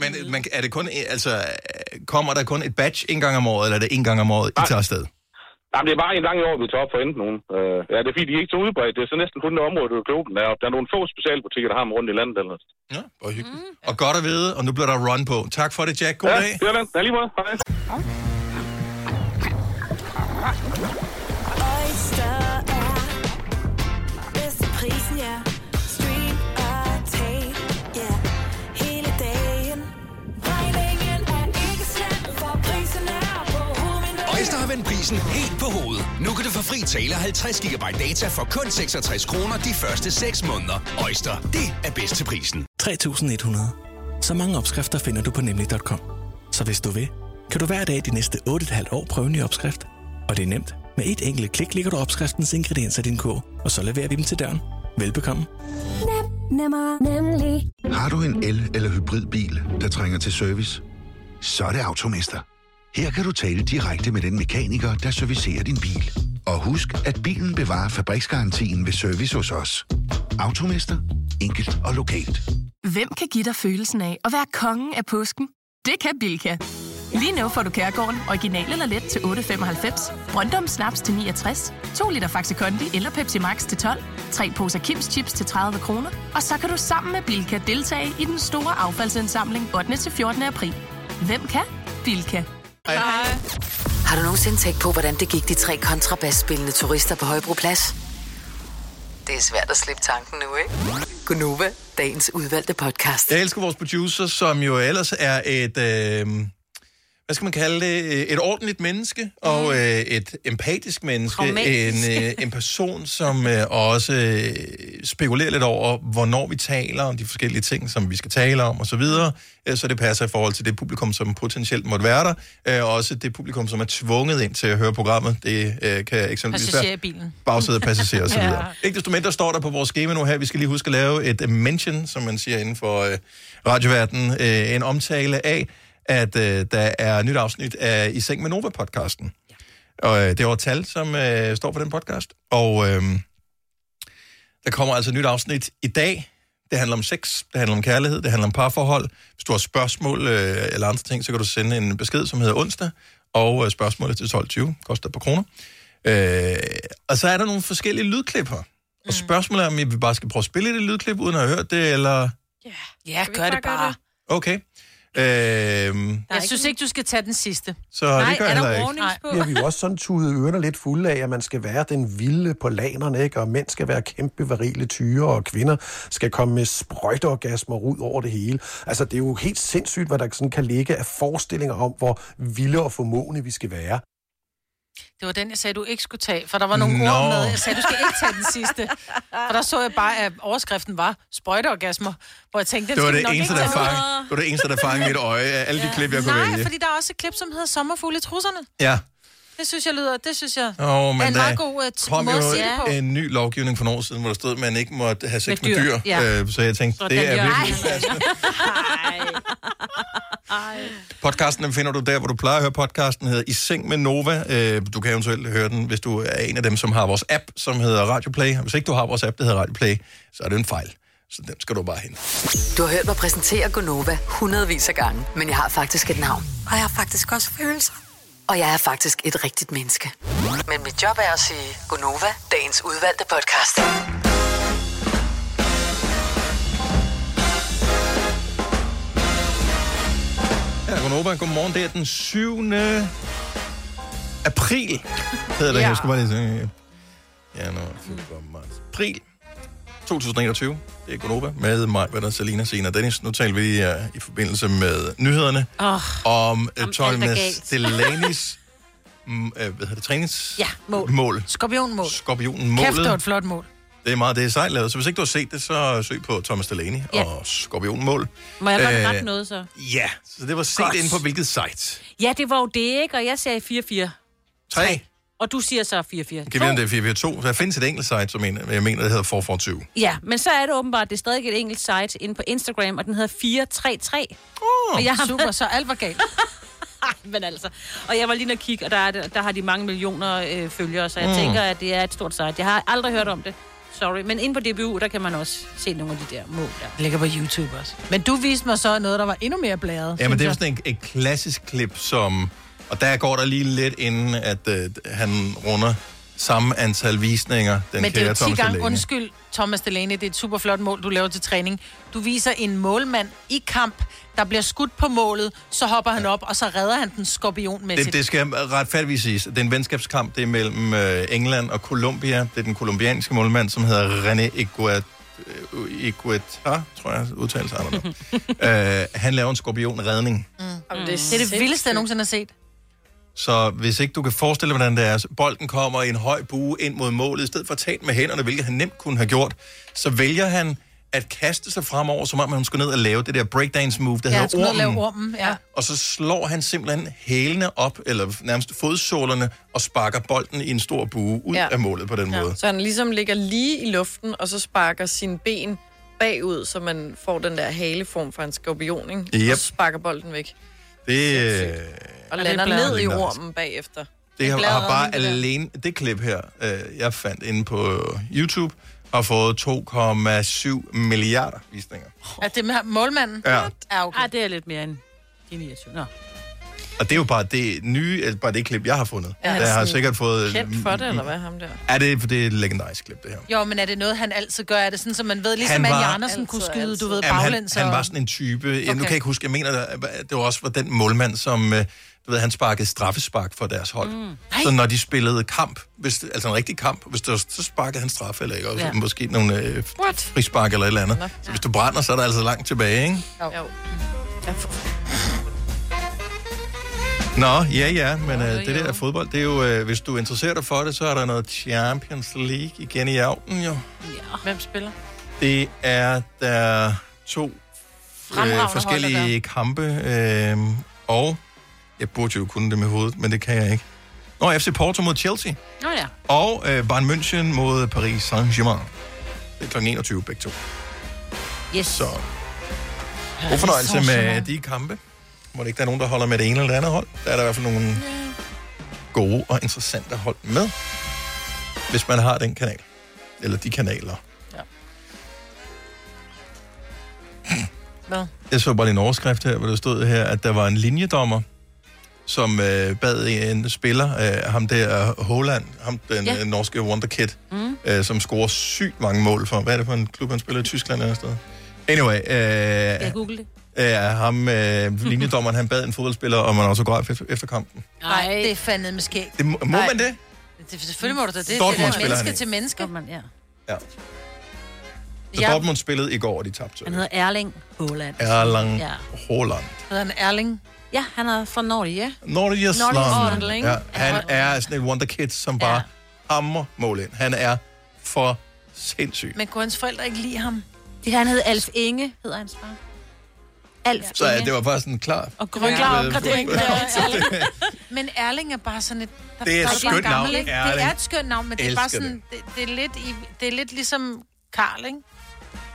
[SPEAKER 1] Men øh, man, er det kun, altså, kommer der kun et batch en gang om året, eller er det en gang om året, I tager afsted?
[SPEAKER 18] Jamen, det er bare en gang i år, vi tager op for enten nogen. Øh, ja, det er fordi, de er ikke så udbredt. Det er så næsten kun det område, du kan købe den deroppe. Der er nogle få specialbutikker, der har dem rundt i landet eller
[SPEAKER 1] Hvor hyggeligt. Mm. Og godt at vide, og nu bliver der run på. Tak for det, Jack. God
[SPEAKER 18] Ja,
[SPEAKER 1] dag.
[SPEAKER 18] det er det. Ja, lige måde. Hej.
[SPEAKER 20] Oyster er bedst til prisen, ja. Stream og tag, ja. Hele dagen. Regningen er ikke slem, for prisen er på hovedet.
[SPEAKER 21] Øjster har vendt prisen helt på hovedet. Nu kan du få fri tale 50 GB data for kun 66 kroner de første 6 måneder. Øjster, det er bedst til prisen.
[SPEAKER 22] 3100. Så mange opskrifter finder du på nemlig.com. Så hvis du vil, kan du hver dag de næste 8,5 år prøve en ny opskrift. Og det er nemt. Med et enkelt klik ligger du opskriftens ingredienser i din kog, og så leverer vi dem til døren. Velbekomme.
[SPEAKER 20] Nem, nemmer, nemlig.
[SPEAKER 23] Har du en el- eller hybridbil, der trænger til service? Så er det Automester. Her kan du tale direkte med den mekaniker, der servicerer din bil. Og husk, at bilen bevarer fabriksgarantien ved service hos os. Automester. Enkelt og lokalt.
[SPEAKER 19] Hvem kan give dig følelsen af at være kongen af påsken? Det kan Bilka! Lige nu får du Kærgården original eller let til 8.95, Brøndum Snaps til 69, 2 liter Faxi Kondi eller Pepsi Max til 12, 3 poser Kims Chips til 30 kroner, og så kan du sammen med Bilka deltage i den store affaldsindsamling 8. til 14. april. Hvem kan? Bilka. Hej.
[SPEAKER 6] Har du nogensinde tænkt på, hvordan det gik de tre kontrabasspillende turister på Højbroplads? Det er svært at slippe tanken nu, ikke? Gunova, dagens udvalgte podcast.
[SPEAKER 1] Jeg elsker vores producer, som jo ellers er et, øh, hvad skal man kalde det, et ordentligt menneske, og øh, et empatisk menneske, en,
[SPEAKER 24] Pragmatisk.
[SPEAKER 1] øh, en person, som øh, også øh, spekulerer lidt over, hvornår vi taler om de forskellige ting, som vi skal tale om osv., så, øh, så det passer i forhold til det publikum, som potentielt måtte være der, øh, og også det publikum, som er tvunget ind til at høre programmet. Det øh, kan eksempelvis
[SPEAKER 3] Passager i
[SPEAKER 1] være
[SPEAKER 3] bilen.
[SPEAKER 1] bagsæde passagerer osv.
[SPEAKER 3] Ja.
[SPEAKER 1] ja. Ikke desto mindre står der på vores schema nu her, vi skal lige huske at lave et øh, mention, som man siger inden for øh, radioverdenen, øh, en omtale af, at øh, der er nyt afsnit af I Seng med Nova-podcasten. Og øh, det var Tal, som øh, står for den podcast. Og øh, der kommer altså et nyt afsnit i dag. Det handler om sex, det handler om kærlighed, det handler om parforhold. Hvis du har spørgsmål øh, eller andre ting, så kan du sende en besked, som hedder onsdag. Og øh, spørgsmålet til 12.20 koster på kroner. Øh, og så er der nogle forskellige lydklip her. Og spørgsmålet er, om I bare skal prøve at spille det lydklip, uden at have hørt det, eller...
[SPEAKER 3] Ja, gør det bare.
[SPEAKER 1] Okay. Øh,
[SPEAKER 3] Jeg synes ikke, du skal tage den sidste.
[SPEAKER 1] Så det
[SPEAKER 3] Nej,
[SPEAKER 1] gør
[SPEAKER 3] er
[SPEAKER 1] jeg heller
[SPEAKER 3] der
[SPEAKER 1] ikke.
[SPEAKER 3] warnings på?
[SPEAKER 5] bliver vi jo også sådan tudet ørerne lidt fulde af, at man skal være den vilde på lanerne, ikke? og mænd skal være kæmpe virile tyre, og kvinder skal komme med sprøjteorgasmer ud over det hele. Altså, det er jo helt sindssygt, hvad der sådan kan ligge af forestillinger om, hvor vilde og formående vi skal være.
[SPEAKER 3] Det var den, jeg sagde, du ikke skulle tage, for der var nogle
[SPEAKER 5] Nå.
[SPEAKER 3] ord med. Jeg sagde, du skal ikke tage den sidste. For der så jeg bare, at overskriften var sprøjteorgasmer, hvor jeg tænkte, den
[SPEAKER 1] Det var
[SPEAKER 3] skal vi
[SPEAKER 1] det
[SPEAKER 3] nok
[SPEAKER 1] eneste,
[SPEAKER 3] ikke
[SPEAKER 1] der
[SPEAKER 3] tage med.
[SPEAKER 1] fangede, det var det eneste, der fangede mit øje af alle de klip, jeg kunne
[SPEAKER 3] Nej,
[SPEAKER 1] vælge.
[SPEAKER 3] fordi der er også et klip, som hedder Sommerfugle i trusserne.
[SPEAKER 1] Ja.
[SPEAKER 3] Det synes jeg lyder, det synes jeg
[SPEAKER 1] Åh, men øh,
[SPEAKER 3] er en
[SPEAKER 1] der
[SPEAKER 3] meget god uh, t-
[SPEAKER 1] kom
[SPEAKER 3] måde at
[SPEAKER 1] jo
[SPEAKER 3] sige det på.
[SPEAKER 1] en ny lovgivning for nogle år siden, hvor der stod, at man ikke måtte have sex med
[SPEAKER 3] Med
[SPEAKER 1] dyr.
[SPEAKER 3] dyr,
[SPEAKER 1] Med dyr.
[SPEAKER 3] ja.
[SPEAKER 1] Ja. Så jeg tænkte,
[SPEAKER 3] Sådan,
[SPEAKER 1] det er
[SPEAKER 3] ja.
[SPEAKER 1] virkelig... Podcasten finder du der, hvor du plejer at høre podcasten, hedder I Seng med Nova. Øh, Du kan eventuelt høre den, hvis du er en af dem, som har vores app, som hedder Radio Play. Hvis ikke du har vores app, der hedder Radio Play, så er det en fejl. Så den skal du bare hente.
[SPEAKER 6] Du har hørt mig præsentere Gonova hundredvis af gange, men jeg har faktisk et navn.
[SPEAKER 7] Og jeg har faktisk også følelser.
[SPEAKER 6] Og jeg er faktisk et rigtigt menneske. Men mit job er at sige Gonova, dagens udvalgte podcast.
[SPEAKER 1] Ja, Gunova, godmorgen. Det er den 7. april, hedder det. Ja.
[SPEAKER 8] Ja.
[SPEAKER 1] Jeg skal bare lige sige. Ja, nu marts. April 2021. Det er Gunova med mig, hvad der Selina, Sina og Dennis. Nu taler vi lige, uh, i forbindelse med nyhederne
[SPEAKER 4] Åh,
[SPEAKER 1] om uh,
[SPEAKER 4] alt
[SPEAKER 1] Tolna
[SPEAKER 4] er galt.
[SPEAKER 1] Delanis mm, uh, hvad hedder det, træningsmål.
[SPEAKER 3] Ja, mål.
[SPEAKER 1] Mål.
[SPEAKER 3] Skorpionmål.
[SPEAKER 1] Skorpionmålet.
[SPEAKER 3] Kæft, det var et flot mål.
[SPEAKER 1] Det er meget det er sejt lavet. Så hvis ikke du har set det, så søg på Thomas Delaney
[SPEAKER 4] Ja.
[SPEAKER 1] og Skorpionmål.
[SPEAKER 4] Må jeg
[SPEAKER 1] Øh,
[SPEAKER 4] godt rette noget så?
[SPEAKER 1] Ja, så det var set
[SPEAKER 4] Godt.
[SPEAKER 1] inde på hvilket site?
[SPEAKER 4] Ja, det var jo det, ikke? Og jeg sagde 4-4.
[SPEAKER 1] 3.
[SPEAKER 4] Og du siger så 4-4.
[SPEAKER 1] Kan vi vide, om det er 442? Der findes et enkelt site, som en, jeg mener, det hedder 442.
[SPEAKER 4] Ja, men så er det åbenbart, det er stadig et enkelt site inde på Instagram, og den hedder 433.
[SPEAKER 1] Oh,
[SPEAKER 4] og jeg har...
[SPEAKER 3] super, så alt var galt.
[SPEAKER 4] Ej, men altså. Og jeg var lige inde og kigge, og der, er, det- der har de mange millioner øh, følgere, så jeg
[SPEAKER 1] Mm.
[SPEAKER 4] mm. tænker, at det er et stort site. Jeg har aldrig hørt om det. Sorry. Men inde på DBU, der kan man også se nogle af de der mål der.
[SPEAKER 3] Det ligger på YouTube også. Men du viste mig så noget, der var endnu mere blæret.
[SPEAKER 1] Ja, men det er jo sådan et, et klassisk klip, som... Og der går der lige lidt inden, at øh, han runder samme antal visninger, den
[SPEAKER 3] Men det er
[SPEAKER 1] kære
[SPEAKER 3] jo 10
[SPEAKER 1] Thomas
[SPEAKER 3] gange,
[SPEAKER 1] Delaney.
[SPEAKER 3] undskyld, Thomas Delaney, det er et super flot mål, du laver til træning. Du viser en målmand i kamp, der bliver skudt på målet, så hopper han op, og så redder han den skorpionmæssigt.
[SPEAKER 1] Det, det skal retfærdigvis siges. Det er en venskabskamp. Det er mellem øh, England og Colombia. Det er den kolumbianske målmand, som hedder René Iguat, øh, Igueta, tror jeg udtales sig. I don't know. øh, han laver en skorpionredning.
[SPEAKER 3] Mm. Det, er det vildeste, jeg nogensinde har set.
[SPEAKER 1] Så hvis ikke du kan forestille dig, hvordan det er, så bolden kommer i en høj bue ind mod målet, i stedet for at tage den med hænderne, hvilket han nemt kunne have gjort, så vælger han at kaste sig fremover, som om han skulle ned og lave det der breakdance move, der
[SPEAKER 3] ja, han
[SPEAKER 1] hedder
[SPEAKER 3] skulle ned
[SPEAKER 1] ormen.
[SPEAKER 3] og lave ormen, ja.
[SPEAKER 1] Og så slår han simpelthen hælene op, eller nærmest fodsålerne, og sparker bolden i en stor bue ud ja.
[SPEAKER 2] Ja.
[SPEAKER 1] af målet på den ja. måde.
[SPEAKER 2] Så han ligesom ligger lige i luften, og så sparker sine ben bagud, så man får den der haleform fra en skorpion, ikke?
[SPEAKER 1] Yep.
[SPEAKER 2] Og så sparker bolden væk.
[SPEAKER 1] Det, øh,
[SPEAKER 2] Og
[SPEAKER 1] Ja,
[SPEAKER 2] lander
[SPEAKER 1] det er
[SPEAKER 2] ned i
[SPEAKER 1] bladret.
[SPEAKER 2] ormen bagefter.
[SPEAKER 1] det har,
[SPEAKER 2] bladret
[SPEAKER 1] har bare
[SPEAKER 2] rundt i det der.
[SPEAKER 1] alene... Det klip her, øh, jeg fandt inde på YouTube, har fået 2,7 milliarder visninger.
[SPEAKER 3] At det med ham- målmanden?
[SPEAKER 1] Ja.
[SPEAKER 3] ja okay.
[SPEAKER 4] Ej, det er lidt mere end de 29. Nå.
[SPEAKER 1] Og det er jo bare det nye, eller bare det klip, jeg har fundet.
[SPEAKER 3] Er
[SPEAKER 1] Ja,
[SPEAKER 3] han
[SPEAKER 1] jeg har
[SPEAKER 3] sådan
[SPEAKER 1] sikkert fået...
[SPEAKER 3] kendt for det, eller hvad, ham der?
[SPEAKER 1] Er det, for det er et legendarisk klip, det her.
[SPEAKER 3] Jo, men er det noget, han altid gør? Er det sådan, som man ved, ligesom
[SPEAKER 1] Han
[SPEAKER 3] Andy
[SPEAKER 1] var-
[SPEAKER 3] Andersen kunne skyde, du ved,
[SPEAKER 1] Jamen, han,
[SPEAKER 3] baglæns?
[SPEAKER 1] han
[SPEAKER 3] og-
[SPEAKER 1] var sådan en type... Okay. Jamen, nu
[SPEAKER 3] Okay.
[SPEAKER 1] kan jeg ikke huske, jeg mener, at det var også var den målmand, som... øh, Du ved, han sparkede straffespark for deres hold. Mm. Så når de spillede kamp, hvis, altså en rigtig kamp, hvis det var, så sparkede han straffe, eller ikke? Og
[SPEAKER 2] Ja.
[SPEAKER 1] ja. måske nogle øh,
[SPEAKER 2] What?
[SPEAKER 1] frispark eller et eller andet.
[SPEAKER 2] Nå.
[SPEAKER 1] Så hvis du brænder, så er der altså langt tilbage, ikke?
[SPEAKER 2] Jo. jo. Ja, for-
[SPEAKER 1] Nå, ja, ja, men øh, det der er fodbold, det er jo, øh, hvis du interesserer dig for det, så er der noget Champions League igen i aften, jo.
[SPEAKER 3] Hvem spiller?
[SPEAKER 1] Det er der to
[SPEAKER 3] Fremragende
[SPEAKER 1] øh, forskellige
[SPEAKER 3] hold,
[SPEAKER 1] kampe, øh, og jeg burde jo kunne det med hovedet, men det kan jeg ikke. Nå, FC Porto mod Chelsea,
[SPEAKER 4] Nå ja.
[SPEAKER 1] og øh, Bayern München mod Paris Saint-Germain. Det er kl. 21 begge to.
[SPEAKER 4] Yes.
[SPEAKER 1] Så god fornøjelse med de kampe. Må det ikke der er nogen, der holder med det ene eller det andet hold? Der er der i hvert fald nogle gode og interessante hold med, hvis man har den kanal. Eller de kanaler.
[SPEAKER 3] Hvad?
[SPEAKER 1] Jeg så bare lige en overskrift her, hvor der stod her, at der var en linjedommer, som øh, bad en spiller, øh, ham der Holland, ham den
[SPEAKER 7] Ja.
[SPEAKER 1] ja. norske wonderkid,
[SPEAKER 7] Mm.
[SPEAKER 1] øh, som scorer sygt mange mål for. Hvad er det for en klub, han spiller i Tyskland eller sådan Anyway, øh,
[SPEAKER 4] Jeg google det.
[SPEAKER 1] øh, ham, øh, linjedommeren, han bad en fodboldspiller om en autograf efter, efter kampen.
[SPEAKER 3] Nej, det er fandme med skægt.
[SPEAKER 1] Det, må må
[SPEAKER 3] Ej.
[SPEAKER 1] man det?
[SPEAKER 3] Det, selvfølgelig må du da det. Det er
[SPEAKER 1] Dortmund
[SPEAKER 3] der
[SPEAKER 1] spiller han
[SPEAKER 3] menneske
[SPEAKER 1] i.
[SPEAKER 3] til menneske.
[SPEAKER 4] Man, ja.
[SPEAKER 1] Ja. Så
[SPEAKER 3] Ja.
[SPEAKER 1] ja. Dortmund spillede i går, og de tabte.
[SPEAKER 4] Han hedder Erling Haaland.
[SPEAKER 1] Erlang
[SPEAKER 4] Ja.
[SPEAKER 1] ja. Haaland.
[SPEAKER 4] Hedder han Erling? Ja, han er fra Norge, ja.
[SPEAKER 1] Nordic Slang.
[SPEAKER 4] Nordic
[SPEAKER 1] Ja, han er sådan et wonderkid, som bare ja. hammer mål ind. Han er for sindssyg.
[SPEAKER 3] Men kunne hans forældre ikke lide ham?
[SPEAKER 4] Det han hed Alf Inge, hedder hans far. Alf
[SPEAKER 1] Så ja, det var faktisk en klar...
[SPEAKER 4] Og
[SPEAKER 3] Grøn klar opgradering.
[SPEAKER 1] Det-
[SPEAKER 3] Men Erling er bare sådan et... der-
[SPEAKER 1] Det er et
[SPEAKER 3] der
[SPEAKER 1] skønt
[SPEAKER 3] bare gammel,
[SPEAKER 1] navn,
[SPEAKER 3] ikke? Det
[SPEAKER 1] Erling.
[SPEAKER 3] er et skønt navn, men det er
[SPEAKER 1] Elsker
[SPEAKER 3] bare sådan... Det, det, er, lidt i, det er lidt ligesom Karl, ikke?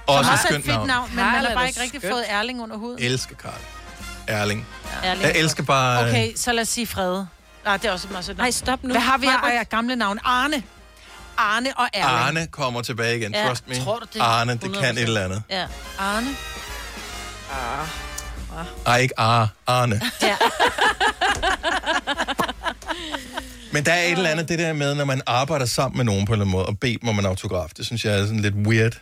[SPEAKER 1] Også
[SPEAKER 3] Som
[SPEAKER 1] et
[SPEAKER 3] er
[SPEAKER 1] skønt navn.
[SPEAKER 3] men man
[SPEAKER 4] Karl
[SPEAKER 3] har
[SPEAKER 4] er
[SPEAKER 3] bare
[SPEAKER 4] da
[SPEAKER 3] ikke rigtig
[SPEAKER 4] skønt.
[SPEAKER 3] fået Erling under huden.
[SPEAKER 1] elsker Karl. Erling.
[SPEAKER 3] Erling.
[SPEAKER 1] Jeg elsker bare... øh,
[SPEAKER 3] Okay, så lad os sige Frede. Nej, det er også et meget sødt navn. Nej,
[SPEAKER 4] stop nu.
[SPEAKER 3] Hvad har vi af
[SPEAKER 4] Majbrit.
[SPEAKER 3] ej, af gamle navn? Arne. Arne og Erling.
[SPEAKER 1] Arne kommer tilbage igen,
[SPEAKER 3] Ja,
[SPEAKER 1] trust me.
[SPEAKER 3] tror du det?
[SPEAKER 1] Arne, det kan
[SPEAKER 3] 100%.
[SPEAKER 1] et eller andet.
[SPEAKER 3] Ja. Arne.
[SPEAKER 2] Ah.
[SPEAKER 1] Ej, ikke Ar, Arne.
[SPEAKER 4] Ja.
[SPEAKER 1] Men der er et eller andet det der med, når man arbejder sammen med nogen på en eller anden måde, og beder dem om en autograf. Det synes jeg er sådan lidt weird.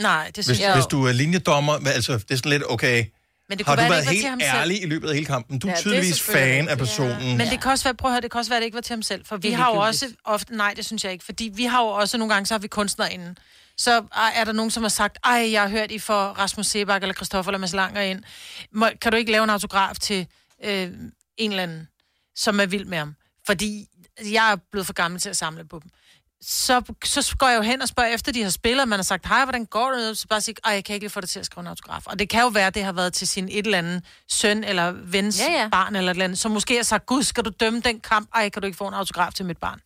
[SPEAKER 3] Nej, det synes
[SPEAKER 1] Hvis,
[SPEAKER 3] jeg
[SPEAKER 1] hvis du er linjedommer, hvad- altså det er sådan lidt, okay,
[SPEAKER 3] Men det
[SPEAKER 1] har
[SPEAKER 3] kunne
[SPEAKER 1] du
[SPEAKER 3] være, det ikke var
[SPEAKER 1] været
[SPEAKER 3] til
[SPEAKER 1] helt
[SPEAKER 3] ham selv.
[SPEAKER 1] ærlig i løbet af hele kampen? Du er
[SPEAKER 3] Ja, det er
[SPEAKER 1] tydeligvis
[SPEAKER 3] selvfølgelig
[SPEAKER 1] fan af personen.
[SPEAKER 3] Men det kan også være, prøv at høre, det kan også være, det ikke var til ham selv. For vi
[SPEAKER 1] Det er
[SPEAKER 3] har jo
[SPEAKER 1] ligegyldigt.
[SPEAKER 3] også ofte, nej, det synes jeg ikke, fordi vi har jo også nogle gange, så har vi kunstnere inden. Så ej, er der nogen, som har sagt, ej, jeg har hørt, I får Rasmus Sebak eller Christoffer eller Mads Langer ind. Må, kan du ikke lave en autograf til øh, en eller anden, som er vild med ham? Fordi jeg er blevet for gammel til at samle på dem. Så, så går jeg jo hen og spørger efter, de har spillet, og man har sagt, hej, hvordan går det? Så bare sige, ej, jeg kan ikke lige få dig til at skrive en autograf. Og det kan jo være, det har været til sin et eller andet søn, eller vens ja, ja. barn, eller et eller andet, som måske har sagt, gud, skal du dømme den kamp? Ej, kan du ikke få en autograf til mit barn?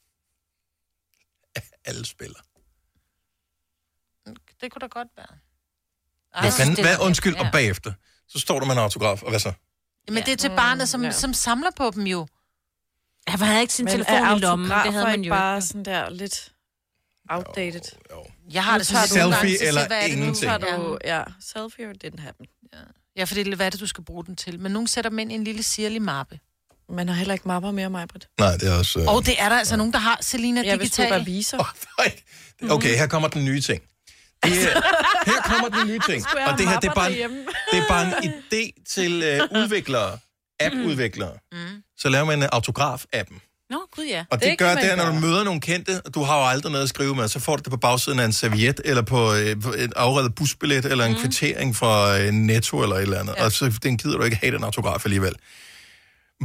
[SPEAKER 1] Alle spiller.
[SPEAKER 3] Det kunne da godt være. Altså,
[SPEAKER 1] Hvad, fanden, hvad undskyld, og bagefter, så står der med en autograf, og hvad så?
[SPEAKER 3] Men det er til barnet, som,
[SPEAKER 2] ja.
[SPEAKER 3] som samler på dem jo.
[SPEAKER 4] Han havde ikke sin
[SPEAKER 2] Men
[SPEAKER 4] telefon
[SPEAKER 2] er
[SPEAKER 4] i lommen, det havde
[SPEAKER 2] autografer
[SPEAKER 4] man jo
[SPEAKER 2] ikke bare sådan der lidt outdated. Jo, jo.
[SPEAKER 3] Jeg har det sådan lidt nogle gange, så siger, hvad er det nu?
[SPEAKER 2] Tager
[SPEAKER 3] Ja.
[SPEAKER 2] du, ja, selfie or didn't happen. Ja.
[SPEAKER 3] Ja, for det er hvad det, du skal bruge den til. Men nogen sætter dem ind i en lille sirlig mappe.
[SPEAKER 2] Man har heller ikke mapper mere, Majbrit.
[SPEAKER 1] Nej, det er også... øh,
[SPEAKER 3] Og det er der altså nogen, der har Selina
[SPEAKER 2] Ja, hvis du
[SPEAKER 3] Digital.
[SPEAKER 2] er revisor.
[SPEAKER 1] Okay, her kommer den nye ting. Det er, her kommer den nye ting.
[SPEAKER 2] Skulle jeg
[SPEAKER 1] Og det her,
[SPEAKER 2] have
[SPEAKER 1] det er bare en,
[SPEAKER 2] mapper
[SPEAKER 1] det er bare en idé til øh, udviklere,
[SPEAKER 3] Mm.
[SPEAKER 1] app-udviklere. Så laver man øh, en autograf-appen.
[SPEAKER 4] Nå, gud ja.
[SPEAKER 1] Og det, det gør det, at når du møder nogle kendte, og du har jo aldrig noget at skrive med, så får du det på bagsiden af en serviet, eller på øh, på et afredet busbillet, eller en mm. kvittering fra øh, Netto, eller et eller andet. Ja. Og så den gider du ikke have den autograf alligevel.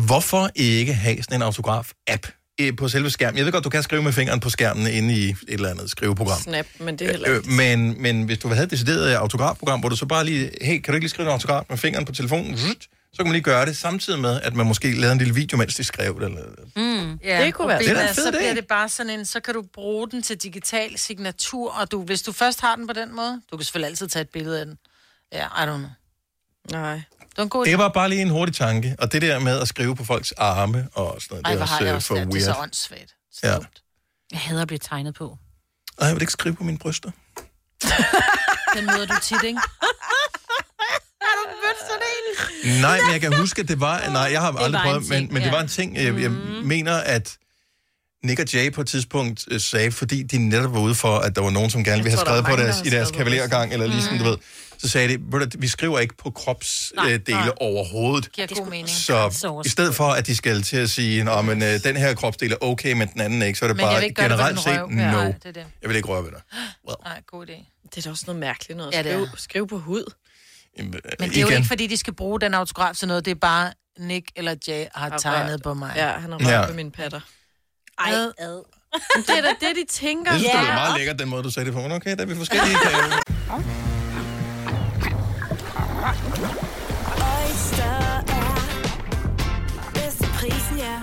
[SPEAKER 1] Hvorfor ikke have sådan en autograf-app øh, på selve skærmen? Jeg ved godt, du kan skrive med fingeren på skærmen inde i et eller andet skriveprogram.
[SPEAKER 2] Snap, men det er heller
[SPEAKER 1] Øh,
[SPEAKER 2] ikke.
[SPEAKER 1] men, men hvis du havde et decideret øh, autografprogram, hvor du så bare lige, hey, kan du ikke lige skrive en autograf med fingeren på telefonen? Zzt. Så kan man lige gøre det, samtidig med, at man måske lavede en lille video, mens de skrev det. Eller...
[SPEAKER 3] Mm.
[SPEAKER 1] Det kunne være- Det er da en fed
[SPEAKER 3] så
[SPEAKER 1] idé.
[SPEAKER 3] bliver det bare sådan en, så kan du bruge den til digital signatur, og du, hvis du først har den på den måde, du kan selvfølgelig altid tage et billede af den. Ja, I don't know.
[SPEAKER 2] Nej.
[SPEAKER 3] Det var en god idé.
[SPEAKER 1] Det var bare lige en hurtig tanke, og det der med at skrive på folks arme og sådan noget,
[SPEAKER 3] Ej,
[SPEAKER 1] det
[SPEAKER 3] hvor
[SPEAKER 1] er
[SPEAKER 3] har
[SPEAKER 1] også
[SPEAKER 3] jeg
[SPEAKER 1] øh,
[SPEAKER 3] også
[SPEAKER 1] for
[SPEAKER 3] det.
[SPEAKER 1] weird.
[SPEAKER 3] Det er så åndssvagt.
[SPEAKER 1] ja.
[SPEAKER 4] Jeg hader at blive tegnet på.
[SPEAKER 1] Ej, jeg vil ikke skrive på mine bryster.
[SPEAKER 3] Den møder du tit, ikke?
[SPEAKER 20] Har du mødt sådan en?
[SPEAKER 1] Nej, men jeg kan huske, at det var... Nej, jeg har
[SPEAKER 20] var
[SPEAKER 1] aldrig
[SPEAKER 20] en
[SPEAKER 1] prøvet, men,
[SPEAKER 20] ting,
[SPEAKER 1] men det
[SPEAKER 20] ja.
[SPEAKER 1] var en ting, jeg, jeg mener, at Nick og Jay på et tidspunkt øh, sagde, fordi de netop var ude for, at der var nogen, som gerne ville have
[SPEAKER 20] tror, der er
[SPEAKER 1] skrevet på
[SPEAKER 20] mange, der
[SPEAKER 1] deres,
[SPEAKER 20] har
[SPEAKER 1] i deres
[SPEAKER 20] skrevet på
[SPEAKER 1] kavalergang, eller lige sådan,
[SPEAKER 20] Mm.
[SPEAKER 1] du ved. Så sagde de, "Ved du hvad, vi skriver ikke på kropsdele overhovedet.
[SPEAKER 3] Giver god mening.
[SPEAKER 1] Så i stedet for, at de skal til at sige, Nå, men øh, den her kropsdel er okay, men den anden er ikke, så er det
[SPEAKER 3] Men jeg vil
[SPEAKER 1] bare
[SPEAKER 3] ikke gøre det ved
[SPEAKER 1] generelt
[SPEAKER 3] din
[SPEAKER 1] set,
[SPEAKER 3] røv. Ja,
[SPEAKER 1] no.
[SPEAKER 3] nej, det er det.
[SPEAKER 1] Jeg vil ikke røre ved dig.
[SPEAKER 3] Nej, god idé.
[SPEAKER 2] Det er da også noget mærkeligt noget at
[SPEAKER 3] Ja, det er.
[SPEAKER 2] skrive, skrive på hud.
[SPEAKER 1] Men det
[SPEAKER 3] Men det er jo ikke, fordi de skal bruge den autograf til noget. Det er bare, Nick eller Jay har tegnet på mig.
[SPEAKER 2] Ja, han har
[SPEAKER 1] Ja.
[SPEAKER 2] rørt ved mine patter. Ej, ad. Det er da det, de tænker.
[SPEAKER 1] Jeg synes, det var meget lækkert, den måde, du sagde det på. Men okay, der er vi forskellige. kan jeg jo-
[SPEAKER 20] Oyster er bedst til prisen, ja.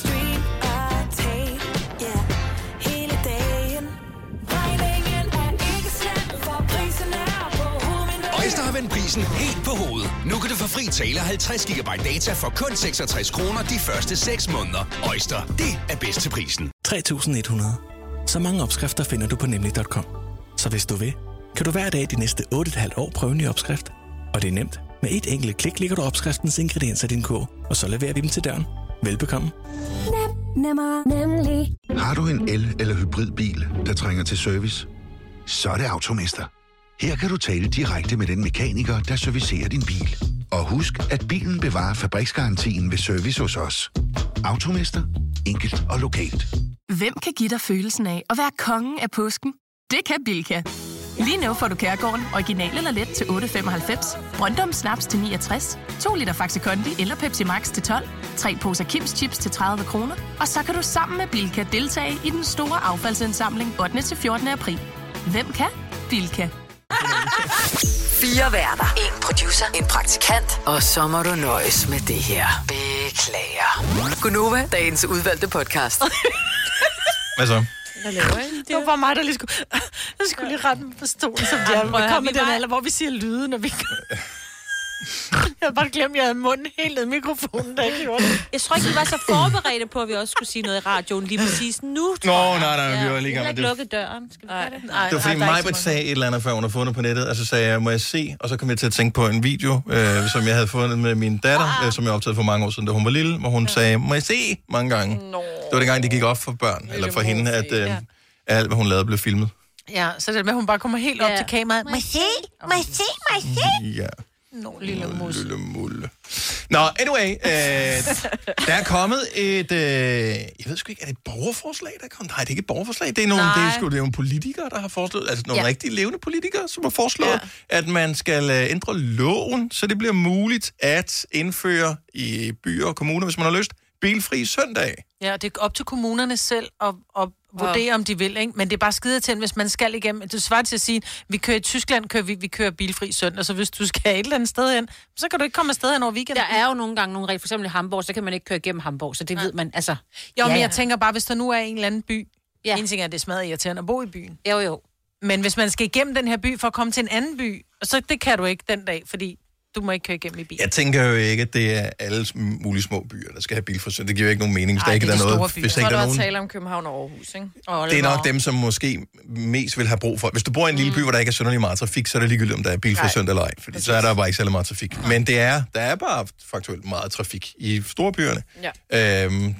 [SPEAKER 20] Stream og tag, ja. Hele dagen. Regningen er ikke slem, for prisen er på hovedet.
[SPEAKER 21] Øster har vendt prisen helt på hovedet. Nu kan du få fri tale 50 GB data for kun 66 kroner de første 6 måneder. Øster, det er bedst til prisen.
[SPEAKER 22] 3.100. Så mange opskrifter finder du på nemlig.com. Så hvis du vil, kan du hver dag de næste 8,5 år prøve en ny opskrift. Og det er nemt. Med et enkelt klik ligger du opskriftens ingredienser i din kog, og så leverer vi dem til døren. Velbekomme.
[SPEAKER 20] Nem, nemmer, nemlig.
[SPEAKER 23] Har du en el- eller hybridbil, der trænger til service? Så er det Automester. Her kan du tale direkte med den mekaniker, der servicerer din bil. Og husk, at bilen bevarer fabriksgarantien ved service hos os. Automester. Enkelt og lokalt.
[SPEAKER 19] Hvem kan give dig følelsen af at være kongen af påsken? Det kan Bilka. Lige nu får du Kærgården original eller let til 8.95, Brøndum Snaps til 69, 2 liter Faxi Kondi eller Pepsi Max til 12, 3 poser Kims Chips til 30 kroner, og så kan du sammen med Bilka deltage i den store affaldsindsamling 8. til 14. april. Hvem kan? Bilka.
[SPEAKER 6] Fire værter. En producer. En praktikant. Og så må du nøjes med det her. Beklager. Gunova, dagens udvalgte podcast.
[SPEAKER 1] Hvad så?
[SPEAKER 2] Hvad laver I?
[SPEAKER 3] Det var bare mig, der lige skulle, jeg skulle lige rette mig på stolen, som de
[SPEAKER 2] Ej,
[SPEAKER 3] er.
[SPEAKER 2] prøv at
[SPEAKER 3] Man
[SPEAKER 2] høre,
[SPEAKER 3] kommer i
[SPEAKER 2] vi
[SPEAKER 3] den
[SPEAKER 2] var-
[SPEAKER 3] alder, hvor vi siger lyde, når vi... jeg havde bare glemt, at jeg havde munden helt ned i mikrofonen, da jeg gjorde det.
[SPEAKER 4] Jeg tror ikke, vi var så forberedte på, at vi også skulle sige noget i radioen lige præcis nu. tror
[SPEAKER 1] Nå,
[SPEAKER 4] jeg.
[SPEAKER 1] nej, nej, vi var lige i gang
[SPEAKER 4] Heller
[SPEAKER 1] med
[SPEAKER 4] ikke lukke
[SPEAKER 1] det.
[SPEAKER 4] døren. Skal vi gøre det?
[SPEAKER 1] Det var fordi Majbert sagde et eller andet, før hun havde fundet på nettet, og så sagde jeg, må jeg se? Og så kom jeg til at tænke på en video, øh, som jeg havde fundet med min datter, øh, som jeg optagede for mange år siden, da hun var lille, hvor hun sagde, må jeg se? Mange gange. Nå. Det var dengang, det gik op for børn, eller for hende, at øh, alt, hvad hun lavede, blev filmet.
[SPEAKER 3] Ja, så det med, at hun bare kommer helt op til kameraet. Må jeg se? Må jeg se? Må jeg se?
[SPEAKER 1] Ja.
[SPEAKER 3] Nå, lille mus.
[SPEAKER 1] Lille mulle. Nå, anyway, øh, der er kommet et, øh, jeg ved sgu ikke, er det et borgerforslag, der er kommet? Nej, det er ikke et borgerforslag, det er nogle, det er, sgu, det er nogle politikere, der har foreslået, altså nogle ja.
[SPEAKER 7] Ja.
[SPEAKER 1] rigtig levende politikere, som har foreslået, ja. at man skal øh, ændre loven, så det bliver muligt at indføre i byer og kommuner, hvis man har lyst, bilfri søndag.
[SPEAKER 3] Ja, det er op til kommunerne selv at, at vurdere, om de vil, ikke? Men det er bare skide til, hvis man skal igennem. Det svarer til at sige, vi kører i Tyskland, kører vi, vi kører bilfri søndag, så hvis du skal et eller andet sted hen, så kan du ikke komme afsted hen over weekenden.
[SPEAKER 4] Der er jo nogle gange nogle regler, for eksempel i Hamburg, så kan man ikke køre igennem Hamburg, så det ved man, altså...
[SPEAKER 3] Jo, men jeg tænker bare, hvis der nu er en eller anden by, ja. en ting er, at det smadrer irriterende at bo i byen.
[SPEAKER 4] Jo, jo.
[SPEAKER 3] Men hvis man skal igennem den her by for at komme til en anden by, så det kan du ikke den dag, fordi du må ikke køre igennem i bil.
[SPEAKER 1] Jeg tænker jo ikke, at det er alle sm- mulige små byer, der skal have bilfri søndag. Det giver jo ikke nogen mening, hvis der ikke er noget.
[SPEAKER 2] Jeg
[SPEAKER 1] Hvis
[SPEAKER 2] tror,
[SPEAKER 1] ikke
[SPEAKER 2] der
[SPEAKER 1] der er
[SPEAKER 2] var
[SPEAKER 1] nogen...
[SPEAKER 2] tale om København og Aarhus, ikke?
[SPEAKER 3] Oh,
[SPEAKER 1] Det er nok dem, som måske mest vil have brug for. Hvis du bor i en lille by, hvor der ikke er synderlig meget trafik, så er det ligegyldigt, om der er bilfri
[SPEAKER 2] Mm. Nej.
[SPEAKER 1] søndag eller ej. Fordi så er der bare ikke særlig meget trafik. Men det er, der er bare faktuelt meget trafik i storbyerne.
[SPEAKER 2] Ja.
[SPEAKER 1] Øhm,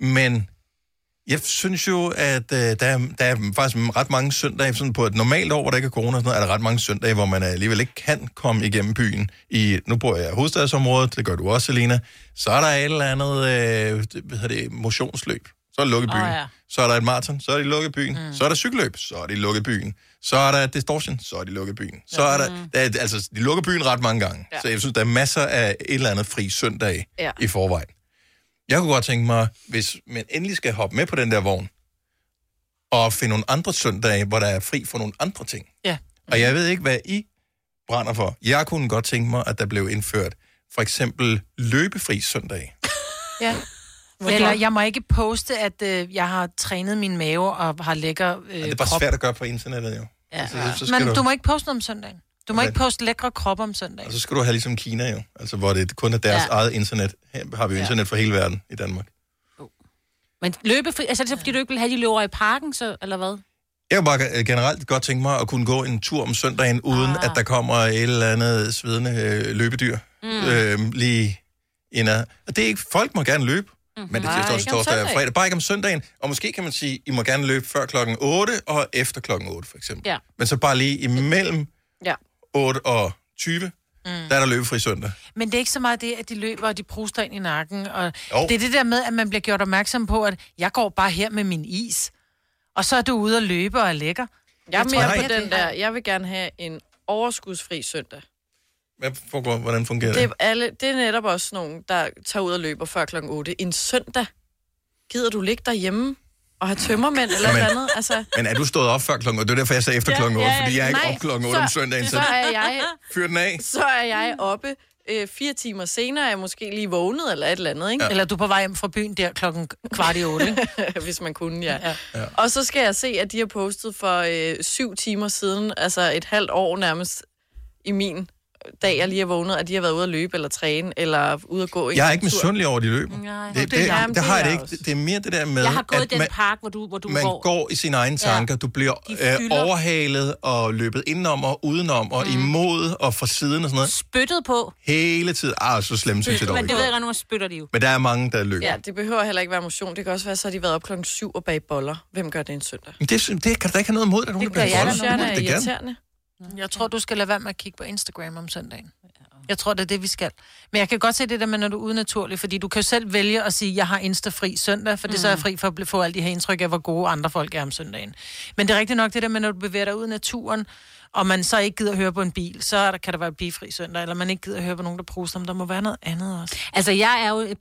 [SPEAKER 1] men jeg synes jo, at øh, der, er, der er faktisk ret mange søndage, sådan på et normalt år, hvor der ikke er corona og sådan noget, er der ret mange søndage, hvor man alligevel ikke kan komme igennem byen. I, nu bor jeg i hovedstadsområdet, det gør du også, Selina. Så er der et eller andet øh, det- hvad hedder det, motionsløb. Så er det lukket byen. Oh,
[SPEAKER 7] Åh,
[SPEAKER 1] ja.
[SPEAKER 7] ja.
[SPEAKER 1] Så er der et maraton, så er det lukket byen. Mm. Så er der cykelløb, så er det lukket byen. Så er der distortion, så er det lukket byen. Så er der, der er, altså, de lukker byen ret mange gange. Ja. Så jeg synes, der er masser af et eller andet fri søndag
[SPEAKER 2] Ja.
[SPEAKER 1] ja. i forvejen. Jeg kunne godt tænke mig, hvis man endelig skal hoppe med på den der vogn, og finde nogle andre søndage, hvor der er fri for nogle andre ting.
[SPEAKER 3] Ja.
[SPEAKER 1] Og jeg ved ikke, hvad I brænder for. Jeg kunne godt tænke mig, at der blev indført for eksempel løbefri søndag.
[SPEAKER 3] Ja. Eller jeg må ikke poste, at øh, jeg har trænet min mave og har lækker øh,
[SPEAKER 1] Det er bare
[SPEAKER 3] krop.
[SPEAKER 1] svært at gøre på internettet, jo.
[SPEAKER 3] Ja.
[SPEAKER 1] Altså, så- så skal
[SPEAKER 3] Men
[SPEAKER 1] du-
[SPEAKER 3] du... må ikke poste om søndagen. Du må
[SPEAKER 1] Okay.
[SPEAKER 3] ikke poste lækre krop om søndagen.
[SPEAKER 1] Og så skal du have ligesom Kina jo, altså hvor det kun er deres ja.
[SPEAKER 4] Ja.
[SPEAKER 1] eget internet. Her har vi jo internet for hele verden i Danmark.
[SPEAKER 4] Men løbefri, altså er det så, fordi du ikke vil have, de løber i parken, så, eller hvad?
[SPEAKER 1] Jeg kunne bare øh, generelt godt tænke mig at kunne gå en tur om søndagen, uden ah. at der kommer et eller andet svedende øh, løbedyr mm.
[SPEAKER 4] Mm.
[SPEAKER 1] øh, lige indad. Og det er ikke, folk må gerne løbe,
[SPEAKER 2] Mhm.
[SPEAKER 1] mm-hmm. men det er
[SPEAKER 7] Bare
[SPEAKER 1] tirsdag,
[SPEAKER 7] ikke
[SPEAKER 1] onsdag,
[SPEAKER 7] om
[SPEAKER 1] torsdag og
[SPEAKER 7] søndagen.
[SPEAKER 1] fredag. Bare ikke om søndagen. Og måske kan man sige, I må gerne løbe før klokken 8 og efter klokken 8 for eksempel.
[SPEAKER 2] Ja.
[SPEAKER 1] Men så bare lige imellem
[SPEAKER 2] Ja.
[SPEAKER 1] 8 og 20, mm. der er der løbefri søndag.
[SPEAKER 3] Men det er ikke så meget det, at de løber, og de pruster ind i nakken. Og
[SPEAKER 1] Jo.
[SPEAKER 3] det er det der med, at man bliver gjort opmærksom på, at jeg går bare her med min is. Og så er du ude og løbe og er lækker.
[SPEAKER 2] Jeg er
[SPEAKER 3] tror
[SPEAKER 2] mere
[SPEAKER 3] ikke,
[SPEAKER 2] på
[SPEAKER 3] at
[SPEAKER 2] den
[SPEAKER 3] det-
[SPEAKER 2] der, jeg vil gerne have en overskudsfri søndag.
[SPEAKER 1] Hvad foregår, hvordan fungerer
[SPEAKER 2] Det
[SPEAKER 1] det?
[SPEAKER 2] er, alle, det er netop også nogen, der tager ud og løber før klokken 8. En søndag. Gider du ligge derhjemme og have tømmermænd eller
[SPEAKER 1] Men-
[SPEAKER 2] noget andet? Altså,
[SPEAKER 1] Men er du stået op før klokken 8? Det er derfor, jeg sagde efter
[SPEAKER 2] Ja,
[SPEAKER 1] klokken 8,
[SPEAKER 2] ja, ja.
[SPEAKER 1] fordi jeg er ikke
[SPEAKER 2] Nej,
[SPEAKER 1] op klokken 8 om
[SPEAKER 2] så-
[SPEAKER 1] søndagen,
[SPEAKER 2] så er jeg-
[SPEAKER 1] fyr den af.
[SPEAKER 2] så er jeg oppe øh, fire timer senere, er jeg måske lige vågnet eller et eller andet, ikke?
[SPEAKER 3] Ja. Eller du er på vej hjem fra byen der klokken kvart i otte. ikke?
[SPEAKER 2] Hvis man kunne, ja. ja. Og så skal jeg se, at de har postet for øh, syv timer siden, altså et halvt år nærmest, i min dag, jeg lige er vågnet, at de har været ude at løbe eller træne, eller ude at gå en
[SPEAKER 1] Jeg er ikke
[SPEAKER 2] tur.
[SPEAKER 1] misundelig over, at de løber.
[SPEAKER 2] Nej.
[SPEAKER 1] det, det,
[SPEAKER 2] Nå, det er jeg.
[SPEAKER 1] det, det har jeg det
[SPEAKER 2] Jamen, det er jeg
[SPEAKER 1] ikke. Det er mere det der med,
[SPEAKER 4] Jeg har gået i
[SPEAKER 1] at
[SPEAKER 4] den
[SPEAKER 1] man,
[SPEAKER 4] park, hvor du, hvor du
[SPEAKER 1] man
[SPEAKER 4] går.
[SPEAKER 1] går. går i sine egne tanker. Ja. Du bliver øh,
[SPEAKER 4] fylder.
[SPEAKER 1] overhalet og løbet indenom og udenom og mm. imod og fra siden og sådan noget.
[SPEAKER 4] Spyttet på.
[SPEAKER 1] Hele tiden. Ah, så slemt synes jeg dog
[SPEAKER 4] Men det
[SPEAKER 1] ikke.
[SPEAKER 4] ved jeg godt, nogen spytter de jo.
[SPEAKER 1] Men der er mange, der løber.
[SPEAKER 2] Ja, det behøver heller ikke være motion. Det kan også være, så har de været op klokken syv og bag boller. Hvem gør det en søndag?
[SPEAKER 1] Men det, det kan du da ikke have noget imod, at nogen
[SPEAKER 2] Det gør jeg,
[SPEAKER 1] bliver
[SPEAKER 2] der synes jeg,
[SPEAKER 1] boldet.
[SPEAKER 2] det er
[SPEAKER 1] Det kan.
[SPEAKER 2] irriterende.
[SPEAKER 3] Jeg tror, du skal lade være med at kigge på Instagram om søndagen. Jeg tror, det er det, vi skal. Men jeg kan godt se det der med, når du er udenaturlig, fordi du kan jo selv vælge at sige, jeg har Insta-fri søndag, for det mm. så er jeg fri for at bl- få alle de her indtryk af, hvor gode andre folk er om søndagen. Men det er rigtigt nok det der med, når du bevæger dig ud i naturen, og man så ikke gider at høre på en bil, så er der, kan der være bifri søndag, eller man ikke gider at høre på nogen, der pruser, men der må være noget andet også.
[SPEAKER 4] Altså, jeg er jo et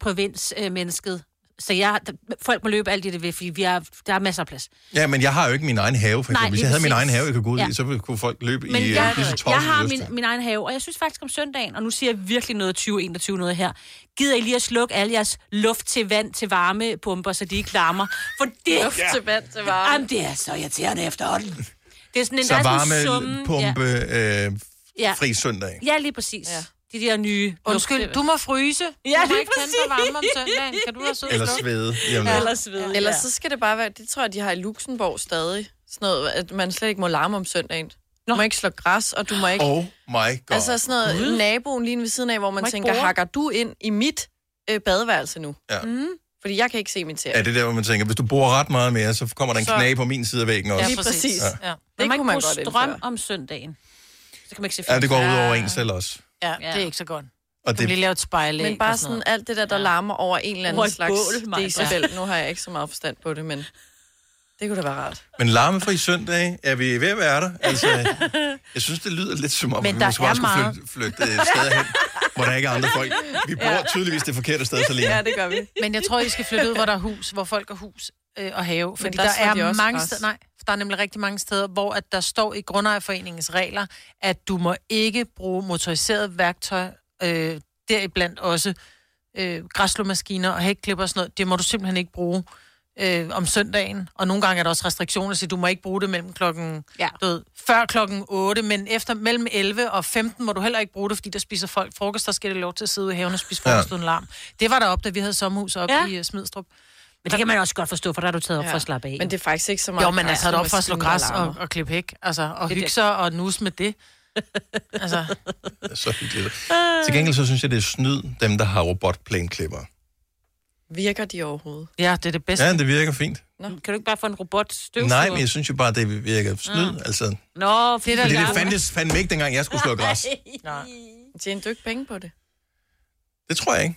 [SPEAKER 4] provinsmennesket, så jeg, folk må løbe alt det, de vil, fordi vi er, der er masser af plads.
[SPEAKER 1] Ja, men jeg har jo ikke min egen have, for
[SPEAKER 4] Nej,
[SPEAKER 1] eksempel. Hvis
[SPEAKER 4] lige
[SPEAKER 1] jeg havde min
[SPEAKER 4] præcis.
[SPEAKER 1] egen have, jeg kunne gå ud
[SPEAKER 4] Ja.
[SPEAKER 1] i, så kunne folk løbe
[SPEAKER 4] Men
[SPEAKER 1] i
[SPEAKER 4] jeg,
[SPEAKER 1] øh, lige så
[SPEAKER 4] jeg
[SPEAKER 1] tosset
[SPEAKER 4] har
[SPEAKER 1] lyst
[SPEAKER 4] min,
[SPEAKER 1] til.
[SPEAKER 4] min egen have, og jeg synes faktisk om søndagen, og nu siger jeg virkelig noget 2021 noget her, gider I lige at slukke alle jeres luft til vand til varme pumper, så de ikke larmer. For det...
[SPEAKER 2] Luft til vand til varme.
[SPEAKER 4] Jamen, det er så irriterende efterhånden. Det er sådan en,
[SPEAKER 1] Så
[SPEAKER 4] der er sådan en
[SPEAKER 1] varme, pumpe, øh, fri søndag.
[SPEAKER 4] Ja, lige præcis. Ja. De der nye...
[SPEAKER 3] Undskyld, du må fryse.
[SPEAKER 4] Ja,
[SPEAKER 3] du må
[SPEAKER 4] lige
[SPEAKER 3] ikke tænde på
[SPEAKER 4] præcis.
[SPEAKER 3] varme om søndagen. Kan du være sød?
[SPEAKER 1] Eller
[SPEAKER 3] Snob?
[SPEAKER 1] svede. Jamen,
[SPEAKER 2] Ja. Eller svede, ja. Ellers så skal det bare være, det tror jeg, de har i Luxembourg stadig, sådan noget, at man slet ikke må larme om søndagen. Du må ikke slå græs, og du må ikke...
[SPEAKER 1] Oh my god.
[SPEAKER 2] altså sådan noget,
[SPEAKER 1] Gud.
[SPEAKER 2] naboen lige ved siden af, hvor man
[SPEAKER 1] Må ikke
[SPEAKER 2] tænker,
[SPEAKER 1] bore.
[SPEAKER 2] hakker du ind i mit øh, badeværelse nu?
[SPEAKER 1] Ja.
[SPEAKER 2] Mm. Fordi jeg kan ikke se min serie.
[SPEAKER 1] Ja, det er der, hvor man tænker, hvis du bruger ret meget mere, så kommer der en
[SPEAKER 2] Så-
[SPEAKER 1] knage på min side af væggen også.
[SPEAKER 4] Ja, præcis. Ja. Ja.
[SPEAKER 2] Det
[SPEAKER 4] Det man
[SPEAKER 2] kunne
[SPEAKER 4] kunne
[SPEAKER 2] man
[SPEAKER 4] man
[SPEAKER 2] godt
[SPEAKER 4] strøm
[SPEAKER 2] indføre.
[SPEAKER 4] om søndagen. Så kan man ikke se
[SPEAKER 1] Ja, det går
[SPEAKER 4] film.
[SPEAKER 1] ud over en selv også.
[SPEAKER 3] Ja, det er ikke så godt.
[SPEAKER 1] Og
[SPEAKER 3] Du kan lige lave et spejl
[SPEAKER 2] Men bare sådan alt det der, der larmer over en eller anden
[SPEAKER 3] Over et
[SPEAKER 2] slags...
[SPEAKER 3] bål,
[SPEAKER 2] det er
[SPEAKER 3] Maja.
[SPEAKER 2] Isabel. Nu har jeg ikke så meget forstand på det, men det kunne da være rart.
[SPEAKER 1] Men larmefri søndag, er vi ved at være der? Altså, jeg synes, det lyder lidt som om,
[SPEAKER 2] Men
[SPEAKER 1] at vi
[SPEAKER 2] der
[SPEAKER 1] måske
[SPEAKER 2] er
[SPEAKER 1] bare skulle
[SPEAKER 2] meget.
[SPEAKER 1] flytte, flytte et sted hen, hvor der ikke er andre folk. Vi bor
[SPEAKER 3] Ja.
[SPEAKER 1] tydeligvis det forkerte sted, så lige.
[SPEAKER 2] det gør vi.
[SPEAKER 3] Men jeg tror, I skal flytte ud, hvor der er hus, hvor folk har hus øh, og have. Fordi
[SPEAKER 2] der
[SPEAKER 3] der,
[SPEAKER 2] slår de
[SPEAKER 3] er
[SPEAKER 2] også
[SPEAKER 3] mange
[SPEAKER 2] græs.
[SPEAKER 3] steder, nej, for der er nemlig rigtig mange steder, hvor at der står i grundejerforeningens regler, at du må ikke bruge motoriseret værktøj, øh, deriblandt også øh, græsslåmaskiner og hækklipper og sådan noget. Det må du simpelthen ikke bruge øh, om søndagen. Og nogle gange er der også restriktioner, så du må ikke bruge det mellem klokken,
[SPEAKER 4] ja.
[SPEAKER 3] du ved, før klokken 8, men efter mellem 11 og 15 må du heller ikke bruge det, fordi der spiser folk frokost, der skal det lov til at sidde ude i haven og spise
[SPEAKER 4] Ja.
[SPEAKER 3] frokost uden larm. Det var der op, da vi havde sommerhus op ja. i øh, Smidstrup.
[SPEAKER 4] Men det kan man også godt forstå, for der er du taget op
[SPEAKER 3] Ja.
[SPEAKER 4] ja. for at slappe af.
[SPEAKER 3] Men det er
[SPEAKER 2] faktisk ikke så
[SPEAKER 3] jo, men altså, der op for at slå græs og, og klippe hæk, altså, og
[SPEAKER 4] Det er
[SPEAKER 3] hygge
[SPEAKER 4] det.
[SPEAKER 3] sig og nus med det. altså,
[SPEAKER 1] Så hyggeligt. Til gengæld så synes jeg, det er snyd, dem der har robotplæneklipper.
[SPEAKER 2] Virker de overhovedet?
[SPEAKER 3] ja, det er det bedste.
[SPEAKER 1] Ja, det virker fint.
[SPEAKER 4] Nå. Kan du ikke bare få en robot støvsuger?
[SPEAKER 1] Nej, men jeg synes jo bare, det virker snyd. Mm. Altså,
[SPEAKER 4] Nå,
[SPEAKER 1] det, det, det fandtes fandme ikke, dengang jeg skulle slå græs.
[SPEAKER 3] Nej.
[SPEAKER 2] Tjener du ikke penge på det?
[SPEAKER 1] Det tror jeg ikke.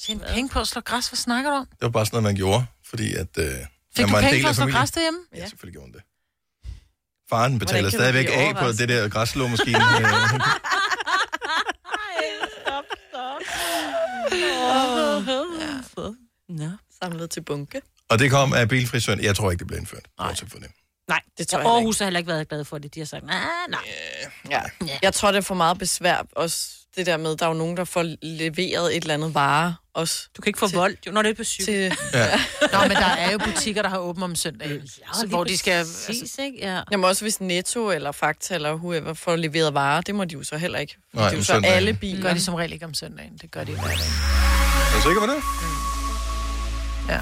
[SPEAKER 3] Tjene penge på at slå græs, hvad snakker du om?
[SPEAKER 1] Det var bare sådan noget, man gjorde, fordi at... Øh,
[SPEAKER 3] Fik
[SPEAKER 1] man
[SPEAKER 3] du
[SPEAKER 1] var en
[SPEAKER 3] penge
[SPEAKER 1] del
[SPEAKER 3] for
[SPEAKER 1] af
[SPEAKER 3] at slå
[SPEAKER 1] familien.
[SPEAKER 3] græs derhjemme?
[SPEAKER 1] Ja, selvfølgelig gjorde hun det. Faren betaler
[SPEAKER 3] kan man
[SPEAKER 1] stadigvæk
[SPEAKER 3] blive
[SPEAKER 1] af på
[SPEAKER 3] overrasket?
[SPEAKER 1] det der græsslåmaskine. øh,
[SPEAKER 2] Ja.
[SPEAKER 4] Nå.
[SPEAKER 2] Samlet til bunke.
[SPEAKER 1] og det kom af bilfri søndag. Jeg tror ikke, det blev indført. Nej. For det.
[SPEAKER 4] Nej, det tror jeg
[SPEAKER 2] heller
[SPEAKER 4] Aarhus har heller ikke været glad for det. De har sagt, nej, nej.
[SPEAKER 2] Ja. Jeg tror, det er for meget besvær. Også det der med, der er jo nogen, der får leveret et eller andet vare. Også
[SPEAKER 4] du kan ikke få til, vold, jo, når det er på syg.
[SPEAKER 2] Til...
[SPEAKER 1] Ja.
[SPEAKER 3] Nå, men der er jo butikker, der har åbent om søndagen, ja, Øh, så,
[SPEAKER 2] lige
[SPEAKER 3] hvor de skal...
[SPEAKER 2] præcis,
[SPEAKER 3] Altså,
[SPEAKER 4] ikke? Ja.
[SPEAKER 2] Jamen også hvis Netto eller Fakta eller whoever får leveret varer, det må de jo så heller ikke.
[SPEAKER 1] Nej,
[SPEAKER 2] Nej, det er
[SPEAKER 1] om
[SPEAKER 2] jo så
[SPEAKER 1] søndagen.
[SPEAKER 2] alle
[SPEAKER 3] det
[SPEAKER 2] biler.
[SPEAKER 3] gør de som regel ikke om søndagen. Det gør de hver dag.
[SPEAKER 1] Er du sikker på det?
[SPEAKER 3] Ja.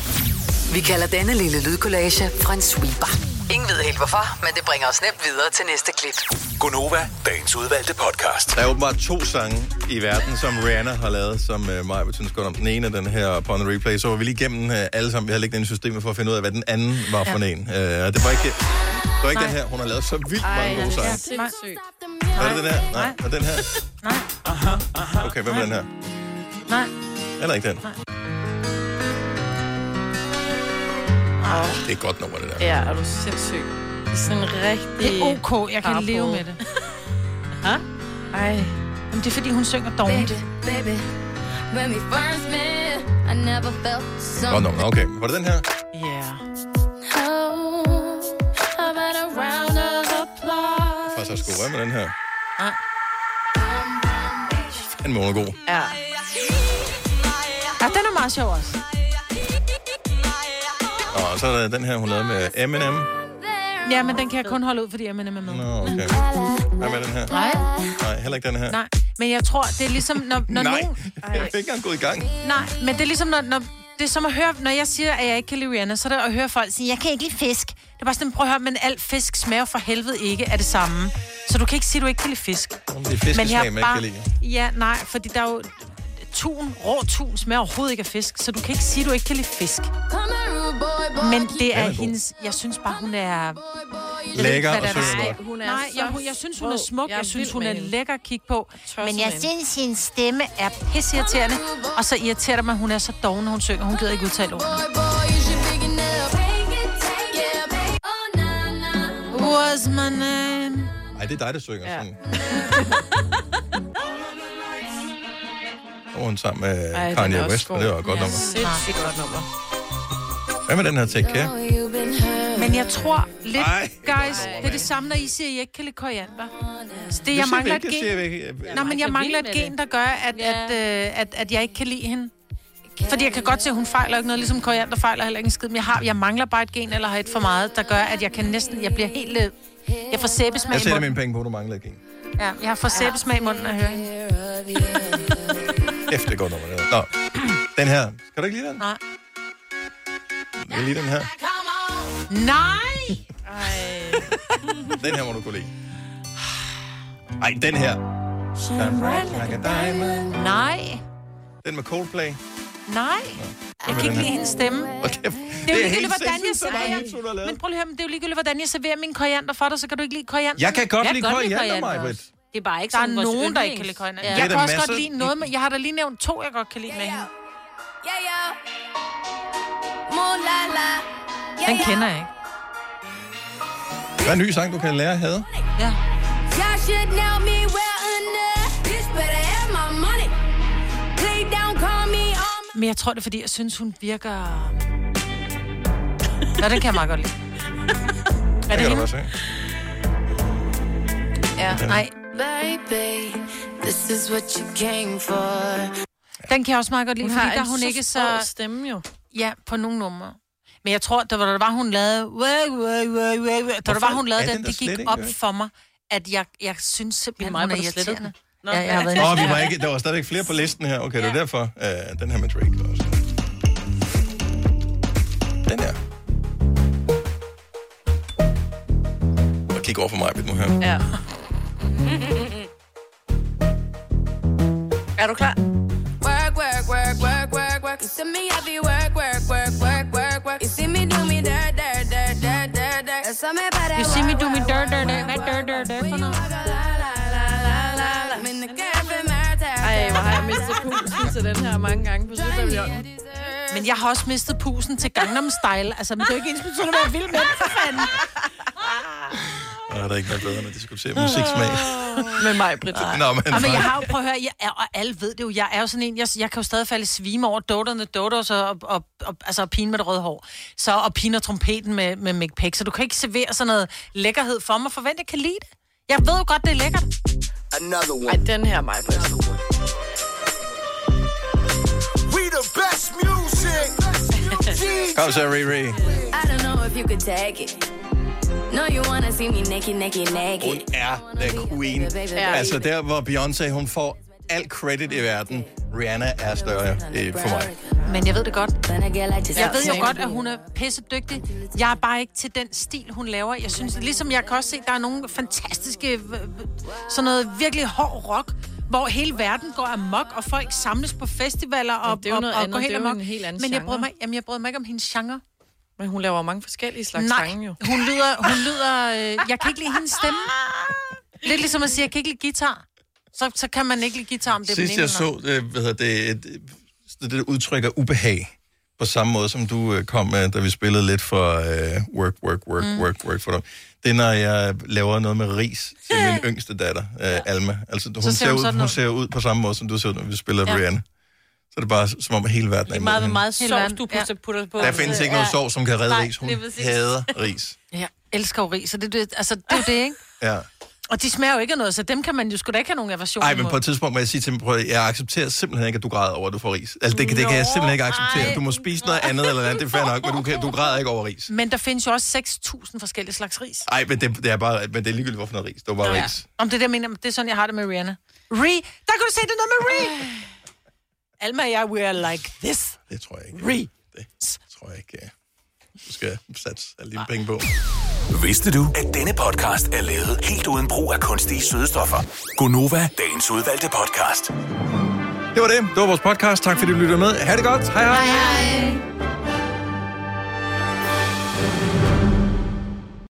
[SPEAKER 6] Vi kalder denne lille lydkollage en sweeper. Ingen ved helt hvorfor, men det bringer os nemt videre til næste klip.
[SPEAKER 9] Gonova, dagens udvalgte podcast.
[SPEAKER 1] Der er åbenbart to sange i verden, som Rihanna har lavet, som øh, mig vil synes godt om. Den ene er den her på en replay, så var vi lige igennem øh, alle sammen. Vi havde liggende i systemet for at finde ud af, hvad den anden var for
[SPEAKER 9] Ja.
[SPEAKER 1] en. Øh, og det var ikke, det var ikke den her. Hun har lavet så vildt mange gode sange.
[SPEAKER 2] sindssygt.
[SPEAKER 1] Er det den her? Nej. Er den her? Nej. Okay, hvem er den her?
[SPEAKER 3] Nej.
[SPEAKER 1] Heller ikke den.
[SPEAKER 2] Åh.
[SPEAKER 1] Ah, Det er et godt nummer, det der.
[SPEAKER 2] Ja, er du sindssyg. Det er sådan en rigtig...
[SPEAKER 3] Det er ok, jeg kan
[SPEAKER 2] parfod.
[SPEAKER 3] leve med det.
[SPEAKER 4] Hæ?
[SPEAKER 3] Ej. Jamen, det er, fordi hun synger dårligt.
[SPEAKER 7] Baby, when we first met, I never felt so.
[SPEAKER 1] Godt nummer, okay. Var det den her?
[SPEAKER 3] Yeah.
[SPEAKER 7] Oh, how about a round of applause?
[SPEAKER 1] Faktisk er sgu rømme den her.
[SPEAKER 3] Nej.
[SPEAKER 1] Den må hun er god.
[SPEAKER 2] Ja.
[SPEAKER 3] Ja, den er meget sjov også.
[SPEAKER 1] Og så er der den her, hun lavede med Eminem.
[SPEAKER 7] There
[SPEAKER 3] Ja, men den kan jeg kun holde ud, fordi jeg er med. med.
[SPEAKER 1] Nå, okay. Hvad med den her?
[SPEAKER 3] Nej.
[SPEAKER 1] Nej, heller ikke den her.
[SPEAKER 3] Nej, men jeg tror, det er ligesom, når, når
[SPEAKER 1] Nej,
[SPEAKER 3] nogen...
[SPEAKER 1] jeg er ikke engang gået i gang.
[SPEAKER 3] Nej, men det er ligesom, når, når, det er som at høre, når jeg siger, at jeg ikke kan lide Rihanna, så er det at høre folk sige, jeg kan ikke lide fisk. Det er bare sådan, prøv at høre, men alt fisk smager for helvede ikke af det samme. Så du kan ikke sige, at du ikke kan lide fisk.
[SPEAKER 1] Om det er fiskesmag, man ikke kan lide.
[SPEAKER 3] Ja, nej, fordi der er jo tun, rå tun smager overhovedet ikke af fisk, så du kan ikke sige, at du ikke kan lide fisk. Men det
[SPEAKER 1] Den er
[SPEAKER 3] er
[SPEAKER 1] god.
[SPEAKER 3] hendes... Jeg synes bare, hun er...
[SPEAKER 1] Lækker
[SPEAKER 3] Hvad
[SPEAKER 1] og
[SPEAKER 3] der er-
[SPEAKER 1] sød
[SPEAKER 3] Nej,
[SPEAKER 1] godt.
[SPEAKER 3] hun
[SPEAKER 2] er
[SPEAKER 3] er Nej, jeg,
[SPEAKER 2] så
[SPEAKER 3] hun, jeg synes, hun er
[SPEAKER 2] smuk.
[SPEAKER 3] smuk.
[SPEAKER 2] Jeg er
[SPEAKER 3] Jeg, synes,
[SPEAKER 2] vild
[SPEAKER 3] hun
[SPEAKER 2] med
[SPEAKER 3] er
[SPEAKER 2] hende.
[SPEAKER 3] lækker at kigge på. Men jeg
[SPEAKER 2] med
[SPEAKER 3] synes, hendes stemme er pissirriterende. Og så irriterer det mig, at hun er så doven, når hun synger. Hun gider ikke udtale ordene.
[SPEAKER 2] Oh,
[SPEAKER 3] Was my name.
[SPEAKER 1] Nej, det er dig, der synger ja. sådan. Der var hun sammen med
[SPEAKER 20] Ej, den
[SPEAKER 1] Kanye
[SPEAKER 20] er også
[SPEAKER 1] West, og det var et godt
[SPEAKER 3] Ja,
[SPEAKER 1] nummer.
[SPEAKER 3] Sindssygt godt nummer.
[SPEAKER 1] Hvad med den her Take Care?
[SPEAKER 3] Men jeg tror lidt,
[SPEAKER 1] Ej.
[SPEAKER 3] guys, det er det samme, når I siger, at I ikke kan lide koriander. Så det,
[SPEAKER 1] Det
[SPEAKER 3] jeg
[SPEAKER 1] siger vi
[SPEAKER 3] mangler et
[SPEAKER 1] ikke, det siger vi ikke.
[SPEAKER 3] gen.
[SPEAKER 1] Nej,
[SPEAKER 3] Nå,
[SPEAKER 1] man
[SPEAKER 3] men
[SPEAKER 1] kan
[SPEAKER 3] jeg mangler
[SPEAKER 4] lide
[SPEAKER 3] et
[SPEAKER 4] med
[SPEAKER 3] gen, der gør, at, at, øh, at, at jeg ikke kan lide hende. Fordi jeg kan godt se, at hun fejler ikke noget, ligesom koriander fejler heller ikke en skid. Men jeg, har, jeg mangler bare et gen eller har et for meget, der gør, at jeg kan næsten... Jeg bliver helt... øh, Jeg får sæbesmag
[SPEAKER 1] Jeg
[SPEAKER 3] i
[SPEAKER 1] sætter
[SPEAKER 3] munden.
[SPEAKER 1] mine penge på, at du mangler ikke en.
[SPEAKER 3] Ja, jeg får sæbesmag i munden at høre hende.
[SPEAKER 1] Kæft, det er et godt nummer. Det der. Nå, den her. Skal du ikke lide den?
[SPEAKER 3] Nej.
[SPEAKER 1] Jeg kan lide den her.
[SPEAKER 3] Nej!
[SPEAKER 1] Den her må du kunne lide. Ej, den her. Shine bright like a diamond.
[SPEAKER 3] Nej.
[SPEAKER 1] Den med Coldplay.
[SPEAKER 3] Nej. Jeg kan ikke lide hendes stemme. Det er jo
[SPEAKER 1] Det er
[SPEAKER 3] ligegyldigt,
[SPEAKER 1] helt
[SPEAKER 3] hvordan jeg
[SPEAKER 1] sindssygt, så mange hits, hun har
[SPEAKER 3] serverer. Men prøv lige at høre, men det er jo ligegyldigt, hvordan jeg serverer min koriander for dig, så kan du ikke lide koriander.
[SPEAKER 1] Jeg kan godt Jeg kan lide godt lide koriander, koriander Maj-Brit. også.
[SPEAKER 4] Det er bare ikke
[SPEAKER 3] Der er
[SPEAKER 4] sådan vores
[SPEAKER 3] nogen, der
[SPEAKER 4] yndlings.
[SPEAKER 3] ikke kan lide koriander.
[SPEAKER 4] Ja.
[SPEAKER 3] Ja.
[SPEAKER 4] Det er
[SPEAKER 3] Jeg kan
[SPEAKER 4] der
[SPEAKER 3] også godt
[SPEAKER 4] masser-
[SPEAKER 3] lide noget med... Jeg har da lige nævnt to, jeg godt kan lide med hende. Den kender jeg ikke.
[SPEAKER 1] Hvad er en ny sang, du kan lære at have?
[SPEAKER 3] Ja.
[SPEAKER 20] Y'all should know me well enough. This better have my money. Play down, call me on
[SPEAKER 3] Men jeg tror, det er, fordi jeg synes, hun virker... Nå, den kan jeg meget godt lide. Er det hende?
[SPEAKER 1] kan du bare se.
[SPEAKER 3] Ja. Nej.
[SPEAKER 7] Baby, this is what you came for.
[SPEAKER 3] Den kan jeg også meget godt lide,
[SPEAKER 2] Hun
[SPEAKER 3] fordi
[SPEAKER 2] har
[SPEAKER 3] der
[SPEAKER 2] en
[SPEAKER 3] hun
[SPEAKER 2] så
[SPEAKER 3] ikke
[SPEAKER 2] sprød
[SPEAKER 3] så... stemme jo. Ja, på nogle numre. Men jeg tror, da der var, hun lavede... Way, way, way, way, way. Da der var, hun lavede
[SPEAKER 2] er den
[SPEAKER 3] den,
[SPEAKER 2] der
[SPEAKER 3] det
[SPEAKER 2] slet
[SPEAKER 3] gik
[SPEAKER 2] ikke,
[SPEAKER 3] op
[SPEAKER 2] ikke?
[SPEAKER 3] for mig, at jeg, jeg synes simpelthen,
[SPEAKER 2] mig,
[SPEAKER 3] hun er
[SPEAKER 2] hvor du slettede
[SPEAKER 3] irriterende.
[SPEAKER 2] den.
[SPEAKER 3] Ja, jeg har været
[SPEAKER 1] Åh, vi var ikke, der var stadigvæk flere på listen her. Okay, det er derfor. Uh, den her med Drake også. Den her. Og kig over for mig, Britt, nu her.
[SPEAKER 2] Ja. er du klar?
[SPEAKER 20] Work, work, work, work, work, work. You see me, I be work, work, work, work, work, work. You see me do me dirt, dirt, dirt, dirt, dirt, dirt. There's something about that
[SPEAKER 3] You see me
[SPEAKER 20] work,
[SPEAKER 3] do me
[SPEAKER 20] work,
[SPEAKER 3] dirt,
[SPEAKER 20] work,
[SPEAKER 3] dirt, dirt. Hvad
[SPEAKER 20] work,
[SPEAKER 3] dirt, dirt, dirt for noget?
[SPEAKER 2] Ej, hvor har jeg mistet pulsen til den her mange gange på Superbjørn.
[SPEAKER 3] Men jeg har også mistet pusen til Gangnam Style. Altså, men det er jo ikke ens betydende, at være vild med den, for fanden.
[SPEAKER 1] Og der er ikke noget bedre, end at diskutere musiksmag.
[SPEAKER 2] Med mig, Britt.
[SPEAKER 1] Nå, men,
[SPEAKER 3] Ja, men jeg har jo, prøv at høre, jeg er, og alle ved det jo, jeg er jo sådan en, jeg, jeg kan jo stadig falde i svime over doterne, dodos og, og, og, og altså og pigen med det røde hår. Så, og pigen og trompeten med, med Mick Peck. Så du kan ikke servere sådan noget lækkerhed for mig, forvent, jeg kan lide det. Jeg ved jo godt, det er lækkert.
[SPEAKER 8] Another one.
[SPEAKER 2] Ej, den her er mig, Britt.
[SPEAKER 8] We the best music.
[SPEAKER 1] Kom så, Riri.
[SPEAKER 7] I don't know if you could take it. No, you wanna see me naked, naked, naked.
[SPEAKER 1] er the queen.
[SPEAKER 7] Ja.
[SPEAKER 1] Altså der, hvor Beyoncé, hun får al credit i verden. Rihanna er større øh, for mig.
[SPEAKER 3] Men jeg ved det godt. Jeg ved
[SPEAKER 7] Ja.
[SPEAKER 3] jo godt, at hun er pissedygtig. Jeg er bare ikke til den stil, hun laver. Jeg synes, ligesom jeg kan også se, der er nogle fantastiske, øh, øh, sådan noget virkelig hård rock, hvor hele verden går amok, og folk samles på festivaler og,
[SPEAKER 2] Men det er jo
[SPEAKER 3] og,
[SPEAKER 2] noget
[SPEAKER 3] og
[SPEAKER 2] andet.
[SPEAKER 3] går helt
[SPEAKER 2] Det er jo
[SPEAKER 3] amok.
[SPEAKER 2] en helt anden
[SPEAKER 3] Men jeg
[SPEAKER 2] genre.
[SPEAKER 3] bryder, mig, jamen, jeg bryder mig ikke om hendes genre.
[SPEAKER 2] Men hun laver mange forskellige slags
[SPEAKER 3] Nej,
[SPEAKER 2] sange jo.
[SPEAKER 3] hun lyder, hun lyder øh, jeg kan ikke lide hendes stemme. Lidt ligesom at sige, jeg kan ikke lide guitar. Så, så kan man ikke lide guitar, om det er den
[SPEAKER 1] Sidst
[SPEAKER 3] ene
[SPEAKER 1] jeg
[SPEAKER 3] eller den
[SPEAKER 1] så, øh, hvad hedder det, det, det, det udtryk af ubehag, på samme måde som du øh, kom med, da vi spillede lidt for øh, work, work, work,
[SPEAKER 9] Mm.
[SPEAKER 1] mm. work, work for dig. Det er, når jeg laver noget med ris til min yngste datter, øh, Alma. Altså, hun,
[SPEAKER 9] ser
[SPEAKER 1] ser
[SPEAKER 9] hun
[SPEAKER 1] ud,
[SPEAKER 9] sådan
[SPEAKER 1] hun
[SPEAKER 9] ud.
[SPEAKER 1] ser ud på samme måde, som du ser ud, når vi spiller
[SPEAKER 4] Ja.
[SPEAKER 1] ja. Rihanna. Så er det bare som om hele verden er
[SPEAKER 4] Lige
[SPEAKER 1] imod
[SPEAKER 4] meget, hvor
[SPEAKER 1] hende.
[SPEAKER 4] meget sovs,
[SPEAKER 3] verden.
[SPEAKER 4] du putter, putter på.
[SPEAKER 1] Der findes ikke noget
[SPEAKER 4] Ja.
[SPEAKER 1] sov, som kan redde
[SPEAKER 4] Nej,
[SPEAKER 1] ris. Hun
[SPEAKER 4] lige præcis.
[SPEAKER 1] hader ris.
[SPEAKER 3] anden. Jeg elsker jo ris, så det, det, altså, det er jo det, ikke?
[SPEAKER 1] Ja.
[SPEAKER 3] Og de smager jo ikke af noget, så dem kan man jo sgu da ikke have nogen aversion
[SPEAKER 1] Nej, men
[SPEAKER 3] imod.
[SPEAKER 1] på et tidspunkt må jeg sige til mig, prøv at, jeg accepterer simpelthen ikke, at du græder over, at du får ris. Altså, det, kan- det kan jeg
[SPEAKER 3] Nå,
[SPEAKER 1] simpelthen ikke acceptere.
[SPEAKER 3] ej.
[SPEAKER 1] Du må spise noget andet eller andet, det er fair nok, men du, kan, du græder ikke over ris.
[SPEAKER 3] Men der findes jo også 6.000 forskellige slags ris.
[SPEAKER 1] Nej, men det, det, er bare, men det er ligegyldigt, hvorfor noget ris. Det var bare ris.
[SPEAKER 3] Om det der mener, det er sådan, jeg har det med Rihanna. Re, der kan du se det er noget med Re. Alma og jeg, we are like this.
[SPEAKER 1] Det tror jeg ikke.
[SPEAKER 3] Re.
[SPEAKER 1] Det tror jeg ikke. øh, Du skal satse alle dine penge på.
[SPEAKER 9] Vidste du, at denne podcast er lavet helt uden brug af kunstige sødestoffer? Gonova, dagens udvalgte podcast.
[SPEAKER 1] Det var det. Det var vores podcast. Tak fordi du lyttede med. Ha' det godt. Hej hej.
[SPEAKER 9] hej.